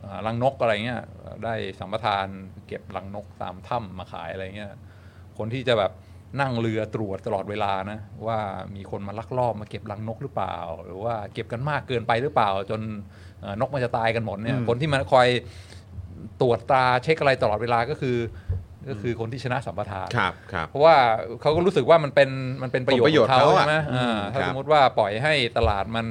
Speaker 2: อ่ารังนกอะไรเงี้ยได้สัมปทานเก็บรังนกตามถ้ำมาขายอะไรเงี้ยคนที่จะแบบ นั่งเรือตรวจตลอดเวลานะว่ามีคนมาลักลอบมาเก็บรังนกหรือเปล่า หรือว่าเก็บกันมากเกินไปหรือเปล่า จนเอ่อนกมันจะตายกันหมดเนี่ย
Speaker 4: อืม
Speaker 2: คนที่มันคอยตรวจตราเช็คอะไรตลอดเวลาก็คือ ก็คือคนที่ชนะสัมปทาน
Speaker 1: ครับครับ
Speaker 2: เพราะว่าเขาก็รู้สึกว่ามันเป็นมันเป็นประโยช
Speaker 1: ผลประโยชน์
Speaker 2: น์ของเขา
Speaker 1: เขาอะ
Speaker 2: ใช่ไหม
Speaker 1: อืม
Speaker 2: อ่าถ้า
Speaker 1: ครับ
Speaker 2: สมมติว่าปล่อยให้ตลาดมัน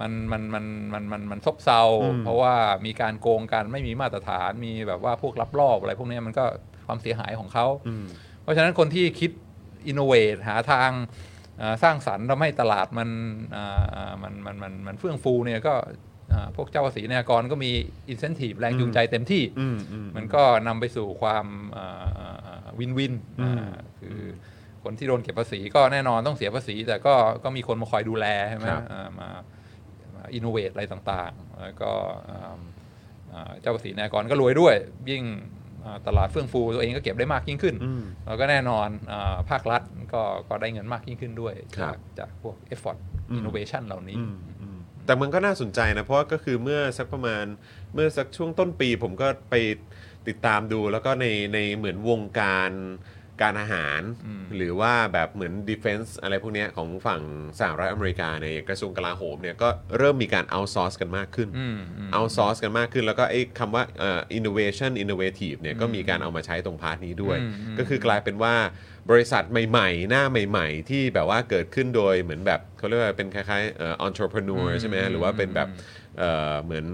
Speaker 2: มันมันมันมันมันมันซบเซา
Speaker 1: อืม
Speaker 2: เพราะว่ามีการโกงกันไม่มีมาตรฐานมีแบบว่าพวกลับลอบอะไรพวกเนี้ยมันก็ความเสียหายของเขา
Speaker 1: อืม
Speaker 2: เพราะฉะนั้นคนที่คิดอินโนเวทหาทางเอ่อสร้างสรรค์ทำให้ตลาดมันเอ่อเอ่อมันมันมันมันเฟื่องฟูเนี่ยก็เอ่อพวกเจ้าภาษีนายกรก็มีอินเซนティブแรงจูงใจเต็มที่
Speaker 1: อืมอืม
Speaker 2: มันก็นำไปสู่ความวินวินคือคนที่โดนเก็บภาษีก็แน่นอนต้องเสียภาษี แต่ก็ก็มีคนมาคอยดูแลใช่ไหม
Speaker 1: ครับ
Speaker 2: อ่ามาอินโนเวทอะไรต่างๆ แล้วก็อ่าอ่าเจ้าภาษีนายกรก็รวยด้วย ยิ่งอ่าตลาดเฟื่องฟูตัวเองก็เก็บได้มากยิ่งขึ้น
Speaker 1: อืม
Speaker 2: แล้วก็แน่นอนอาภาครัฐก็ก็ได้เงินมากยิ่งขึ้นด้วย
Speaker 1: ครั
Speaker 2: จาก
Speaker 1: บ
Speaker 2: จากพวก effort
Speaker 1: อืม
Speaker 2: innovation เหล่านี้
Speaker 1: อืมอืมแต่มันก็น่าสนใจนะ เพราะว่าก็คือเมื่อสักประมาณเมื่อสักช่วงต้นปีผมก็ไปติดตามดูแล้วก็ในในเหมือนวงการการอาหาร
Speaker 2: อืม
Speaker 1: หรือว่าแบบเหมือน defense อะไรพวกเนี้ยของฝั่งสหรัฐอเมริกาเนี่ยอย่างกระทรวงกลาโหมเนี่ยก็เริ่มมีการ outsource กันมากขึ้น
Speaker 2: อืมอืม
Speaker 1: เอาซอร์สกันมากขึ้น แล้วก็ไอ้คำว่าเอ่อ innovation innovative เนี่ยก็มีการเอามาใช้ตรงพาร์ทนี้ด้วย
Speaker 2: อืมอืม
Speaker 1: ก็คือกลายเป็นว่าบริษัทใหม่ๆ หน้าใหม่ๆ ที่แบบว่าเกิดขึ้นโดยเหมือนแบบเขาเรียกว่าเป็นคล้ายๆเอ่อ entrepreneur
Speaker 2: อืม
Speaker 1: ใช่ไหมฮะหรือว่าเป็นแบบเอ่อเหมือน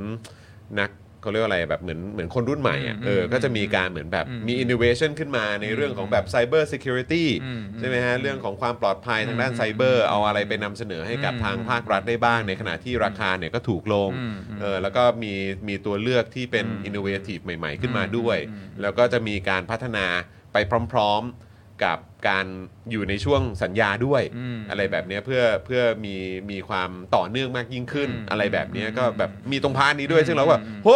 Speaker 1: นักเขาเรียกว่าอะไรแบบเหมือนเหมือนคนรุ่นใหม่อะ
Speaker 2: อืม
Speaker 1: เออก็จะมีการเหมือนแบบ
Speaker 2: อืม
Speaker 1: มี innovation ขึ้นมาในเรื่องของแบบ cyber security
Speaker 2: อืม
Speaker 1: ใช่ไหมฮะเรื่องของความปลอดภัยทางด้าน
Speaker 2: อืม
Speaker 1: ไซเบอร์เอาอะไรไปนำเสนอให้กับ
Speaker 2: อืม
Speaker 1: ทางภาครัฐได้บ้างในขณะที่ราคาเนี่ยก็ถูกลง
Speaker 2: อืมอืม
Speaker 1: เออแล้วก็มีมีตัวเลือกที่เป็น
Speaker 2: อืม
Speaker 1: innovative ใหม่ ๆ ขึ้นมาด้วย
Speaker 2: อืม
Speaker 1: แล้วก็จะมีการพัฒนาไปพร้อม ๆ กับการอยู่ในช่วงสัญญาด้วย
Speaker 2: ม
Speaker 1: อะไรแบบเนี้ยเพื่อเพื่อมีมีความต่อเนื่องมากยิ่งขึ้น
Speaker 2: อืม
Speaker 1: อะไรแบบเนี้ย
Speaker 2: อืม
Speaker 1: ก็แบบมีตรงพาร์ทนี้ด้วย
Speaker 2: อืม
Speaker 1: ซึ่งเราก็แบบ
Speaker 2: อืม
Speaker 1: โห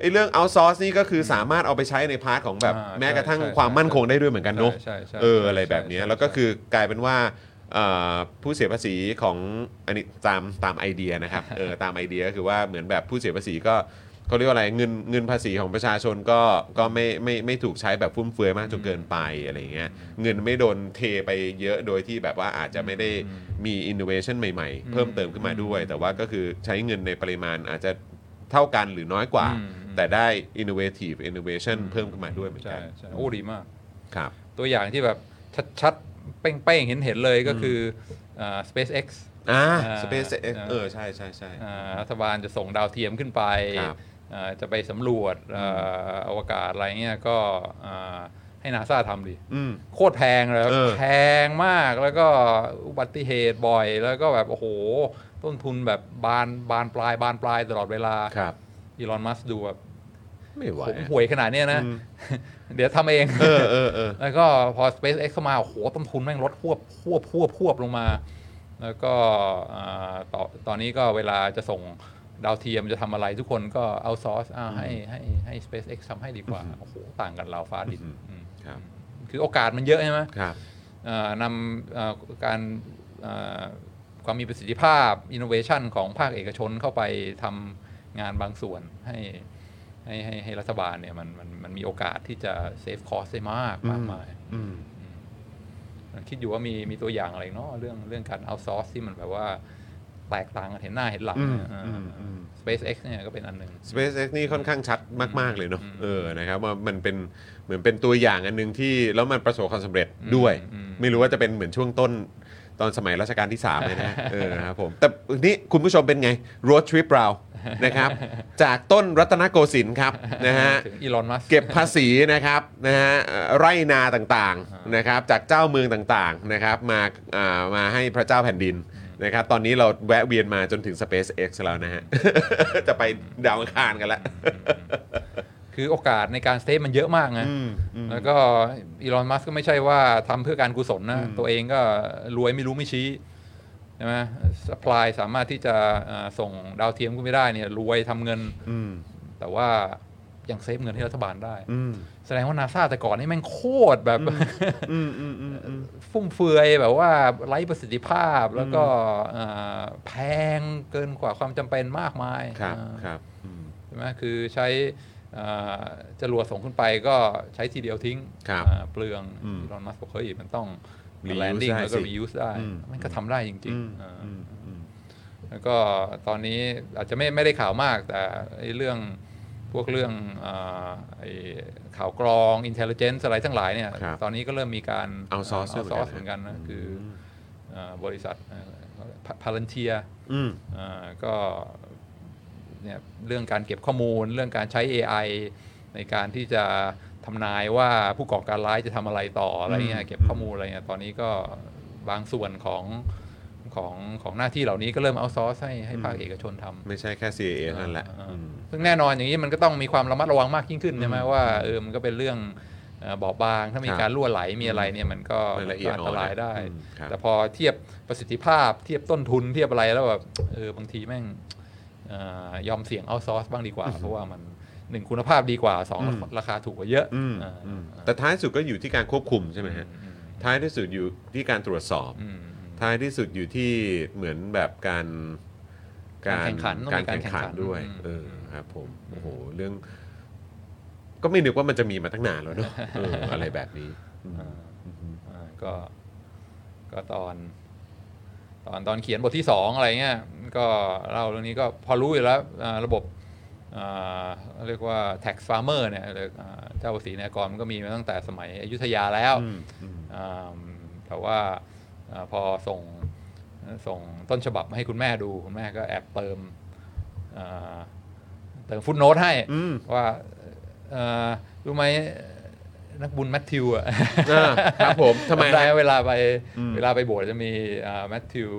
Speaker 1: ไอเรื่องเอาซอร์สนี่ก็คือสามารถเอาไปใช้ในพาร์ทของแบบ
Speaker 2: อ่า
Speaker 1: แม้กระทั่ง
Speaker 2: ใช่ใช่
Speaker 1: ความมั่นคงได้ด้วยเหมือนกันเนาะ
Speaker 2: ใช่ใช่ใช่
Speaker 1: เอออะไรแบบเนี้ย
Speaker 2: ใช่ใช่
Speaker 1: แล้วก็คือกลายเป็นว่าเอ่อผู้เสียภาษีของอันนี้ตามตามไอเดีย นะครับ เออตามไอเดียก็คือว่าเหมือนแบบผู้เสียภาษีก็เขาเรียกว่าอะไรเงินเงินภาษีของประชาชนก็ก็ไม่ไม่ไม่ถูกใช้แบบฟุ่มเฟือยมากจนเกินไปอะไรอย่างเงี้ยเงินไม่โดนเทไปเยอะโดยที่แบบว่าอาจจะไม่ได้
Speaker 2: อืม
Speaker 1: มีอินโนเวชันใหม่
Speaker 2: อื
Speaker 1: ๆ
Speaker 2: ม
Speaker 1: เพิ่มเติมขึ้นมาด้วย
Speaker 2: อืม
Speaker 1: แต่ว่าก็คือใช้เงินในปริมาณอาจจะเท่ากันหรือน้อยกว่า
Speaker 2: อืม
Speaker 1: แต่ได้ innovative innovation เพิ่มขึ้นมาด้วยเหมือน
Speaker 2: ใช่
Speaker 1: กัน
Speaker 2: ใช่โอ้ดีมาก
Speaker 1: ครับ
Speaker 2: ตัวอย่างที่แบบชัดๆ เป้งๆ เห็นๆ เลยก็คืออ่า SpaceX
Speaker 1: อ่า
Speaker 2: อ่า
Speaker 1: space เออ ใช่ใช่ใช่
Speaker 2: อ่ารัฐบาลจะส่งดาวเทียมขึ้นไป
Speaker 1: ครับ
Speaker 2: อ่าจะไปสำรวจอ่าอวกาศอะไรเงี้ยก็อ่าให้นาซาทำดิ
Speaker 1: อืม
Speaker 2: โคตรแพงเลย
Speaker 1: เออ
Speaker 2: แพงมากแล้วก็อุบัติเหตุบ่อย แล้วก็แบบ โอ้โห ต้นทุนแบบบานบานปลายบานปลายตลอดเวลา
Speaker 1: ครับ
Speaker 2: อีลอนมัสดูแบบ
Speaker 1: ไม่ไหว
Speaker 2: ผม
Speaker 1: อะ
Speaker 2: ห่วยขนาดเนี้ยนะ
Speaker 1: อืม
Speaker 2: เดี๋ยวทำเอง
Speaker 1: เออเออเออ
Speaker 2: แล้วก็พอ SpaceX เข้ามา โอ้โห ต้นทุนแม่งลดควบควบควบควบลงมา แล้วก็อ่าตอตอนนี้ก็เวลาจะส่งดาวเทียมจะทำอะไรทุกคนก็เอาซอสอ้าวให้ให้ให้ SpaceX ทำให้ดีกว่า โอ้โห ต่างกันราวฟ้าดิน
Speaker 1: อืม
Speaker 2: อืม
Speaker 1: ครับ
Speaker 2: คือโอกาสมันเยอะใช่ไหม
Speaker 1: ครับ
Speaker 2: เอ่อนำเอ่อการเอ่อความมีประสิทธิภาพ innovation ของภาคเอกชนเข้าไปทำงานบางส่วนให้ให้ให้ให้รัฐบาลเนี่ยมันมันมันมีโอกาสที่จะ save cost ได้มากมากมาย
Speaker 1: อืม
Speaker 2: คิดอยู่ว่ามีมีตัวอย่างอะไรเนาะเรื่องเรื่องการ outsource ที่มันแบบว่าแตกต่างกันเห็นหน้าเห็นหลัง
Speaker 1: อืม
Speaker 2: เอออ
Speaker 1: มอืม
Speaker 2: SpaceX เนี่ยก็เป็นอันหนึ่ง
Speaker 1: SpaceX นี่ค่อนข้างชัดมาก ๆ เลยเนาะ
Speaker 2: อืม
Speaker 1: เออนะครับว่ามันเป็นเหมือนเป็นตัวอย่างอันหนึงที่ แล้วมันประสบความสำเร็จด้วย
Speaker 2: อืมอืม
Speaker 1: ไม่รู้ว่าจะเป็นเหมือนช่วงต้นตอนสมัยรัชกาลที่3ามเลย นะเออครับผมแต่นี่คุณผู้ชมเป็นไง road trip เรานะครับ จากต้นรัตนโกสินทร์ครับนะฮะ
Speaker 2: ถึงอีลอนมัส
Speaker 1: เก็บภาษีนะครับนะฮะเอ่อไร่นาต่างๆนะครับจากเจ้าเมืองต่างๆนะครับมาอ่ามาให้พระเจ้าแผ่นดินนะครับตอนนี้เราแวะเวียนมาจนถึง SpaceX แล้วนะฮ ะ จะไปดาวอังคารกันแล้ว
Speaker 2: คือโอกาสในการสเตทมันเยอะมากนะแล้วก็อีลอนมัสก็ไม่ใช่ว่าทำเพื่อการกุศลนะ ตัวเองก็รวยไม่รู้ไม่ชี้ใช่ไหมสป라이สามารถที่จะเอ่อส่งดาวเทียมก็ไม่ได้เนี่ยรวยทำเงิน แต่ว่ายังเซฟเงินให้รัฐบาลได้ แสดงว่านาซาแต่ก่อนนี่แม่งโคตรแบบ ฟุ่มเฟือยแบบว่าไร้ประสิทธิภาพแล้วก็เอ่อแพงเกินกว่าความจำเป็นมากมาย
Speaker 1: ครับ
Speaker 2: เออ
Speaker 1: ครับ
Speaker 2: ใช่ไหมคือใช้ เอ่อจรวดส่งขึ้นไปก็ใช้ทีเดียวทิ้ง
Speaker 1: ครับ
Speaker 2: เอ่อเปลือง
Speaker 1: อืม
Speaker 2: ลอนมัสบอกเฮ้ยมันต้อง
Speaker 1: Reuse
Speaker 2: แลนดิ้ง
Speaker 1: ได้
Speaker 2: แล้วก็
Speaker 1: สิ
Speaker 2: รียูสได้
Speaker 1: อืม
Speaker 2: มันก็ทำได้จริง
Speaker 1: อืม
Speaker 2: ๆเอ่ออ
Speaker 1: อืมอืม
Speaker 2: แล้วก็ตอนนี้อาจจะไม่ไม่ได้ข่าวมาก แต่ไอ้เรื่องพวกเรื่องเอ่อไอ้ข่าวกรองอินเทลเจนซ์อะไรทั้งหลายเนี่ย
Speaker 1: ครับ
Speaker 2: ตอนนี้ก็เริ่มมีการ
Speaker 1: Outsource ด้วยเหมือนกัน
Speaker 2: outsource เหมือนกันนะคือเอ่อบริษัทพารันเทีย
Speaker 1: อืม
Speaker 2: อ่าก็เนี่ยเรื่องการเก็บข้อมูล เรื่องการใช้ AI ในการที่จะทำนายว่าผู้ก่อการร้ายจะทำอะไรต่ออะไรเงี้
Speaker 1: อื
Speaker 2: ย
Speaker 1: ม
Speaker 2: เก็บข้อมูลอะไรเงี้ยตอนนี้ก็บางส่วนของของของหน้าที่เหล่านี้ก็เริ่มเอาซอสให้ให้ภาคเอกชนทำ
Speaker 1: ไม่ใช่แค่ CIA เท่านั่นแหละ
Speaker 2: อ่า
Speaker 1: อืม
Speaker 2: ซึ่งแน่นอนอย่างนี้มันก็ต้องมีความระมัดระวังมากยิ่งขึ้นใช่ไหม
Speaker 1: อืม
Speaker 2: ว่าเออมันก็เป็นเรื่องเอ่อบอบบาง ถ้ามี
Speaker 1: ครับ
Speaker 2: การรั่วไหลมีอะไรเนี่ยมันก็
Speaker 1: รายละเอียด
Speaker 2: มันก็อันตรายได้
Speaker 1: อ่อนนะอืมครับ
Speaker 2: แต่พอเทียบประสิทธิภาพเทียบต้นทุนเทียบอะไรแล้วแบบเออบางทีแม่งเอ่อยอมเสี่ยงเอาซอร์สบ้างดีกว่า เพราะว่ามันหนึ่งคุณภาพดีกว่าสองราคาถูกกว่าเยอะ
Speaker 1: อืม
Speaker 2: อ่า
Speaker 1: อืมแต่ท้ายสุดก็อยู่ที่การควบคุมใช่ไหมฮะ
Speaker 2: อืม
Speaker 1: ท้ายที่สุดอยู่ที่การตรวจสอบ
Speaker 2: อืมอืม
Speaker 1: ท้ายที่สุดอยู่ที่เหมือนแบบการ
Speaker 2: การแข่งขันต้องมี
Speaker 1: การแข่งขัน
Speaker 2: การแข่งขัน
Speaker 1: ด้วย
Speaker 2: อืม
Speaker 1: เออครับผมโอ้โหเรื่อง ก็ไม่นึกว่ามันจะมีมาตั้งนานแล้วเนอะเอออะไรแบบนี้อืม
Speaker 2: อ่าอ่าก็ก็ตอน ตอนตอนเขียนบทที่สองอะไรเงี้ยก็เล่าเรื่องนี้ก็พอรู้อยู่แล้วอ่าระบบอ่าเรียกว่า tax farmer เนี่ยหรืออ่าเจ้าภาษีนากรมันก็มีมาตั้งแต่สมัยอยุธยาแล้ว
Speaker 1: อืมอืม
Speaker 2: อ่าแต่ว่าอ่าพอส่งส่งต้นฉบับมาให้คุณแม่ดู คุณแม่ก็แอบเติมอ่าเติมฟุตโนตให้
Speaker 1: อืม
Speaker 2: ว่าเอ่อรู้ไหมนักบุญแมทธิวอะ
Speaker 1: อ่าครับผมทำไม
Speaker 2: จำได้
Speaker 1: ฮะ
Speaker 2: เวลาไป
Speaker 1: อืม
Speaker 2: เวลาไปโบสถ์จะมีแมทธิว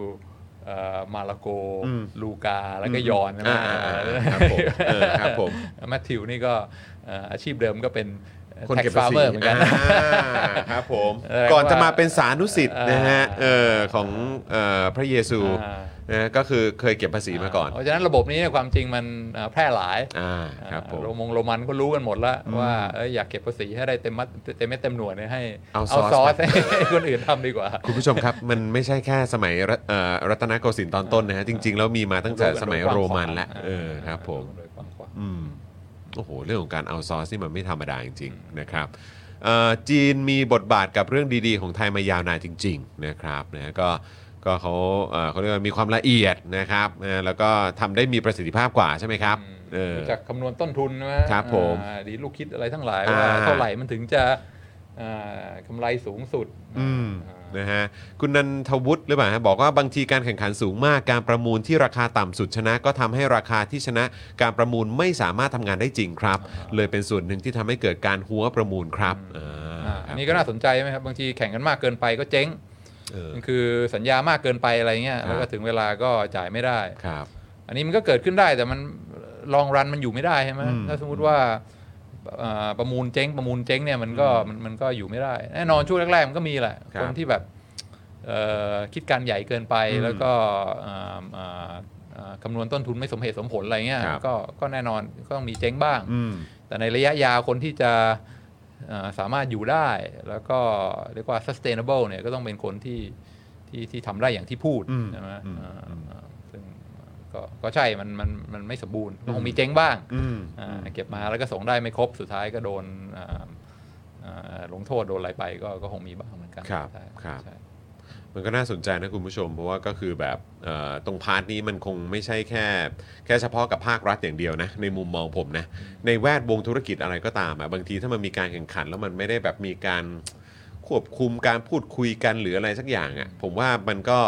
Speaker 2: มาลาโก
Speaker 1: อืม
Speaker 2: ลูกา แล้วก็ยอนนะ
Speaker 1: อ่าอ่าอ่าครับผมเออครับผม
Speaker 2: แมทธิวนี่ก็เอ่ออาชีพเดิมก็เป็น
Speaker 1: คนเก็บ
Speaker 2: ฟา
Speaker 1: ภา
Speaker 2: ร์
Speaker 1: ษี
Speaker 2: เมอร์เหมือนกัน
Speaker 1: อ่าครับผม
Speaker 2: แสดงว่า
Speaker 1: ก่อนจะมาเป็นสานุสิทธิ์
Speaker 2: อ่าน
Speaker 1: นะฮะเออของเอ่อพระเยซู
Speaker 2: อ่า
Speaker 1: นะก็คือเคยเก็บภาษีมาก่อน
Speaker 2: เพราะฉะนั้นระบบนี้เนี่ยความจริงมันเอ่อแพร่หลาย
Speaker 1: อ่าครับผม
Speaker 2: โรมงโรมันก็รู้กันหมดแล้วว่าเอ้ยอยากเก็บภาษีให้ได้เต็มมัดเต็มเม็ดเต็มหน่วยเนี่ยให้
Speaker 1: เอา
Speaker 2: เอา
Speaker 1: ซ
Speaker 2: ซ
Speaker 1: อ
Speaker 2: อ
Speaker 1: ส
Speaker 2: สให้คนอื่นทำดีกว่า
Speaker 1: คุณผู้ชมครับ มันไม่ใช่แค่สมัยรัตเอ่อรัตนโกสินทร์ตอนต้นนะฮะ จริง ๆ แล้วมีมาตั้งแต่สมัยโรมันแล้วเออครับผม
Speaker 2: โดยกว้างขวาง
Speaker 1: อืมโอ้โห เรื่องของการเอาซอสนี่มันไม่ธรรมดาจริง ๆ นะครับเอ่อจีนมีบทบาทกับเรื่องดีๆ ของไทยมายาวนานจริง ๆ นะครับนะก็ก็เขาเอ่อเขาเรียกว่ามีความละเอียดนะครับนะแล้วก็ทำได้มีประสิทธิภาพกว่าใช่ไหมครับเออ
Speaker 2: รู้จักคำนวณต้นทุนนะครับ
Speaker 1: ผม
Speaker 2: อ่าดีลูกคิดอะไรทั้งหลาย
Speaker 1: อ่า
Speaker 2: ว่าเท่าไหร่มันถึงจะอ่ากำไรสูงสุด
Speaker 1: อืม
Speaker 2: อ่า
Speaker 1: นะฮะคุณนันทวุฒิหรือเปล่าฮะบอกว่าบางทีการแข่งขันสูงมากการประมูลที่ราคาต่ำสุดชนะ ก็ทำให้ราคาที่ชนะการประมูลไม่สามารถทำงานได้จริงครับ เลยเป็นส่วนหนึ่งที่ทำให้เกิดการหัวประมูลครับอ่
Speaker 2: อ่า
Speaker 1: าครั
Speaker 2: อั
Speaker 1: บ
Speaker 2: นนี้ก็น่าสนใจไหมครับบางทีแข่งกันมากเกินไปก็เจ๊ง
Speaker 1: เออ
Speaker 2: มันคือสัญญามากเกินไปอะไรเงี้ย
Speaker 1: ครับ
Speaker 2: แล้วก็ถึงเวลาก็จ่ายไม่ได้
Speaker 1: ครับ
Speaker 2: อันนี้มันก็เกิดขึ้นได้แต่มันลองรันมันอยู่ไม่ได้ใช่ไหม
Speaker 1: อืม
Speaker 2: ถ้าสมมติว่าอ่าประมูลเจ๊งประมูลเจ๊งเนี่ยมันก็มันมันก็อยู่ไม่ได้ แน่นอนช่วงแรกๆมันก็มีแหละ
Speaker 1: ครั
Speaker 2: ค
Speaker 1: บ
Speaker 2: นที่แบบเอ่อคิดการใหญ่เกินไป
Speaker 1: อืม
Speaker 2: แล้วก็อ่าอ่าอ่าคำนวณต้นทุนไม่สมเหตุสมผลอะไรเงี้ย
Speaker 1: ครับ
Speaker 2: ก็ก็แน่นอนก็ต้องมีเจ๊งบ้าง
Speaker 1: อืม
Speaker 2: แต่ในระยะยาวคนที่จะเอ่อสามารถอยู่ได้แล้วก็เรียกว่า sustainable เนี่ยก็ต้องเป็นคนที่ที่ที่ทำได้อย่างที่พูด
Speaker 1: อืม
Speaker 2: ใช่ไหม
Speaker 1: อืม
Speaker 2: เอ่ออ
Speaker 1: ม
Speaker 2: เอ่อซึ่งก็ก็ใช่มันมันมันไม่สมบูรณ์ก็คงมีเจ๊งบ้าง
Speaker 1: อืม
Speaker 2: อ่าเก็บมาแล้วก็ส่งได้ไม่ครบสุดท้ายก็โดนอ่าอ่าลงโทษโดนอะไรไปก็ก็คงมีบ้างเหมือนกัน
Speaker 1: ครับ
Speaker 2: ใช่
Speaker 1: ครับ
Speaker 2: ใช่
Speaker 1: มันก็น่าสนใจนะคุณผู้ชม เพราะว่าก็คือแบบเอ่อตรงพาร์ทนี้มันคงไม่ใช่แค่ แค่เฉพาะกับภาครัฐอย่างเดียวนะ ในมุมมองผมนะ ในแวดวงธุรกิจอะไรก็ตามอะบางทีถ้ามันมีการแข่งขัน แล้วมันไม่ได้แบบมีการควบคุมการพูดคุยกันหรืออะไรสักอย่างอะผมว่ามันก็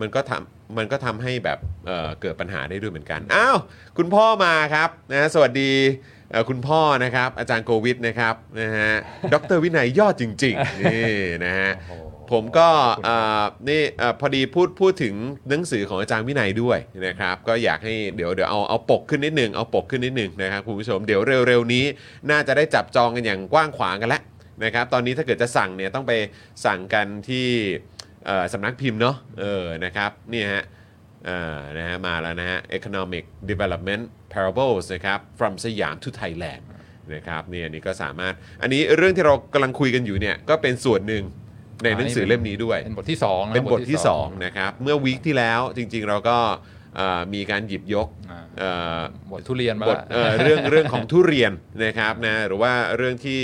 Speaker 1: มันก็ทำมันก็ทำให้แบบเอ่อเกิดปัญหาได้ด้วยเหมือนกันอ้าวคุณพ่อมาครับนะสวัสดีเอ่อคุณพ่อนะครับ อาจารย์โควิดนะครับนะฮะดรวินัยยอดจริงๆนี่นะฮะ ผมก็เอ่อนี่เอ่อพอดีพูดพูดถึงหนังสือของอาจารย์วินัยด้วยนะครับ ก็อยากให้เดี๋ยวเดี๋ยวเอาเอาปกขึ้นนิดหนึ่งเอาปกขึ้นนิดหนึ่งนะครับคุณผู้ชมเดี๋ยวเร็วๆนี้ น่าจะได้จับจองกันอย่างกว้างขวางกันแล้วนะครับตอนนี้ถ้าเกิดจะสั่งเนี่ยต้องไปสั่งกันที่เอ่อสำนักพิมพ์เนาะเออนะครับนี่ฮะเอ่อนะฮะมาแล้วนะฮะ economic development parables นะครับ from สยาม to Thailand นะครับนี่อันนี้ก็สามารถอันนี้เรื่องที่เรากำลังคุยกันอยู่เนี่ยก็เป็นส่วนหนึ่งในหนังสือเล่มนี้ด้วย
Speaker 2: เป็นบทที่สองะ
Speaker 1: เป็นบทที่
Speaker 2: ส
Speaker 1: ส
Speaker 2: อ
Speaker 1: อง งนะครับเมื่อวีคที่แล้วจริงๆเราก็ เอ่อมีการหยิบยก
Speaker 2: อ่า
Speaker 1: เอ่อ
Speaker 2: บททุเรียนมา
Speaker 1: บท
Speaker 2: ละ
Speaker 1: เอ่อเรื่องเรื่องของทุเรียนนะครับนะหรือว่าเรื่องที่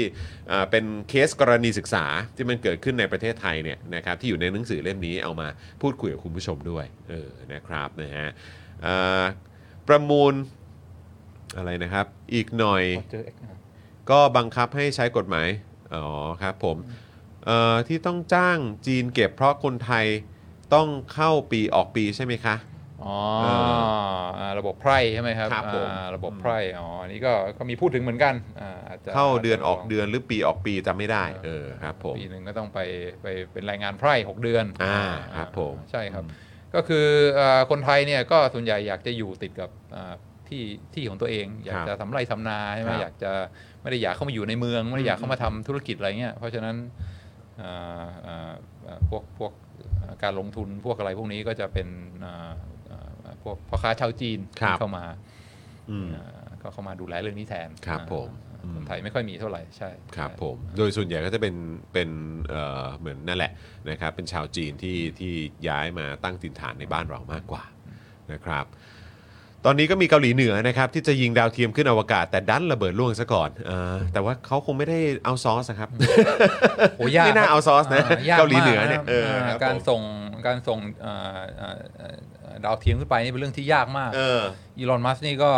Speaker 1: เอ่อเป็นเคสกรณีศึกษาที่มันเกิดขึ้นในประเทศไทยเนี่ยนะครับที่อยู่ในหนังสือเล่มนี้เอามาพูดคุยกับคุณผู้ชมด้วยเออนะครับนะฮะเอ่อประมูลอะไรนะครับ อีกหน่อย
Speaker 2: Voucher X อ่ะ
Speaker 1: ก็บังคับให้ใช้กฎหมาย อ๋อครับผมเอ่อที่ต้องจ้างจีนเก็บเพราะคนไทยต้องเข้าปีออกปีใช่ไหมคะ
Speaker 2: อ๋อ
Speaker 1: เอ
Speaker 2: อ่าระบบไพร่ใช่ไหมครับ
Speaker 1: ครับผม
Speaker 2: อ่าระบบไพร่อ๋ออันนี้ก็ก็มีพูดถึงเหมือนกันอ่าอจจะ
Speaker 1: เข้าเดือนออก
Speaker 2: ลง
Speaker 1: เดือนหรือปีออกปีจำไม่ได้เออครับผม
Speaker 2: ปีหนึ่งก็ต้องไปไปเป็นรายงานไพร่6เดือน
Speaker 1: อ่าครับผม
Speaker 2: ใช่ครับ ก็คือเอ่อคนไทยเนี่ยก็ส่วนใหญ่อยากจะอยู่ติดกับอ่าที่ที่ของตัวเอง อยาก
Speaker 1: ครับ
Speaker 2: จะทำไร่ทำนาใช่ไหม
Speaker 1: ครับ
Speaker 2: อยากจะไม่ได้อยากเข้ามาอยู่ในเมือง ไม่ได้อยากเข้ามาทำธุรกิจอะไรเงี้ยเพราะฉะนั้นอ่าอ่าอ่าพวกพวกอ่าการลงทุนพวกอะไรพวกนี้ก็จะเป็นอ่าอ่าพวกพ่อค้าชาวจีน
Speaker 1: ครับ
Speaker 2: ที่เข้ามา
Speaker 1: อืม
Speaker 2: อ่าก็เข้ามาดูแลเรื่องนี้แทน
Speaker 1: ครับ
Speaker 2: อ่า
Speaker 1: ผมอืม
Speaker 2: คนไทยไม่ค่อยมีเท่าไหร่ใช่
Speaker 1: ครับ
Speaker 2: ใช่
Speaker 1: ผมโดยส่วนใหญ่ก็จะเป็นเป็นเอ่อเหมือนนั่นแหละนะครับเป็นชาวจีนที่ที่ย้ายมาตั้งถิ่นฐานในบ้านเรามากกว่านะครับ ตอนนี้ก็มีเกาหลีเหนือนะครับที่จะยิงดาวเทียมขึ้นอวกาศ แต่ดันระเบิดล่วงซะก่อนเออแต่ว่าเขาคงไม่ได้เอาซอสอะ ครับ
Speaker 2: โอ้ยาก
Speaker 1: ไม่น่าเอาซอสนะ
Speaker 2: ย
Speaker 1: เกาหลีเหนือเนี่ย
Speaker 2: มากะ
Speaker 1: เออครับ
Speaker 2: การ
Speaker 1: ผม
Speaker 2: ส่งการส่งเอ่อเอ่อเอ่อดาวเทียมขึ้นไปนี่เป็นเรื่องที่ยากมาก
Speaker 1: เออ
Speaker 2: อีลอนมัสนี่ก็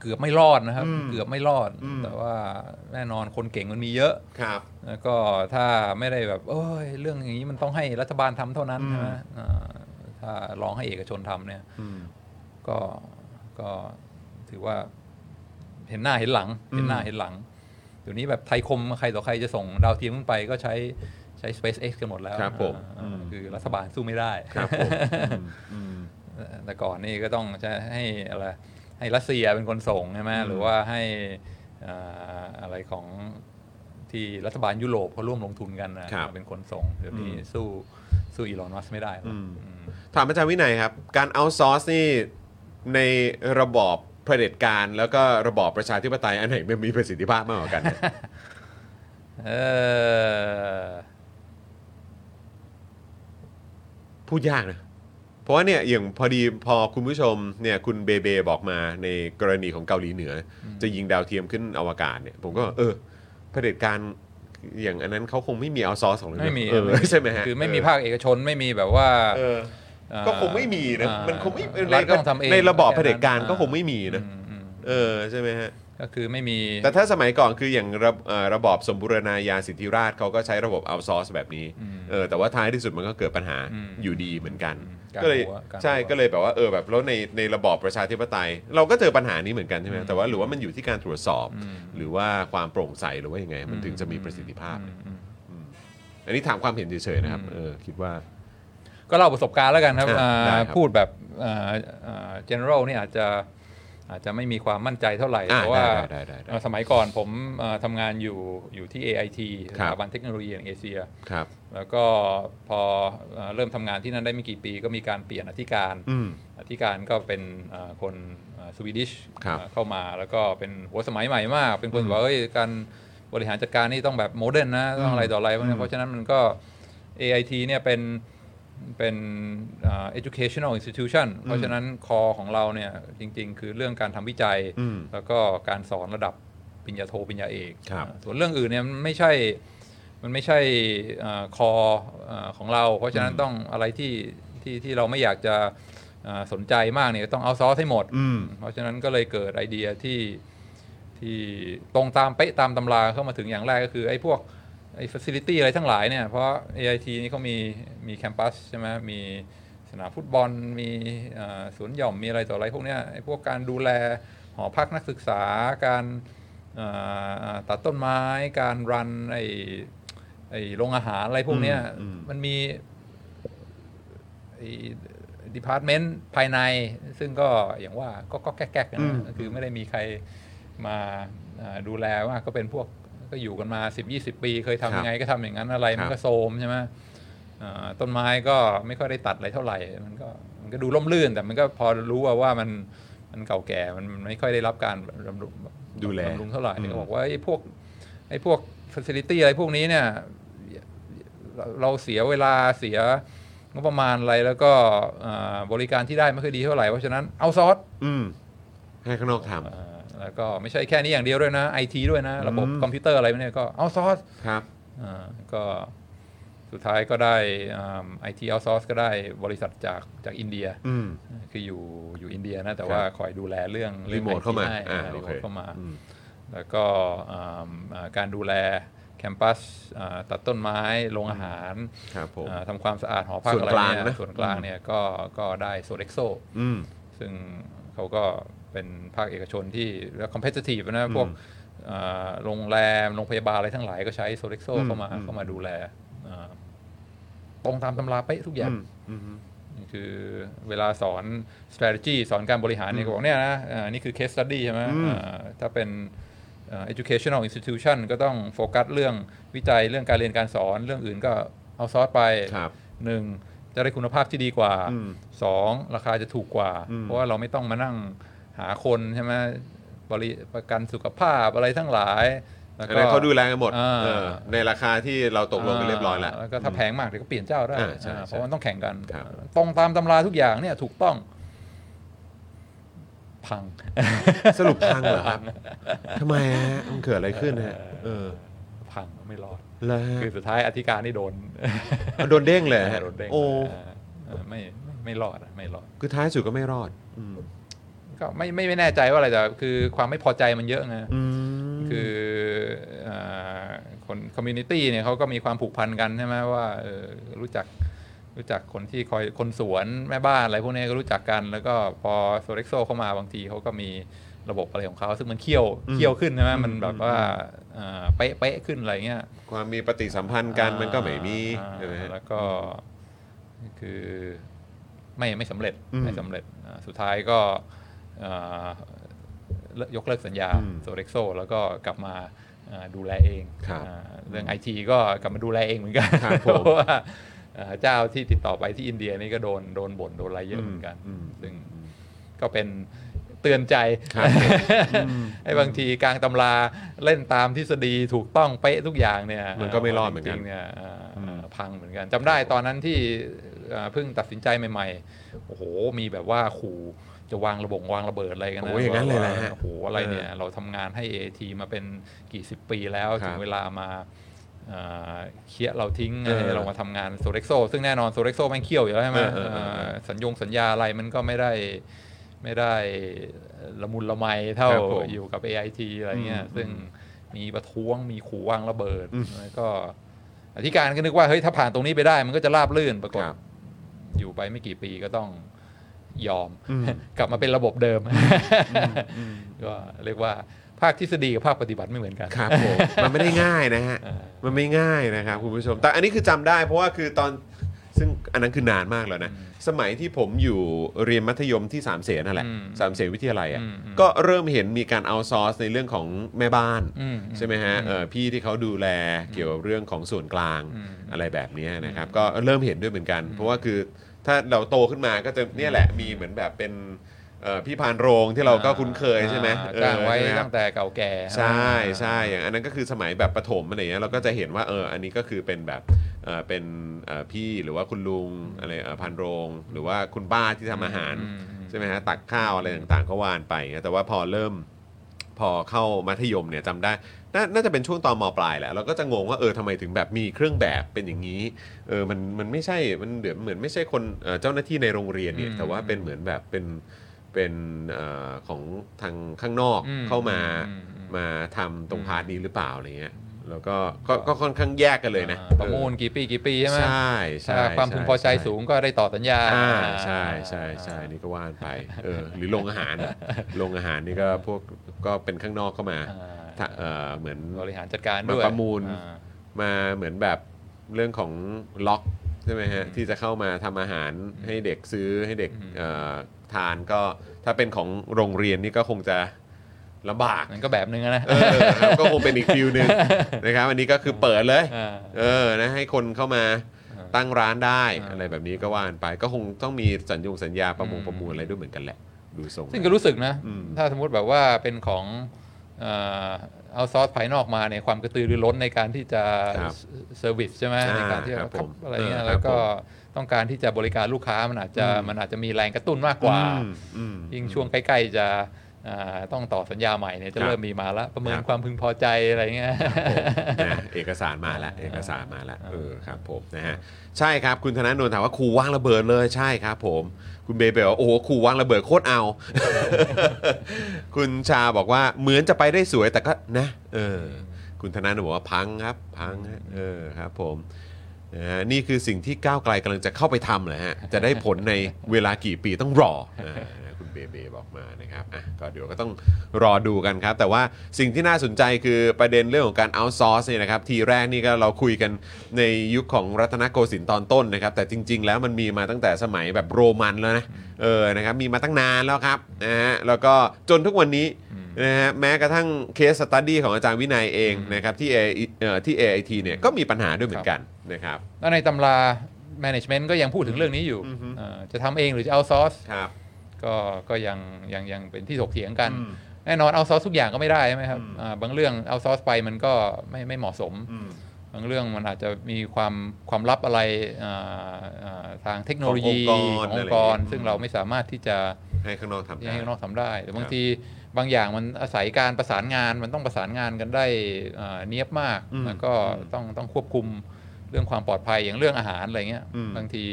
Speaker 2: เกือบไม่รอดนะครับ
Speaker 1: อืม
Speaker 2: เกือบไม่รอด
Speaker 1: อืม
Speaker 2: แต่ว่าแน่นอนคนเก่งมันมีเยอะ
Speaker 1: ครับ
Speaker 2: แล้วก็ถ้าไม่ได้แบบโอ้ยเรื่องอย่างนี้มันต้องให้รัฐบาลทำเท่านั้น
Speaker 1: อืม
Speaker 2: นะเอ่อถ้าลองให้เอกชนทำเนี่ย
Speaker 1: อืม
Speaker 2: ก็ก็ถือว่าเห็นหน้าเห็นหลัง
Speaker 1: อืม
Speaker 2: เห็นหน้าเห็นหลังเดี๋ยวนี้แบบไทยคมใครต่อใครจะส่งดาวเทียมขึ้นไปก็ใช้ใช้ SpaceX กันหมดแล้ว
Speaker 1: ครับผม
Speaker 2: อ่า
Speaker 1: อืม
Speaker 2: คือรัฐบาลสู้ไม่ได้
Speaker 1: ครับผมอืม
Speaker 2: แต่ก่อนนี่ก็ต้องจะให้อะไรให้รัสเซียเป็นคนส่งใช่ไหม
Speaker 1: อืม
Speaker 2: หรือว่าให้อ่าอะไรของที่รัฐบาลยุโรปเขาร่วมลงทุนกันนะครับ เป็นคนส่งเดี๋ยวนี้สู้สู้อีลอนมัสก์ไม่ได้หรอ
Speaker 1: อื
Speaker 2: ก
Speaker 1: ม
Speaker 2: อืม
Speaker 1: ถามอาจารย์วินัยครับ การเอาซอสนี่ในระบอบเผด็จการ แล้วก็ระบอบประชาธิปไตยอันไหนมันมีประสิทธิภาพมากกว่ากัน เนี่ย
Speaker 2: เออ
Speaker 1: พูดยากนะ เพราะว่าเนี่ยอย่างพอดีพอคุณผู้ชมเนี่ยคุณเบเบบอกมาในกรณีของเกาหลีเหนือ จะยิงดาวเทียมขึ้นอวกาศเนี่ย ผมก็เออเผด็จการอย่างอันนั้นเขาคงไม่มีเอาซอสของเรา
Speaker 2: ไม่มี
Speaker 1: เออใช่ไหมฮะ
Speaker 2: คือไม่มีภาคเอกชนไม่มีแบบว่า
Speaker 1: เออ
Speaker 2: เอ่อ
Speaker 1: ก็คงไม่มีนะ
Speaker 2: อ่า
Speaker 1: มันคงไม่ใน
Speaker 2: รัฐก็ต้องทำเอง
Speaker 1: ในระบอบเผด็จการ
Speaker 2: อ่
Speaker 1: ก็คงไม่มีนะ
Speaker 2: อือืม
Speaker 1: เออใช่ไหมฮะ
Speaker 2: ก็คือไม่มี
Speaker 1: แต่ถ้าสมัยก่อนคืออย่างระเอ่อระบอบสมบูรณาญาสิทธิราชย์เขาก็ใช้ระบบเอาซอสแบบนี้
Speaker 2: อืม
Speaker 1: เออแต่ว่าท้ายที่สุดมันก็เกิดปัญหา
Speaker 2: อืม
Speaker 1: อยู่ดีเหมือนกัน
Speaker 2: การ
Speaker 1: ก็เลย
Speaker 2: หัวการ
Speaker 1: ใช่
Speaker 2: หัว
Speaker 1: ก็เลยแบบว่าเออแบบแล้วในในระบอบประชาธิปไตย เราก็เจอปัญหานี้เหมือนกันใช่ไหมแต่ว่าหรือว่ามันอยู่ที่การตรวจสอบ หรือว่าความโปร่งใสหรือว่ายังไง มันถึงจะมีประสิทธิภาพ
Speaker 2: อืมอืม
Speaker 1: อันนี้ถามความเห็นเฉยๆนะครับ
Speaker 2: อืม
Speaker 1: เออคิดว่า
Speaker 2: ก็เล่าประสบการณ์แล้วกันครับ
Speaker 1: อ่า
Speaker 2: อ่า
Speaker 1: ได้ครับ
Speaker 2: พูดแบบอ่าอ่า general นี่อาจจะอาจจะไม่มีความมั่นใจเท่าไหร่
Speaker 1: อ่า
Speaker 2: เพราะว่า
Speaker 1: ได้ได้ได้ได้
Speaker 2: เอ่อสมัยก่อนผมเอ่อทำงานอยู่อยู่ที่ AIT ส
Speaker 1: ครับ
Speaker 2: ถาบันเทคโนโลยีแห่งเอเชีย
Speaker 1: ครับ
Speaker 2: แล้วก็พอเอ่อเริ่มทำงานที่นั่นได้ไม่กี่ปีก็มีการเปลี่ยนอธิการ
Speaker 1: อืม
Speaker 2: อธิการก็เป็นเอ่อคนสวีดิช
Speaker 1: ครับ
Speaker 2: เข้ามาแล้วก็เป็นหัวสมัยใหม่มาก เป็นคนบอกว่าเอ้ยการบริหารจัดการนี่ต้องแบบโมเดิร์นนะต้องอะไรต่ออะไรพวกนี้เพราะฉะนั้นมันก็ AIT เนี่ยเป็นเป็นเอ่อ educational institution เพราะฉะนั้นคอของเราเนี่ยจริง ๆ คือเรื่องการทำวิจัย
Speaker 1: อืม
Speaker 2: แล้วก็การสอนระดับปริญญาโทปริญญาเอก
Speaker 1: ครับ
Speaker 2: อ่าส่วนเรื่องอื่นเนี่ยมันไม่ใช่ มันไม่ใช่เอ่อคอเอ่อของเรา เพราะฉะนั้นต้องอะไรที่ที่ที่เราไม่อยากจะเอ่อสนใจมากเนี่ยต้องเอาซอสให้หมด
Speaker 1: อืม
Speaker 2: เพราะฉะนั้นก็เลยเกิดไอเดียที่ที่ตรงตามเป๊ะตามตำราเข้ามาถึงอย่างแรกก็คือไอ้พวกไอ้ฟิสิลิตี้อะไรทั้งหลายเนี่ย เพราะ AIT นี่เขามีมีแคมปัสใช่ไหมมีสนามฟุตบอล มีเอ่อสวนหย่อมมีอะไรต่ออะไรพวกเนี้ยไอ้พวกการดูแลหอพักนักศึกษาการเอ่อตัดต้นไม้การรันไอ้ไอ้โรงอาหารอะไรพวกเนี้ย
Speaker 1: อืมอืม
Speaker 2: มันมี ดีพาร์ตเมนต์ภายในซึ่งก็อย่างว่าก็ก็แก๊กๆนะ
Speaker 1: อืม
Speaker 2: คือไม่ได้มีใครมาเอ่อดูแลว่าก็เป็นพวกก็อยู่กันมา 10-20 ปี เคยทำยังไงก็ทำอย่างนั้นอะไร มันก็โซมใช่ไหมเอ่อต้นไม้ก็ไม่ค่อยได้ตัดอะไรเท่าไหร่ มันก็มันก็ดูร่มรื่น แต่มันก็พอรู้ว่าว่ามันมันเก่าแก่มันมันไม่ค่อยได้รับการบำรุง
Speaker 1: ดูแล
Speaker 2: บำรุงเท่าไหร่
Speaker 1: อืม
Speaker 2: ก็บอกว่าไอ้พวกไอ้พวกฟิสิลิตี้อะไรพวกนี้เนี่ยเราเราเสียเวลาเสีย งบประมาณอะไรแล้วก็เอ่อบริการที่ได้ไม่ค่อยดีเท่าไหร่เพราะฉะนั้นเอาซอส
Speaker 1: อืมให้ข้างนอกท
Speaker 2: เอ่อแล้วก็ไม่ใช่แค่นี้อย่างเดียวด้วยนะไอทีด้วยนะ ระบบ
Speaker 1: อืม
Speaker 2: คอมพิวเตอร์อะไรเนี่ยก็เอาซอส
Speaker 1: ำครับ
Speaker 2: ก็สุดท้ายก็ได้ไอทีเอาซอสก็ได้บริษัทจากจากอินเดีย
Speaker 1: อืม
Speaker 2: คืออยู่อยู่อินเดียนะ แต่ว่าคอยดูแลเรื่อง
Speaker 1: รีโมทเข้ามาอ่า
Speaker 2: รี
Speaker 1: โอ
Speaker 2: โม
Speaker 1: เค
Speaker 2: ทเข้ามา
Speaker 1: อืม
Speaker 2: แล้วก็อืมอ่าการดูแลแคมปัสอ่าตัดต้นไม้โรงอาหาร
Speaker 1: ครับผม
Speaker 2: อ่าทำความสะอาดหอพัก
Speaker 1: ส่วน
Speaker 2: อะไร
Speaker 1: กลาง
Speaker 2: เนี่ย
Speaker 1: นะ
Speaker 2: ส่วนกลางเนี่ยก็ก็ได้โซเล็กโซ
Speaker 1: อืม
Speaker 2: ซึ่งเขาก็เป็นภาคเอกชนที่คอมเพ t ติ v e นะ พวกเอ่อโรงแรม โรงพยาบาลอะไรทั้งหลายก็ใช้โซเล็กโซ
Speaker 1: อืม
Speaker 2: เข้ามา
Speaker 1: อืม
Speaker 2: เข้ามาดูแลเอ่อตรงตามตำราไปะทุกอย่าง
Speaker 1: อืมอืม
Speaker 2: นี่คือเวลาสอน strategy สอนการบริหารเนี่ยก็บอกเนี่ยนะเอ่อนี่คือ case study ใช่ไหม
Speaker 1: อืม
Speaker 2: เอ่อถ้าเป็นเอ่อ educational institution ก็ต้องโฟกัสเรื่องวิจัยเรื่องการเรียนการสอน เรื่องอื่นก็เอาซอสไป
Speaker 1: ครับ
Speaker 2: หนึ่งจะได้คุณภาพที่ดีกว่า
Speaker 1: อืม
Speaker 2: สองราคาจะถูกกว่า
Speaker 1: อืม
Speaker 2: เพราะว่าเราไม่ต้องมานั่งหาคนใช่ไหมบริประกันสุขภาพอะไรทั้งหลาย
Speaker 1: อั
Speaker 2: แล้ว
Speaker 1: น
Speaker 2: ก็
Speaker 1: นั้นเขาดูแลกันหมด
Speaker 2: อ่า
Speaker 1: เออในราคาที่เราตกลงกันเรียบร้อยแล้ว
Speaker 2: แล้วก็ถ้าแพงมากเดี๋ยวก็เปลี่ยนเจ้าได้
Speaker 1: อ่าใช่
Speaker 2: อ่า
Speaker 1: ใช่
Speaker 2: เพราะมันต้องแข่งกัน
Speaker 1: ครับ
Speaker 2: ตรงตามตำราทุกอย่างเนี่ยถูกต้อง พัง
Speaker 1: สรุปพังเหรอครับทำไมฮะมันเกิดอะไรขึ้นฮะเออ
Speaker 2: พังไม่รอด
Speaker 1: แล้วฮะ
Speaker 2: คือสุดท้ายอธิการนี่โดน
Speaker 1: โดนเด้งเลยฮะ
Speaker 2: โดนเด้ง
Speaker 1: โอ้
Speaker 2: เออไม่ไม่ไม่รอดอะไม่รอด
Speaker 1: คือท้ายสุดก็ไม่รอด อืม
Speaker 2: ก็ไม่ไม่ไม่แน่ใจว่าอะไรแต่คือความไม่พอใจมันเยอะไง
Speaker 1: อืม
Speaker 2: คือเออคนคอมมูนิตี้เนี่ยเขาก็มีความผูกพันกันใช่ไหมว่าเออรู้จักรู้จักคนที่คอยคนสวนแม่บ้านอะไรพวกนี้ก็รู้จักกัน แล้วก็พอโซเล็กโซเข้ามาบางทีเขาก็มีระบบอะไรของเขาซึ่งมันเคี่ยว
Speaker 1: อืม
Speaker 2: เคี่ยวขึ้นใช่ไหม
Speaker 1: อืม
Speaker 2: มันแบบ
Speaker 1: อืม
Speaker 2: ว่าเอ่อเป๊ะเป๊ะขึ้นอะไรเงี้ย
Speaker 1: ความมีปฏิสัมพันธ์กันมันก็ไม่มี
Speaker 2: อ่า
Speaker 1: ใช่ไหมฮะ
Speaker 2: แล้วก็คือไม่ไม่สำเร็จ
Speaker 1: อืม
Speaker 2: ไม่สำเร็จอ่าสุดท้ายก็เอ่อเลิกยกเลิกสัญญา
Speaker 1: อืม
Speaker 2: โซเล็กโซแล้วก็กลับมาเอ่อดูแลเอง
Speaker 1: ครับ
Speaker 2: อ่าเรื่องไอทีก็กลับมาดูแลเองเหมือนกัน
Speaker 1: ครับผม
Speaker 2: เพราะว่าเอ่อเจ้าที่ติดต่อไปที่อินเดียนี่ก็โดนโดนบ่นโดนอะไรเยอะเหมือนกัน
Speaker 1: อืม
Speaker 2: ซึ่งก็เป็นเตือนใจ
Speaker 1: ครับ
Speaker 2: ไอ้บางทีกลางตำราเล่นตามทฤษฎีถูกต้องเป๊ะทุกอย่างเนี่ย
Speaker 1: มันก็ไม่รอดเหมือนกัน
Speaker 2: จงๆเนี่ยเอ่ออ
Speaker 1: ม
Speaker 2: พังเหมือนกันจำได้ตอนนั้นที่เอ่อเพิ่งตัดสินใจใหม่ๆโอ้โหมีแบบว่าขู่จะวางระบงวางระเบิดอะไรกันนะ
Speaker 1: โอ้ยอย่างนั้นเลยนะฮะ
Speaker 2: ว่าโอ้โหอะไรเนี่ยเราทำงานให้ AT มาเป็นกี่สิบปีแล้ว
Speaker 1: ครับ
Speaker 2: ถึงเวลามาเอ่อเคียเราทิ้ง
Speaker 1: เออ
Speaker 2: ให้เรามาทำงานโซเล็กโซซึ่งแน่นอนโซเล็กโซแม่งเคี่ยวอยู่แล้วใช่ไหม
Speaker 1: เออเออเออ
Speaker 2: เอ่อสัญญงสัญญาอะไรมันก็ไม่ได้ ไม่ได้ละมุนละไมเท่า
Speaker 1: ครับผม
Speaker 2: อยู่กับ AIT อะไรเงี้ย
Speaker 1: อืม
Speaker 2: ซึ่งมีประท้วงมีขู่วางระเบิดแล้วก็อธิการก็นึกว่าเฮ้ยถ้าผ่านตรงนี้ไปได้ มันก็จะราบลื่นปรากฏ
Speaker 1: ครับ
Speaker 2: อยู่ไปไม่กี่ปีก็ต้องยอม
Speaker 1: อืม
Speaker 2: กลับมาเป็นระบบเดิม ก็เรียกว่าภาคทฤษฎีกับภาคปฏิบัติไม่เหมือนกัน
Speaker 1: ครับผมมันไม่ได้ง่ายนะฮะ มันไม่ง่ายนะครับคุณผู้ชม แต่อันนี้คือจำได้เพราะว่าคือตอนซึ่งอันนั้นคือนานมากแล้วนะ สมัยที่ผมอยู่เรียนมัธยมที่สามเสนนั่นแหละ
Speaker 2: อืม
Speaker 1: สามเสนวิทยาลัยอ่ะ
Speaker 2: อืมอืม
Speaker 1: ก็เริ่มเห็นมีการเอาซอร์สในเรื่องของแม่บ้าน
Speaker 2: อืม
Speaker 1: ใช่ไหมฮะเอ่อพี่ที่เขาดูแลเกี่ยวกับเรื่องของส่วนกลาง
Speaker 2: อืม
Speaker 1: อะไรแบบเนี้ยนะครับ ก็เริ่มเห็นด้วยเหมือนกัน เพราะว่าคือถ้าเราโตขึ้นมาก็จะเนี่ยแหละมีเหมือนแบบเป็นเอ่อพี่พานโรงที่เราก็คุ้นเคยใช่ไหม
Speaker 2: อ่า
Speaker 1: เออ
Speaker 2: จ้างไว้
Speaker 1: ใช่หมครับ
Speaker 2: ตั้งแต่เก่าแก่
Speaker 1: ใช่ใช่อย่างอันนั้นก็คือสมัยแบบประถมอะไรเงี้ยเราก็จะเห็นว่าเอออันนี้ก็คือเป็นแบบเออเป็นเอ่อพี่หรือว่าคุณลุงอะไรเอ่อพันโรง หรือว่าคุณป้าที่ทำอาหาร
Speaker 2: อืมอืม
Speaker 1: ใช่ไหมฮะตักข้าวอะไรต่างๆก็วานไปนะแต่ว่าพอเริ่มพอเข้ามัธยมเนี่ยจำได้นาน่าจะเป็นช่วงตอนมปลายแหละเราก็จะงงว่าเออทำไมถึงแบบมีเครื่องแบบเป็นอย่างนี้เออมันมันไม่ใช่มันเดือนเหมือนไม่ใช่คนเอ่อเจ้าหน้าที่ในโรงเรียนเนี่ย
Speaker 2: อืม
Speaker 1: แต่ว่าเป็นเหมือนแบบเป็นเป็นเออของทางข้างนอก
Speaker 2: อืม
Speaker 1: เข้ามา
Speaker 2: อืมอืม
Speaker 1: มาทำตรงพาร์ทนี้หรือเปล่าอะไรเงี้ยแล้วก็ก็ก็ค่อนข้างแยกกันเลยนะ
Speaker 2: อ่าประมูลกี่ปีกี่ปีใช่ไหม
Speaker 1: ใช่ใช่
Speaker 2: ถ้าความพึงพอใจ
Speaker 1: ช่
Speaker 2: สูงก็ได้ต่อสัญญา
Speaker 1: อ่า
Speaker 2: อ่า
Speaker 1: ใช่ใช่ใช่นี่ก็ว่านไปเออหรือโรงอาหารโรงอาหารนี่ก็พวกก็เป็นข้างนอกเข้ามา
Speaker 2: อ่า
Speaker 1: ถ้าเออเหมือน
Speaker 2: บริหารจัดการด้วย
Speaker 1: มาประมูล
Speaker 2: อ่า
Speaker 1: มาเหมือนแบบเรื่องของล็อกใช่ไหมฮะที่จะเข้ามาทำอาหารให้เด็กซื้อให้เด็ก
Speaker 2: อืม
Speaker 1: เอ่อทานก็ถ้าเป็นของโรงเรียนนี่ก็คงจะลำบาก
Speaker 2: มันก็แบบนึงอะนะ
Speaker 1: เออครับก็คงเป็นอีกฟิล หนึ่งนะครับอันนี้ก็คือเปิดเลย
Speaker 2: อ่า
Speaker 1: เออ นะ ให้คนเข้ามา
Speaker 2: อ่า
Speaker 1: ตั้งร้านได้
Speaker 2: อ่า
Speaker 1: อะไรแบบนี้ก็ว่ากันไป ก็คงต้องมีสัญญงสัญญาประมงประมูลอะไรด้วยเหมือนกันแหละ ดูทรง
Speaker 2: ซึ่งก็รู้สึกนะ
Speaker 1: อืม
Speaker 2: ถ้าสมมติแบบว่าเป็นของ เอ่อเอาซอสภายนอกมาในยความกระตือรือร้นในการที่จะ
Speaker 1: ครับ
Speaker 2: เซอร์วิสใช่ไหม
Speaker 1: อ่า
Speaker 2: ในการที่จะ
Speaker 1: ครับผม
Speaker 2: อะไรเงี้ย
Speaker 1: เออครับ
Speaker 2: แล้วก็ต้องการที่จะบริการลูกค้ามันอาจจะมันอาจจะมีแรงกระตุ้นมากกว่า
Speaker 1: อืมอืม
Speaker 2: ยิ่งช่วงใกล้ ๆ จะอ่าต้องต่อสัญญาใหม่เนี่ยจะ
Speaker 1: ครับ
Speaker 2: เริ่มมีมาละประเมิ
Speaker 1: คน รับ
Speaker 2: ความพึงพอใจอะไรเงี้ย
Speaker 1: นะเอกสารมาแล้วเอกสารมาแล้วเออครับผมนะฮะใช่ครับคุณธนาโนนถามว่าขู่วางระเบิดเลยใช่ครับผม คุณเบเบลว่าโอ้โหขู่วางระเบิดโคตร เอา คุณชาบอกว่าเหมือนจะไปได้สวยแต่ก็นะเออคุณธนาโนนบอกว่าพังครับพังฮะเออครับผมนะฮะนี่คือสิ่งที่ก้าวไกลกำลังจะเข้าไปทำเหรอฮะจะได้ผลในเวลากี่ปีต้องรออ่านะคุณเบเบบอกมานะครับอ่ะก็เดี๋ยวก็ต้องรอดูกันครับ แต่ว่าสิ่งที่น่าสนใจคือประเด็นเรื่องของการ outsource เนี่ยนะครับ ทีแรกนี่ก็เราคุยกันในยุคของรัตนโกสินทร์ตอนต้นนะครับ แต่จริง ๆ แล้วมันมีมาตั้งแต่สมัยแบบโรมันแล้วนะเออนะครับมีมาตั้งนานแล้วครับนะฮะแล้วก็จนทุกวันนี้ นะฮะแม้กระทั่งเคสสตัดดี้ของอาจารย์วินัยเองนะครับที่ A เอ่อที่ AIT เนี่ยก็มีปัญหาด้วยเหมือนกันนะครับ
Speaker 2: แล้วในตำรา management ก็ยังพูดถึงเรื่องนี้อยู่
Speaker 1: อือฮึ
Speaker 2: เอ่อจะทำเองหรือจะเอาซอส
Speaker 1: ครับ
Speaker 2: ก็ก็ยังยังยังเป็นที่ถกเถียงกัน
Speaker 1: อืม
Speaker 2: แน่นอนเอาซอสทุกอย่างก็ไม่ได้ใช่ไหมครับ
Speaker 1: อืม
Speaker 2: อ่าบางเรื่องเอาซอสไปมันก็ไม่ไม่เหมาะสม
Speaker 1: อืม
Speaker 2: บางเรื่องมันอาจจะมีความความลับอะไรอ่าอ่าทางเทคโนโลยี
Speaker 1: ขององค์กร
Speaker 2: ขององค์กร
Speaker 1: อะไรอย่างเงี้ย
Speaker 2: ซึ่งเราไม่สามารถที่จะ
Speaker 1: ให้ข้างนอกทำ
Speaker 2: ยัง
Speaker 1: ได้
Speaker 2: ให้ข้างนอกทำได้หรือบา
Speaker 1: ค
Speaker 2: ง
Speaker 1: รับ
Speaker 2: ทีบางอย่างมันอาศัยการประสานงานมันต้องประสานงานกันได้เอ่อเนียบมาก
Speaker 1: อืม
Speaker 2: แล้วก็
Speaker 1: อืม
Speaker 2: ต้องต้องควบคุมเรื่องความปลอดภัยอย่างเรื่องอาหารอะไรเงี้ย
Speaker 1: อืม
Speaker 2: บางที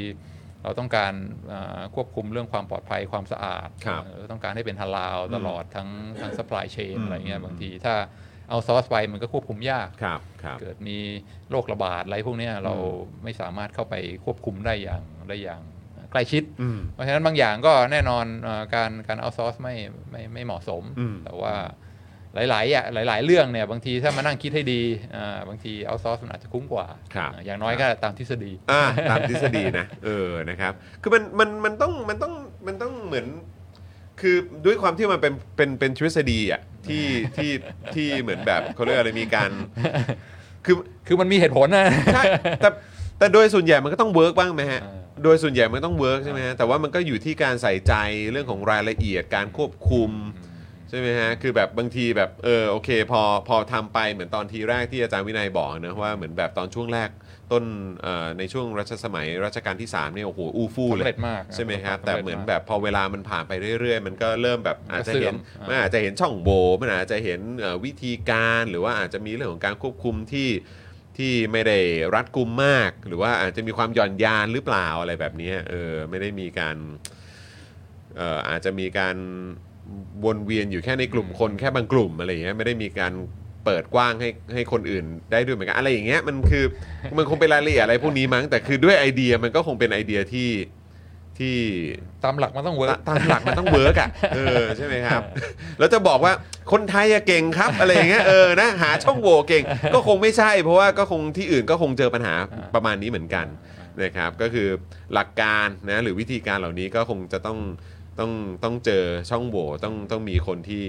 Speaker 2: เราต้องการเอ่อควบคุมเรื่องความปลอดภัยความสะอาด
Speaker 1: ครับ
Speaker 2: เอ่อต้องการให้เป็นฮาลาลตลอดทั้งทั้งสป라이เชน
Speaker 1: อืม
Speaker 2: อะไรเงี้ย
Speaker 1: อืม
Speaker 2: บางทีถ้าเอาซอสไปมันก็ควบคุมยาก
Speaker 1: ครับครับ
Speaker 2: เกิดมีโรคระบาดอะไรพวกเนี้ยเราไม่สามารถเข้าไปควบคุมได้อย่างได้อย่างใกล้ชิด
Speaker 1: อืม
Speaker 2: เพราะฉะนั้นบางอย่างก็แน่นอนเอ่อการการเอาซอสไม่ไม่ไม่เหมาะสม
Speaker 1: อืม
Speaker 2: แต่ว่าหลายๆอย่างหลาย ๆ เรื่องเนี่ยบางทีถ้ามานั่งคิดให้ดีอ่าบางทีเอาซอสมันอาจจะคุ้มกว่า
Speaker 1: ครับ
Speaker 2: อ่า อย่างน้อยก็ตามทฤษฎี
Speaker 1: อ่าตามทฤษฎี นะ เออนะครับ คือมันมันมันต้องมันต้องมันต้องเหมือน คือด้วยความที่มันเป็นเป็นเป็นทฤษฎีอ่ะที่ที่ที่เหมือนแบบเขาเรียกอะไรมี การ คือ
Speaker 2: คือมันมีเหตุผลนะ
Speaker 1: ใช่แต่แต่โดยส่วนใหญ่มันก็ต้องเวิร์กบ้างไหมฮะ
Speaker 2: อ่า
Speaker 1: โดยส่วนใหญ่มันต้องเวิร์กใช่ไหมฮะ แต่ว่ามันก็อยู่ที่การใส่ใจเรื่องของรายละเอียดการควบคุม ใช่ไหมฮะ คือแบบบางทีแบบเออโอเค พอพอทำไปเหมือนตอนทีแรกที่อาจารย์วินัยบอกนะว่าเหมือนแบบตอนช่วงแรกต้นเอ่อในช่วงรัชสมัยรัชกาลที่3เนี่ยโอ้โหอู้ฟู่เล
Speaker 2: สำ
Speaker 1: ย
Speaker 2: เร็จมาก
Speaker 1: ใช่ไหมครับ
Speaker 2: สำ
Speaker 1: แต่
Speaker 2: เจาก
Speaker 1: เหมือนแบบพอเวลามันผ่านไปเรื่อยๆ มันก็เริ่มแบบอาจจะเห็น
Speaker 2: มันก็เสื่อม
Speaker 1: มันอาจจะเห็นช่องโหว่มันอาจจะเห็นเอ่อวิธีการหรือว่าอาจจะมีเรื่องของการควบคุมที่ที่ไม่ได้รัดกุมมาก หรือว่าอาจจะมีความหย่อนยานหรือเปล่าอะไรแบบเนี้ยเออไม่ได้มีการเอ่ออาจจะมีการวนเวียนอยู่แค่ในกลุ่ม
Speaker 2: อืม
Speaker 1: คนแค่บางกลุ่มอะไรอย่างเงี้ยไม่ได้มีการเปิดกว้างให้ให้คนอื่นได้ด้วยเหมือนกันอะไรอย่างเงี้ยมันคือมันคงเป็นรายละเอียดอะไรพวกนี้มั้งแต่คือด้วยไอเดียมันก็คงเป็นไอเดียที่ที่
Speaker 2: ตามหลักมันต้องเวิร์ก
Speaker 1: ตามหลักมันต้องเวิร์กอ่ะ เออใช่ไหมครับ แล้วจะบอกว่าคนไทยอะเก่งครับ อะไรอย่างเงี้ยเออนะหาช่องโหว่เก่ง ก็คงไม่ใช่ เพราะว่าก็คงที่อื่นก็คงเจอปัญหา
Speaker 2: อ่า
Speaker 1: ประมาณนี้เหมือนกันนะครับ ก็คือหลักการนะหรือวิธีการเหล่านี้ก็คงจะต้องต้องต้องเจอช่องโหว่ต้องต้องมีคนที่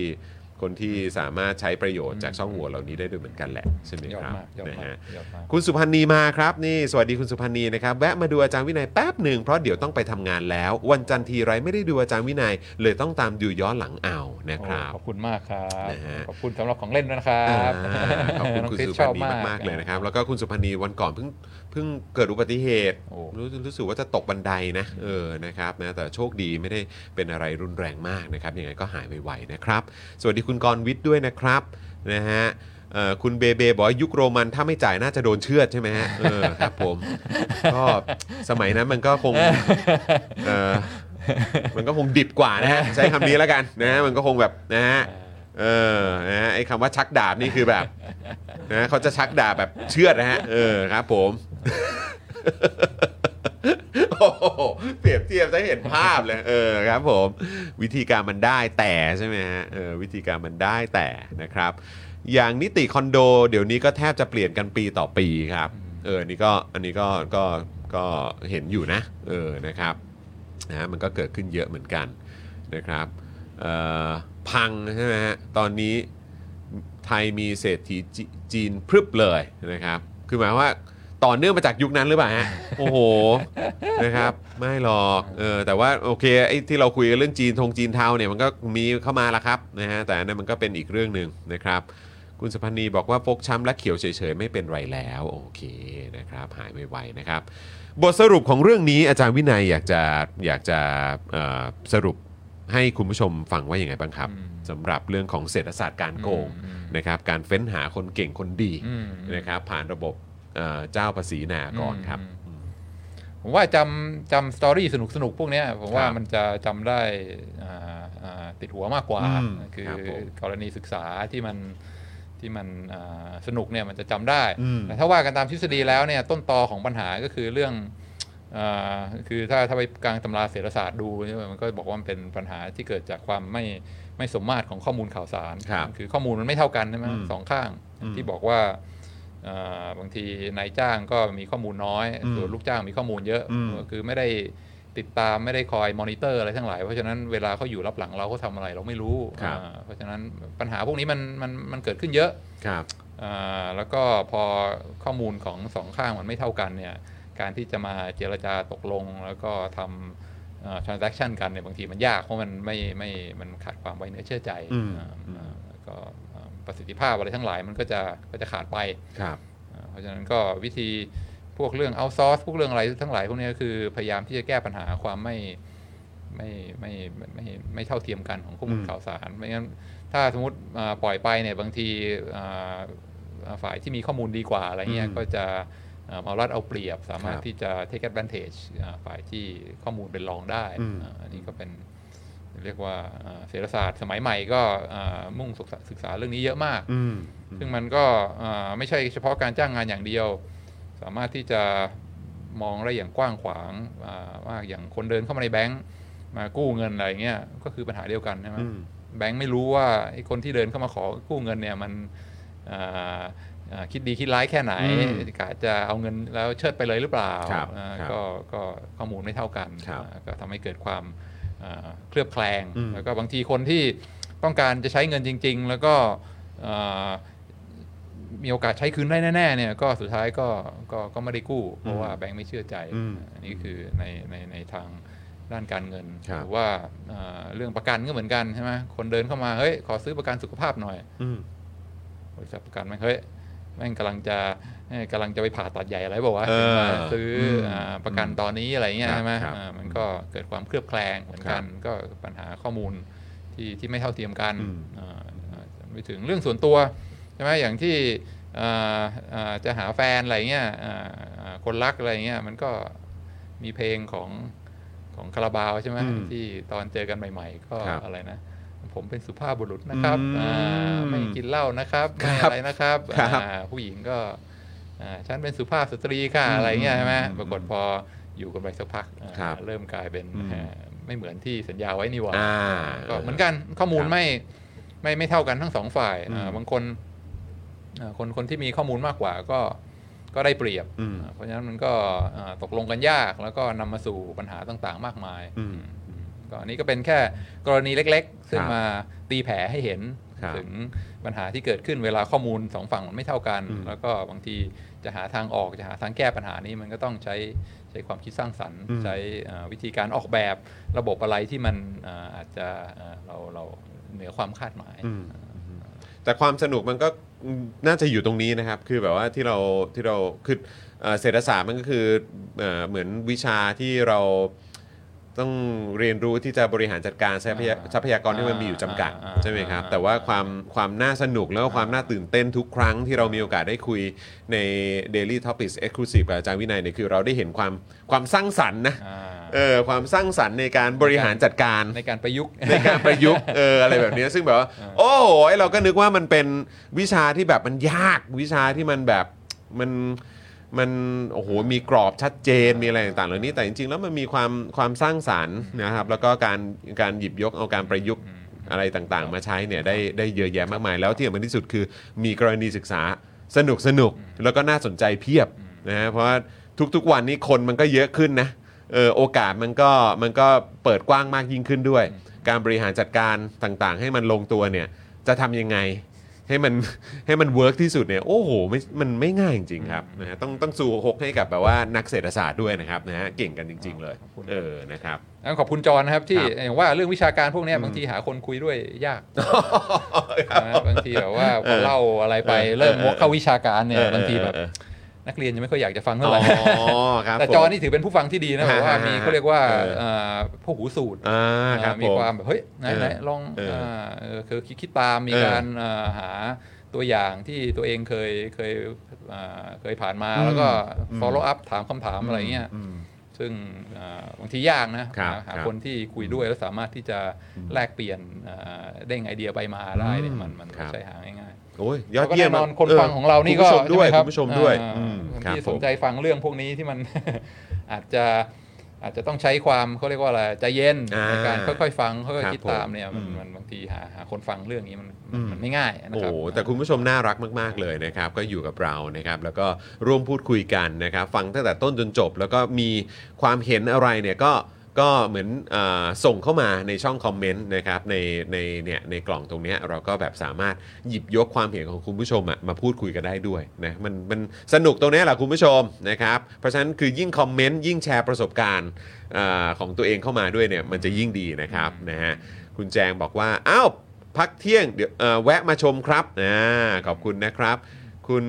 Speaker 1: คนที่สามารถใช้ประโยชน์จากช่องโหว่เหล่านี้ได้ด้วยเหมือนกันแหละใช่ไหม
Speaker 2: ยอ
Speaker 1: ค
Speaker 2: ด
Speaker 1: รับ
Speaker 2: มากยอด
Speaker 1: นะ
Speaker 2: มาก
Speaker 1: ฮะ
Speaker 2: ยอดมาก
Speaker 1: คุณสุพันธ์นีมาครับนี่สวัสดีคุณสุพันธ์นีนะครับแวะมาดูอาจารย์วินัยแป๊บหนึ่งเพราะเดี๋ยวต้องไปทำงานแล้ว วันจันทร์ทีไรไม่ได้ดูอาจารย์วินัย เลยต้องตามดูย้อนหลังเอานะครับ
Speaker 2: โอ้ขอบคุณมากครับ
Speaker 1: นะฮะ
Speaker 2: ขอบคุณสำหรับของเล่นด้วยนะครับ
Speaker 1: อ่าขอบคุณคุณสุพันธ์นีมากๆเลยนะครับแล้วก็คุณสุพันธ์นีวันก่อนเพิ่งเพิ่งเกิดอุบัติเหตุ
Speaker 2: โอ้
Speaker 1: รู้รู้สึกว่าจะตกบันไดนะเออนะครับนะแต่โชคดีไม่ได้เป็นอะไรรุนแรงมากนะครับยังไงก็หายไวๆนะครับ สวัสดีคุณกรณ์วิทย์ด้วยนะครับนะฮะเอ่อคุณเบเบบอกว่ายุคโรมันถ้าไม่จ่ายน่าจะโดนเชือดใช่ไหมฮะเออครับผม ก็สมัยนั้นมันก็คงเออมันก็คงดิบกว่านะฮะใช้คำนี้แล้วกันนะฮะมันก็คงแบบนะฮะเออนะฮะไอ้คำว่าชักดาบนี่คือแบบนะเขาจะชักดาบแบบเชือดนะฮะเออครับผม โอ้โห เปรียบเทียบจะเห็นภาพเลยเออครับผม วิธีการมันได้แต่ใช่ไหมฮะเออวิธีการมันได้แต่นะครับ อย่างนิติคอนโด เดี๋ยวนี้ก็แทบจะเปลี่ยนกันปีต่อปีครับ เอออันนี่ก็อันนี้ก็ก็ก็เห็นอยู่นะเออนะครับนะมันก็เกิดขึ้นเยอะเหมือนกันนะครับเอ่อพังใช่ไหมฮะตอนนี้ไทยมีเศรษฐีจีจีนพรึบเลยนะครับ คือหมายว่า ต่อเนื่องมาจากยุคนั้นหรือเปล่าฮะ โอ้โห นะครับ ไม่หรอก เออ แต่ว่าโอเคไอ้ที่เราคุยกันเรื่องจีนธงจีนเทาเนี่ยมันก็มีเข้ามาละครับนะฮะ แต่อันนั้นมันก็เป็นอีกเรื่องหนึ่งนะครับ คุณสุพันธ์นีบอกว่าฟกช้ำและเขียวเฉยๆ ไม่เป็นไรแล้ว โอเคนะครับ หายไวๆนะครับ บทสรุปของเรื่องนี้อาจารย์วินัยอยากจะอยากจะเอ่อสรุปให้คุณผู้ชมฟังว่าอย่างไงบ้างครับ
Speaker 2: อืม
Speaker 1: สำหรับเรื่องของเศรษฐศาสตร์การโกง
Speaker 2: อืม
Speaker 1: นะครับการเฟ้นหาคนเก่งคนดี
Speaker 2: อืม
Speaker 1: นะครับผ่านระบบเอ่อเจ้าภาษีนาก่อนครับ
Speaker 2: ผมว่าจำจำสตอรี่สนุกสนุกๆพวกเนี้ยผมว่า
Speaker 1: ครับ
Speaker 2: มันจะจำได้อ่าอ่าติดหัวมากกว่า
Speaker 1: อืม
Speaker 2: คื
Speaker 1: ค
Speaker 2: อ
Speaker 1: รับผม
Speaker 2: กรณีศึกษาที่มันที่มันอ่าสนุกเนี่ยมันจะจำได้
Speaker 1: อืม
Speaker 2: แต่ถ้าว่ากันตามทฤษฎีแล้วเนี่ยต้นตอของปัญหาก็คือเรื่องอาคือถ้าถ้าไปกลางตำราเศรษฐศาสตร์ดูเนี่ยมันก็บอกว่ามันเป็นปัญหาที่เกิดจากความไม่ไม่สมมาตรของข้อมูลข่าวสาร
Speaker 1: ครับ
Speaker 2: อข้อมูลมันไม่เท่ากันใช่ไหม
Speaker 1: อืม
Speaker 2: สองข้าง
Speaker 1: อืม
Speaker 2: ที่บอกว่า เอ่อบางทีนายจ้างก็มีข้อมูลน้อย
Speaker 1: อืม
Speaker 2: ส่วนลูกจ้างมีข้อมูลเยอะ
Speaker 1: อืม
Speaker 2: คือไม่ได้ติดตามไม่ได้คอยมอนิเตอร์อะไรทั้งหลาย เพราะฉะนั้นเวลาเขาอยู่รับหลังเราเขาทำอะไรเราไม่รู้
Speaker 1: ครับ
Speaker 2: อ่าเพราะฉะนั้นปัญหาพวกนี้มันมันมันเกิดขึ้นเยอะ
Speaker 1: ครับ
Speaker 2: อ่าแล้วก็พอข้อมูลของสองข้างมันไม่เท่ากันเนี่ยการที่จะมาเจรจาตกลง แล้วก็ทำเอ่อ transaction กันเนี่ยบางทีมันยากเพราะมันไม่ไม่มันขาดความไว้เนื้อเชื่อใจ
Speaker 1: อืม
Speaker 2: อ่า
Speaker 1: อืม
Speaker 2: แล้วก็อ่าประสิทธิภาพอะไรทั้งหลายมันก็จะก็จะขาดไป
Speaker 1: ครับ
Speaker 2: อ่าเพราะฉะนั้นก็วิธีพวกเรื่อง outsource พวกเรื่องอะไรทั้งหลายพวกนี้ก็คือพยายามที่จะแก้ปัญหาความไม่ไม่ไม่ไมไม่ไม่เท่าเทียมกันของข้อมูล
Speaker 1: อืม
Speaker 2: ข่าวสาร ไม่งั้นถ้าสมมติอ่าปล่อยไปเนี่ยบางทีอ่าอ่าฝ่ายที่มีข้อมูลดีกว่าอะไรเงี้ย
Speaker 1: อืม
Speaker 2: ก็จะอ่าเอารัดเอาเปรียบ สามารถ
Speaker 1: ครับ
Speaker 2: ที่จะ take advantage อ่าฝ่ายที่ข้อมูลเป็นรองได้
Speaker 1: อืม
Speaker 2: อ่าอันนี้ก็เป็น เรียกว่าอ่าเศรษฐศาสตร์สมัยใหม่ก็อ่ามุ่งศึกษาศึกษาเรื่องนี้เยอะมาก
Speaker 1: อืม
Speaker 2: ซึ่งมันก็เอ่อไม่ใช่เฉพาะการจ้างงานอย่างเดียว สามารถที่จะมองได้อย่างกว้างขวางอ่าว่าอย่างคนเดินเข้ามาในแบงก์มากู้เงินอะไรเงี้ยก็คือปัญหาเดียวกันใช่ไหม
Speaker 1: อืม
Speaker 2: แบงก์ไม่รู้ว่าไอ้คนที่เดินเข้ามาขอกู้เงินเนี่ยมันอ่าอ่าคิดดีคิดร้ายแค่ไหน
Speaker 1: อืม
Speaker 2: กะจะเอาเงินแล้วเชิดไปเลยหรือเปล่า
Speaker 1: ครับ
Speaker 2: อ่า
Speaker 1: ครับ
Speaker 2: ก็ก็ข้อมูลไม่เท่ากัน
Speaker 1: ครับ
Speaker 2: อ่าก็ทำให้เกิดความอ่าเคลือบแคลง
Speaker 1: อืม
Speaker 2: แล้วก็บางทีคนที่ต้องการจะใช้เงินจริง ๆ แล้วก็อ่า มีโอกาสใช้คืนได้แน่ๆเนี่ยก็สุดท้ายก็ก็ก็ไม่ได้กู้ เพราะว่าแบงก์ไม่เชื่อใจ
Speaker 1: อืม
Speaker 2: อันนี้คือในในในทางด้านการเงิน
Speaker 1: ครับ
Speaker 2: หรือว่าเอ่อเรื่องประกันก็เหมือนกันใช่ไหมคนเดินเข้ามาเฮ้ยขอซื้อประกันสุขภาพหน่อย
Speaker 1: อืม
Speaker 2: บริษัทประกันแม่งเฮ้ยแม่งกำลังจะเอ้ยกำลังจะไปผ่าตัดใหญ่อะไรบอกว่าวะ
Speaker 1: เออ
Speaker 2: มาซื้อ
Speaker 1: ม
Speaker 2: อ่าประกันตอนนี้อะไรเงี้ย
Speaker 1: ครับ
Speaker 2: ใช่ไหม
Speaker 1: ครับ
Speaker 2: อ่ามันก็เกิดความเคลือบแคลงเหมือนกันก็ปัญหาข้อมูลที่ที่ไม่เท่าเทียมกัน
Speaker 1: อืม
Speaker 2: อ่าอ่าไปถึงเรื่องส่วนตัว ใช่ไหมอย่างที่อ่าอ่าจะหาแฟนอะไรเงี้ยอ่าอ่าคนรักอะไรเงี้ยมันก็มีเพลงของของคาราบาวใช่ไหม
Speaker 1: อืม
Speaker 2: ที่ตอนเจอกันใหม่ ๆ ก็
Speaker 1: ครับ
Speaker 2: อะไรนะ ผมเป็นสุภาพบุรุษนะครับ
Speaker 1: อืม
Speaker 2: อ่าไม่กินเหล้านะครับ
Speaker 1: ครั
Speaker 2: ไม่
Speaker 1: บ
Speaker 2: อะไรนะครับ
Speaker 1: ครับ
Speaker 2: อ่าผู้หญิงก็อ่าฉันเป็นสุภาพสตรีค่ะอะไรเงี้ยใช่ไหมปรากฏพออยู่กันไปสักพักอ่า
Speaker 1: ครับ
Speaker 2: เริ่มกลายเป็น
Speaker 1: อืม
Speaker 2: อ่าไม่เหมือนที่สัญญาไว้นี่หว่า
Speaker 1: อ่า
Speaker 2: ก็เหมือนกันข้อมูล
Speaker 1: ครับ
Speaker 2: ไม่ไม่ไม่เท่ากันทั้งสองฝ่าย
Speaker 1: อืม
Speaker 2: อ่าบางคนอ่าคนคนที่มีข้อมูลมากกว่าก็ก็ได้เปรียบ
Speaker 1: อืม
Speaker 2: อ่าเพราะฉะนั้นมันก็อ่าตกลงกันยากแล้วก็นำมาสู่ปัญหาต่างๆ มากมาย
Speaker 1: อืม
Speaker 2: ก็อันนี้ก็เป็นแค่กรณีเล็กๆ ซึ่ง
Speaker 1: ครับ
Speaker 2: มาตีแผลให้เห็น
Speaker 1: ครับ
Speaker 2: ถึงปัญหาที่เกิดขึ้นเวลาข้อมูลสองฝั่งมันไม่เท่ากัน
Speaker 1: อืม
Speaker 2: แล้วก็บางทีจะหาทางออกจะหาทางแก้ปัญหานี้มันก็ต้องใช้ใช้ความคิดสร้างสรรค์
Speaker 1: อืม
Speaker 2: ใช้อ่าวิธีการออกแบบ ระบบอะไรที่มันเอ่ออาจจะเอ่อเราเราเหนือความคาดหมาย
Speaker 1: อืมแต่ความสนุกมันก็น่าจะอยู่ตรงนี้นะครับ คือแบบว่าที่เราที่เราคือเอ่อเศรษฐศาสตร์มันก็คือเอ่อเหมือนวิชาที่เราต้องเรียนรู้ที่จะบริหารจัดการทรัพยา
Speaker 2: อ่า
Speaker 1: ทรัพยากรที่มันมีอยู่จำกัด
Speaker 2: อ่า
Speaker 1: ใช่ไหมครับ
Speaker 2: อ่า
Speaker 1: แต่ว่าความความน่าสนุกแล้วก็ความน่าตื่นเต้นทุกครั้งที่เรามีโอกาสได้คุยใน Daily Topics Exclusive กับอาจารย์วินัยเนี่ยคือเราได้เห็นความความสร้างสรรค์นะ
Speaker 2: อ่า
Speaker 1: เออความสร้างสรรค์ในการบริหารจัดการ
Speaker 2: ในการประยุกต์
Speaker 1: ในการประยุกต์ เอออะไรแบบเนี้ยซึ่งแบบว่า โอ้โหเราก็นึกว่ามันเป็นวิชาที่แบบมันยากวิชาที่มันแบบมันมันโอ้โหมีกรอบชัดเจนมีอะไรต่างๆเหล่านี้แต่จริงๆแล้วมันมีความความสร้างสารรค์นะครับ แล้วก็การการหยิบยกเอาการประยุกต์อะไรต่างๆ มาใช้เนี่ยได้ได้เยอะแยะมากมาย แล้วที่สำคัญที่สุดคือมีกรณีศึกษาสนุกสนุกแล้วก็น่าสนใจเพียบนะฮะเพราะว่าทุกๆวันนี้คนมันก็เยอะขึ้นนะ เออโอกาสมันก็มันก็เปิดกว้างมากยิ่งขึ้นด้วย การบริหารจัดการต่างๆ ให้มันลงตัวเนี่ย จะทำยังไง ให้มัน ให้มันเวิร์กที่สุดเนี่ยโอ้โหไม่มันไม่ง่ายจริงๆครับนะฮะต้องต้องสู่หกให้กับแบบว่านักเศรษฐศาสตร์ด้วยนะครับนะฮะเก่งกันจริง ๆ เลย
Speaker 2: ขอบคุณ
Speaker 1: เออนะครับ
Speaker 2: งั้นขอบคุณจอห์นนะครับ ที่
Speaker 1: ครับ
Speaker 2: อย่างว่าเรื่องวิชาการพวกเนี้ยบางทีหาคนคุยด้วยยากนะครับบางทีแบบว่าพอเล่าอะไรไปเริ่มวกเข้าวิชาการเนี่ยบางทีแบบ
Speaker 1: เออ
Speaker 2: นักเรียนยังไม่ค่อยอยากจะฟัง
Speaker 1: เอ
Speaker 2: เท่า
Speaker 1: อ
Speaker 2: ไหร่
Speaker 1: เอออ๋อครับ
Speaker 2: แต่จอ
Speaker 1: ผม
Speaker 2: นี่ถือเป็นผู้ฟังที่ดีนะ
Speaker 1: ฮะ
Speaker 2: แบบว่า
Speaker 1: ฮะ
Speaker 2: มีเขาเรียกว่า
Speaker 1: เออ
Speaker 2: เอ่อพวกหูสูตร
Speaker 1: อ่าครับ
Speaker 2: อ่ามี
Speaker 1: ผ
Speaker 2: ความแบบเฮ้ยไหน
Speaker 1: เออ
Speaker 2: ไหนลอง
Speaker 1: เออ
Speaker 2: เอ่อเออคือคิดคิดตามมี
Speaker 1: เออ
Speaker 2: การเอ่อหาตัวอย่างที่ตัวเองเคยเคยเอ่อเคยผ่านมา
Speaker 1: อืม
Speaker 2: แล้วก็
Speaker 1: อืม
Speaker 2: follow up ถามคำถามอะไรเงี้ย
Speaker 1: อืม
Speaker 2: ซึ่งเอ่อบางทียากนะครับ หาหา
Speaker 1: ครับ
Speaker 2: คนที่คุยด้วยแล้วสามารถที่จะแลกเปลี่ยนเอ่อเด้งไอเดียไปมาได้เนี่ยมันมัน
Speaker 1: ครับ
Speaker 2: ใช้หาง่ายๆ
Speaker 1: โอ้ยยอ
Speaker 2: แล้
Speaker 1: ด
Speaker 2: วก็
Speaker 1: เยี่ย
Speaker 2: แน่
Speaker 1: ม
Speaker 2: นอนคนฟังของเรานี่
Speaker 1: คุ
Speaker 2: ก็
Speaker 1: ณผู้ชมด้วย
Speaker 2: ใไห
Speaker 1: คุณผู้ชมด้วย
Speaker 2: อ่า
Speaker 1: อืม
Speaker 2: คน
Speaker 1: ครับ
Speaker 2: ที่
Speaker 1: ผ
Speaker 2: สน
Speaker 1: ม
Speaker 2: ใจฟังเรื่องพวกนี้ที่มัน อาจจะอาจจะต้องใช้ความเขาเรียกว่าอะไรใจเย็น
Speaker 1: อ่า
Speaker 2: ในการค่อยๆฟังค่อย
Speaker 1: ครับ
Speaker 2: ๆคิดตามเนี่ยมัน
Speaker 1: ผม
Speaker 2: มันบางทีหาหาคนฟังเรื่องนี้มัน
Speaker 1: อืม
Speaker 2: มันไม่ง่ายนะ
Speaker 1: โอ้
Speaker 2: ครับ
Speaker 1: โหแต่คุณผู้ชมน่ารักมาก ๆ เลยนะครับ ก็อยู่กับเรานะครับ แล้วก็ร่วมพูดคุยกันนะครับ ฟังตั้งแต่ต้นจนจบ แล้วก็มีความเห็นอะไรเนี่ยก็ก็เหมือนอาส่งเข้ามาในช่องคอมเมนต์นะครับในในเนี่ยในกล่องตรงเนี้ยเราก็แบบสามารถหยิบยกความเห็นของคุณผู้ชมอะมาพูดคุยกันได้ด้วยนะมันมันสนุกตรงเนี้ยแหละคุณผู้ชมนะครับเพราะฉะนั้นคือยิ่งคอมเมนต์ยิ่งแชร์ประสบการณ์อาของตัวเองเข้ามาด้วยเนี่ยมันจะยิ่งดีนะครับนะฮะคุณแจงบอกว่าอ้าว พักเที่ยงเดี๋ยวเอ่อแวะมาชมครับอ่าขอบคุณนะครับ คุณ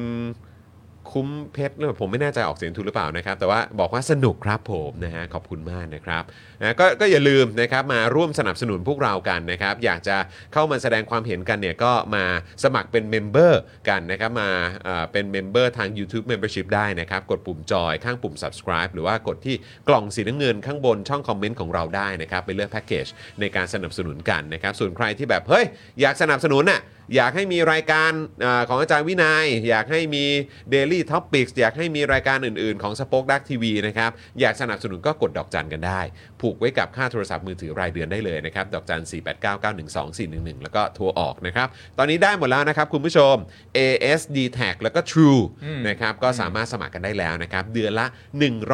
Speaker 1: คุ้มเพชรหรือเปล่าผมไม่แน่ใจออกเสียงถูกหรือเปล่านะครับ แต่ว่าบอกว่าสนุกครับผมนะฮะขอบคุณมากนะครับนะก็ก็อย่าลืมนะครับมาร่วมสนับสนุนพวกเรากันนะครับ อยากจะเข้ามาแสดงความเห็นกันเนี่ยก็มาสมัครเป็นเมมเบอร์กันนะครับมาเอ่อเป็นเมมเบอร์ทาง YouTube Membership ได้นะครับ กดปุ่มจอยข้างปุ่ม subscribe หรือว่ากดที่กล่องสีน้ำเงินข้างบนช่องคอมเมนต์ของเราได้นะครับไปเลือกแพ็กเกจในการสนับสนุนกันนะครับ ส่วนใครที่แบบเฮ้ยอยากสนับสนุนน่ะ อยากให้มีรายการเออของอาจารย์วินยัย อยากให้มี Daily Topics อยากให้มีรายการอื่นๆ ของ Spoke Dark TV นะครับ อยากสนับสนุนก็กดดอกจันกันได้ ผูกไว้กับค่าโทรศัพท์มือถือรายเดือนได้เลยนะครับ ดอกจัน 4 8 9 9 1 2 4 1 1 แล้วก็โทรออกนะครับ ตอนนี้ได้หมดแล้วนะครับคุณผู้ชม ASD Tag แล้วก็ True
Speaker 2: อืม
Speaker 1: นะครับ ก็สามารถสมัครกันได้แล้วนะครับ เดือนละ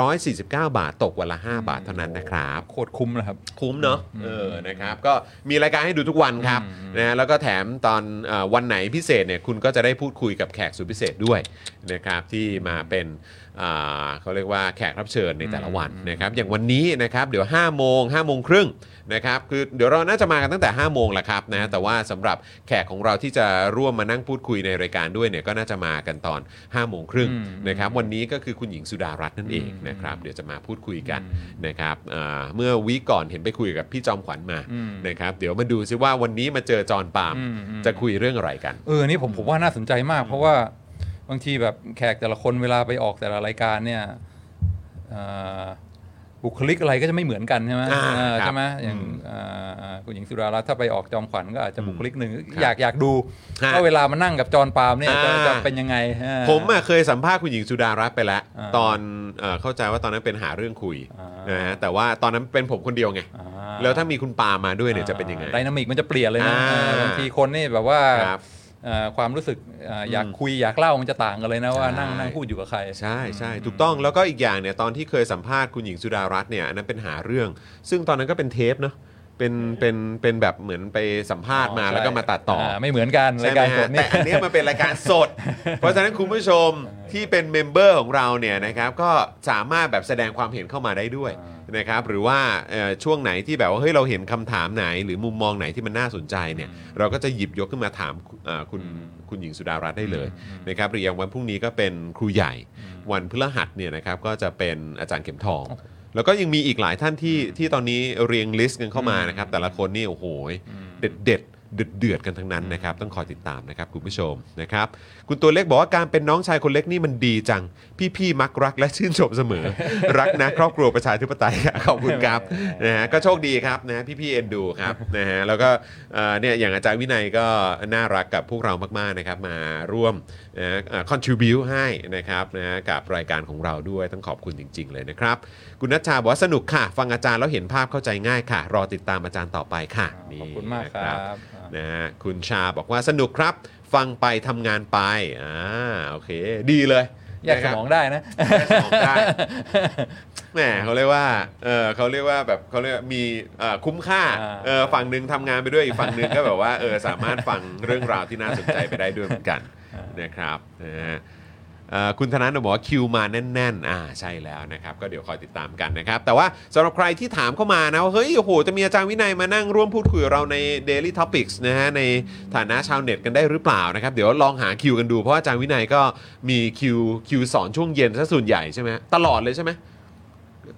Speaker 1: 149 บาทตกวันละ 5 บาทเท่านั้นนะครับ
Speaker 2: โคตรคุ้มนะครับ
Speaker 1: คุ้มเนาะเออนะครับก็มีรายการให้ดูทุกวันครับนะฮะแล้วก็แถมตอนเอ่อวันไหนพิเศษเนี่ยคุณก็จะได้พูดคุยกับแขกสุดพิเศษด้วยนะครับที่มาเป็นอ่าเขาเรียกว่าแขกรับเชิญในแต่ละวันนะครับอย่างวันนี้นะครับเดี๋ยว5โมง5โมงครึ่งนะครับคือเดี๋ยวเราน่าจะมากันตั้งแต่ 5 โมงแหละครับนะแต่ว่าสำหรับแขกของเราที่จะร่วมมานั่งพูดคุยในรายการด้วยเนี่ยก็น่าจะมากันตอน5โมงครึ่ง
Speaker 2: อืม
Speaker 1: นะครับวันนี้ก็คือคุณหญิงสุดารัตน์นั่นเองนะครับเดี๋ยวจะมาพูดคุยกัน นะครับเอ่อเมื่อวีคก่อนเห็นไปคุยกับพี่จอมขวัญมา
Speaker 2: อืม
Speaker 1: นะครับเดี๋ยวมาดูซิว่าวันนี้มาเจอจอห์นปาล์ม
Speaker 2: อืมอืม
Speaker 1: จะคุยเรื่องอะไรกัน
Speaker 2: เออ นี่ผมผมว่าน่าสนใจมาก เพราะว่าบางทีแบบแขกแต่ละคนเวลาไปออกแต่ละรายการเนี่ยเอ่อบุคลิกอะไรก็จะไม่เหมือนกันใช่ไหม
Speaker 1: อ่า
Speaker 2: เอ
Speaker 1: ค
Speaker 2: อ
Speaker 1: รับ
Speaker 2: ใช่ไหมอย่าง
Speaker 1: อืม
Speaker 2: เอ่อคุณหญิงสุดารัตน์ถ้าไปออกจอมขวัญก็อาจจะบุคลิกหนึ่ง
Speaker 1: ครับ
Speaker 2: อยากอยากดู
Speaker 1: ฮะ
Speaker 2: ว่าเวลามานั่งกับจอห์นปาล์มเนี่ยจะ
Speaker 1: อ่า
Speaker 2: จะเป็นยังไงเออ
Speaker 1: ผมอะเคยสัมภาษณ์คุณหญิงสุดารัตน์ไปแล้ว
Speaker 2: อ่า
Speaker 1: ตอนเอ่อเข้าใจว่าตอนนั้นเป็นหาเรื่องคุย
Speaker 2: อ่าน
Speaker 1: นะฮะแต่ว่าตอนนั้นเป็นผมคนเดียวไง
Speaker 2: อ่า
Speaker 1: แล้วถ้ามีคุณปาล์มมาด้วยเนี่ยจะเป็นยังไง
Speaker 2: ไดนามิกมันจะเปลี่ยนเลยนะ
Speaker 1: อ่า
Speaker 2: เออบางทีคนนี่แบบว่า
Speaker 1: ครับ
Speaker 2: เอ่อความรู้สึกเอ่ออยากคุยอยากเล่ามันจะต่างกันเลยนะว่านั่ง
Speaker 1: ใช่
Speaker 2: นั่งพูดอยู่กับใคร
Speaker 1: ใช่ใช่ถูกต้องแล้วก็อีกอย่างเนี่ยตอนที่เคยสัมภาษณ์คุณหญิงสุดารัตน์เนี่ยอันนั้นเป็นหาเรื่อง ซึ่งตอนนั้นก็เป็นเทปเนาะเป็นเป็นเป็นแบบเหมือนไปสัมภาษณ์มา
Speaker 2: อ๋อ
Speaker 1: แล้วก็
Speaker 2: ใช่
Speaker 1: มาตัดต่ออ
Speaker 2: าไม่เหมือนกันรายการสด
Speaker 1: ใช่ไหมฮะ
Speaker 2: นี่
Speaker 1: แต่อันเนี้ยมันเป็นรายการสด เพราะฉะนั้นคุณผู้ชมที่เป็นเมมเบอร์ของเราเนี่ยนะครับก็สามารถแบบแสดงความเห็นเข้ามาได้ด้วยนะครับหรือว่าเอ่อช่วงไหนที่แบบว่าเฮ้ยเราเห็นคำถามไหน หรือมุมมองไหนที่มันน่าสนใจเนี่ยเราก็จะหยิบยกขึ้นมาถามเอ่อคุณคุณหญิงสุดารัตน์ได้เลยนะครับหรืออย่างวันพรุ่งนี้ก็เป็นครูใหญ่ วันพฤหัสเนี่ยนะครับก็จะเป็นอาจารย์เข็มทอง แล้วก็ยังมีอีกหลายท่านที่ที่ตอนนี้เรียงลิสต์กันเข้ามานะครับแต่ละคนนี่โอ้โห เด็ดเด็ดเดือดเดือดๆกันทั้งนั้นนะครับ ต้องคอยติดตามนะครับคุณผู้ชมนะครับ คุณตัวเล็กบอกว่าการเป็นน้องชายคนเล็กนี่มันดีจัง พี่ๆมักรักและชื่นชมเส มอ รักนะครอบครัวประชาธิปไตยขอบคุณครับนะฮะก็โชคดีครับนะพี่ๆเอ็นดู ครับนะฮะแล้วก็เอ่อเนี่ยอย่างอาจารย์วินัยก็น่ารักกับพวกเรามากๆนะครับมาร่วมนะคอนทริบิวให้นะครับนะฮะกับรายการของเราด้วยต้องขอบคุณจริง ๆ เลยนะครับ คุณนัชชาบอกว่าสนุกค่ะ ฟังอาจารย์แล้วเห็นภาพเข้าใจง่ายค่ะ รอติดตามอาจารย์ต่อไปค่ะนี่
Speaker 2: ขอบคุณมากครับ
Speaker 1: นะฮะคุณชาบอกว่าสนุกครับ ฟังไปทำงานไปอ่าโอเค ดีเลย
Speaker 2: แยกสมองได้นะ
Speaker 1: แยกสมองได้ แหมเขาเรียกว่าเออเขาเรียกว่าแบบเขาเรียกว่ามีเอ่อคุ้มค่า
Speaker 2: อ่า
Speaker 1: เออฝั่งหนึ่งทำงานไปด้วยอีกฝั่งหนึ่งก็แบบว่าเออสามารถฟังเรื่องราวที่น่าสนใจไปได้ด้วยเหมือนกันนะครับนะฮะเอ่อคุณธนาหนูบอกว่าคิวมาแน่น ๆ อ่าใช่แล้วนะครับ ก็เดี๋ยวคอยติดตามกันนะครับ แต่ว่าสำหรับใครที่ถามเข้ามานะว่าเฮ้ยโอ้โห จะมีอาจารย์วินัยมานั่งร่วมพูดคุยกับเราใน Daily Topics นะฮะในฐานะชาวเน็ตกันได้หรือเปล่านะครับ เดี๋ยวลองหาคิวกันดูเพราะว่าอาจารย์วินัยก็มีคิวคิวสอนช่วงเย็นซะส่วนใหญ่ใช่ไหมตลอดเลยใช่ไหม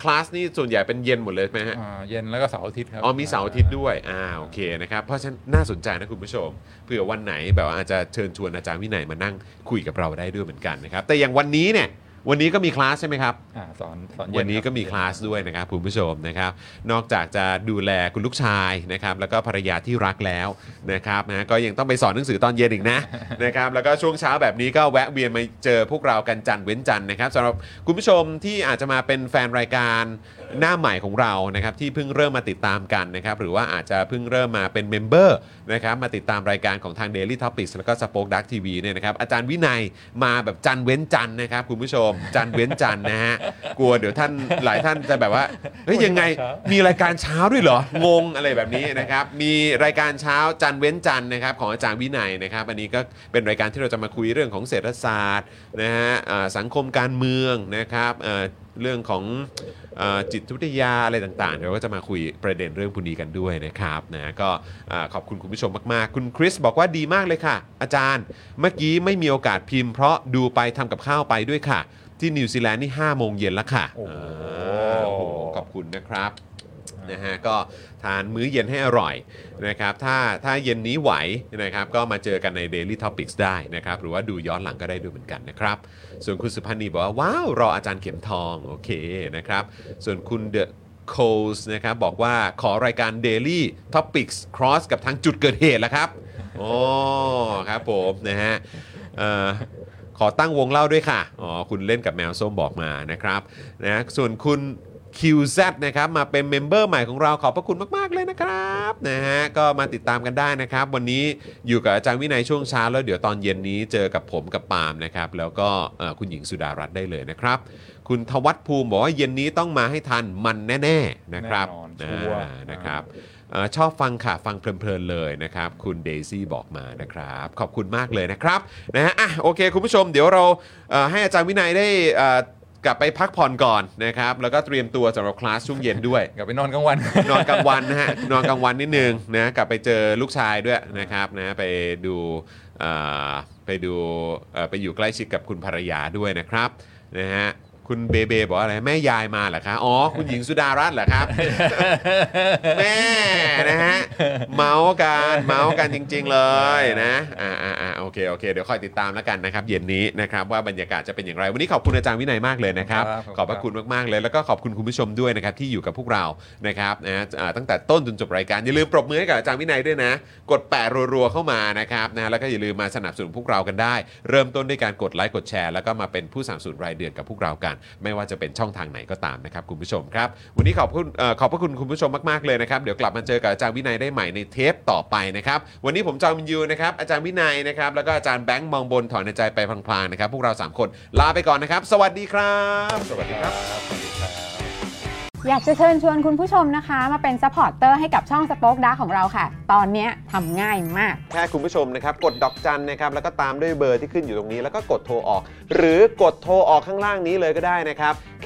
Speaker 1: คลาสนี่ส่วนใหญ่เป็นเย็นหมดเลยไหมฮะ
Speaker 2: อ่าเย็นแล้วก็เสาร์อาทิตย์ครับ
Speaker 1: อ๋อ มีเสาร์อาทิตย์ด้วย อ่า โอเคนะครับ เพราะฉะนั้นน่าสนใจนะคุณผู้ชม เผื่อวันไหนแบบว่าอาจจะเชิญชวนอาจารย์วินัยมานั่งคุยกับเราได้ด้วยเหมือนกันนะครับ แต่อย่างวันนี้เนี่ย วันนี้ก็มีคลาสใช่ไหมครับ
Speaker 2: อ่าสอนสอนเย็
Speaker 1: วันนี้
Speaker 2: ค
Speaker 1: ก็
Speaker 2: รับ
Speaker 1: มีคลาสด้วยนะครับคุณผู้ชมนะครับ นอกจากจะดูแลคุณลูกชายนะครับแล้วก็ภรรยาที่รักแล้วนะครับนะก็ยังต้องไปสอนหนังสือตอนเย็นอีกนะ นะครับแล้วก็ช่วงเช้าแบบนี้ก็แวะเวียนมาเจอพวกเรากันจันทร์เว้นจันทร์นะครับสำหรับคุณผู้ชมที่อาจจะมาเป็นแฟนรายการหน้าใหม่ของเรานะครับที่เพิ่งเริ่มมาติดตามกันนะครับหรือว่าอาจจะเพิ่งเริ่มมาเป็นเมมเบอร์นะครับมาติดตามรายการของทาง Daily Topics แล้วก็ Spoke Dark TV เนี่ยนะครับอาจารย์วินัยมาแบบจันทร์เว้นจันทร์นะครับคุณผู้ชมจันทร์เว้นจันทร์นะฮะกลัวเดี๋ยวท่านหลายท่านจะแบบว่าเฮ้ยยังไง มีรายการเช้าด้วยเหรอ งงอะไรแบบนี้นะครับ มีรายการเช้าจันเว้นจันนะครับของอาจารย์วินัยนะครับ อันนี้ก็เป็นรายการที่เราจะมาคุยเรื่องของเศรษฐศาสตร์นะฮะอ่าสังคมการเมืองนะครับเอ่อเรื่องของเอ่อจิตวิทยาอะไรต่างๆ เดี๋ยวก็จะมาคุยประเด็นเรื่องพวกนี้กันด้วยนะครับนะก็อ่าขอบคุณคุณผู้ชมมากๆ คุณคริสบอกว่าดีมากเลยค่ะ อาจารย์เมื่อกี้ไม่มีโอกาสพิมพ์เพราะดูไปทำกับข้าวไปด้วยค่ะ ที่นิวซีแลนด์นี่5โมงเย็นแล้วค่ะ
Speaker 2: โอ้โห
Speaker 1: าโอ้โหขอบคุณนะครับ นะฮะก็ทานมื้อเย็นให้อร่อยนะครับถ้าถ้าเย็นนี้ไหวนะครับก็มาเจอกันใน Daily Topics ได้นะครับหรือว่าดูย้อนหลังก็ได้ด้วยเหมือนกันนะครับส่วนคุณสุพันธ์นีบอกว่า ว้าว รออาจารย์เข็มทองโอเคนะครับส่วนคุณเดอะโคสนะครับบอกว่าขอรายการ Daily Topics Cross กับทางจุดเกิดเหตุแล้วครับโอ้ครับผมนะฮะเอ่อ ขอตั้งวงเล่าด้วยค่ะ อ๋อ คุณเล่นกับแมวส้มบอกมานะครับ นะ ส่วนคุณ QZ นะครับ มาเป็นเมมเบอร์ใหม่ของเราขอบพระคุณมาก ๆ เลยนะครับ นะฮะ ก็มาติดตามกันได้นะครับ วันนี้อยู่กับอาจารย์วินัยช่วงเช้า แล้วเดี๋ยวตอนเย็นนี้เจอกับผมกับปาล์มนะครับ แล้วก็เอ่อคุณหญิงสุดารัตน์ได้เลยนะครับ คุณทวัฒภูมิบอกว่าเย็นนี้ต้องมาให้ทันมันแน่ ๆ นะครับ
Speaker 2: แน่นอนชัวร์
Speaker 1: อ่านะครับ เออชอบฟังค่ะ ฟังเพลินๆเลยนะครับ คุณเดซี่บอกมานะครับ ขอบคุณมากเลยนะครับนะฮะอ่ะโอเค คุณผู้ชมเดี๋ยวเราเอ่อให้อาจารย์วินัยได้เอ่อกลับไปพักผ่อนก่อนนะครับ แล้วก็เตรียมตัวสำหรับคลาสช่วงเย็นด้วย
Speaker 2: กลับไปนอนกลางวัน
Speaker 1: นอนกลางวันนะฮะ นอนกลางวันนิดนึงนะกลับไปเจอลูกชายด้วยนะครับนะไปดูเอ่อไปดูเอ่อไปอยู่ใกล้ชิดกับคุณภรรยาด้วยนะครับนะฮะคุณเบเบบอกอะไรแม่ยายมาเหรอคะอ๋อคุณหญิงสุดารัตน์เหรอครับ แม่นะฮะเมาส์กันเมาส์กันจริง ๆ เลยนะอ่าอ่าอ่าโอเคโอเคเดี๋ยวคอยติดตามแล้วกันนะครับ เย็นนี้นะครับว่าบรรยากาศจะเป็นอย่างไร วันนี้ขอบคุณอาจารย์วินัยมากเลยนะครับ
Speaker 2: ครับ
Speaker 1: ขอบพระคุณมากๆเลยแล้วก็ขอบคุณคุณผู้ชมด้วยนะครับที่อยู่กับพวกเรานะครับนะอ่าตั้งแต่ต้นจนจบรายการอย่าลืมปรบมือให้กับอาจารย์วินัยด้วยนะ กดแปะรัวๆเข้ามานะครับนะแล้วก็อย่าลืมมาสนับสนุนพวกเรากันได้ เริ่มต้นด้วยการกดไลค์กดแชร์แล้วก็มาเป็นผู้สนับสนุนรายเดือนกับพวกเรากัน ไม่ว่าจะเป็นช่องทางไหนก็ตามนะครับคุณผู้ชมครับ วันนี้ขอบคุณเอ่อขอบพระคุณคุณผู้ชมมากๆเลยนะครับเดี๋ยวกลับมาเจอกับอาจารย์วินัยได้ใหม่ในเทปต่อไปนะครับวันนี้ผมจอมยูนะครับอาจารย์วินัยนะครับแล้วก็อาจารย์แบงค์มองบนถอนในใจไปพลางๆนะครับพวกเราสามคนลาไปก่อนนะครับสวัสดีครับ สวัสดีครับ
Speaker 2: ครับสวัสดีครับ
Speaker 5: อยากจะเชิญชวนคุณผู้ชมนะคะ มาเป็นซัพพอร์ตเตอร์ให้กับช่องสป็อคดาของเราค่ะ ตอนเนี้ยทำง่ายมาก
Speaker 1: แค่คุณผู้ชมนะครับ กดดอกจันนะครับ แล้วก็ตามด้วยเบอร์ที่ขึ้นอยู่ตรงนี้ แล้วก็กดโทรออก หรือกดโทรออกข้างล่างนี้เลยก็ได้นะครับ แ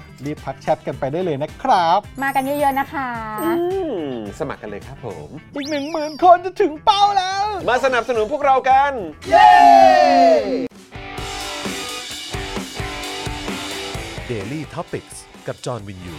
Speaker 6: รีบทักแชทกันไปได้เลยนะครับ
Speaker 5: มากันเยอะๆนะคะ
Speaker 1: สมัครกันเลยครับผม
Speaker 6: อีก 1 0,000 คนจะถึงเป้าแล้ว
Speaker 1: มาสนับสนุนพวกเรากัน
Speaker 4: Daily t o p i c กกับจอห์นวินยู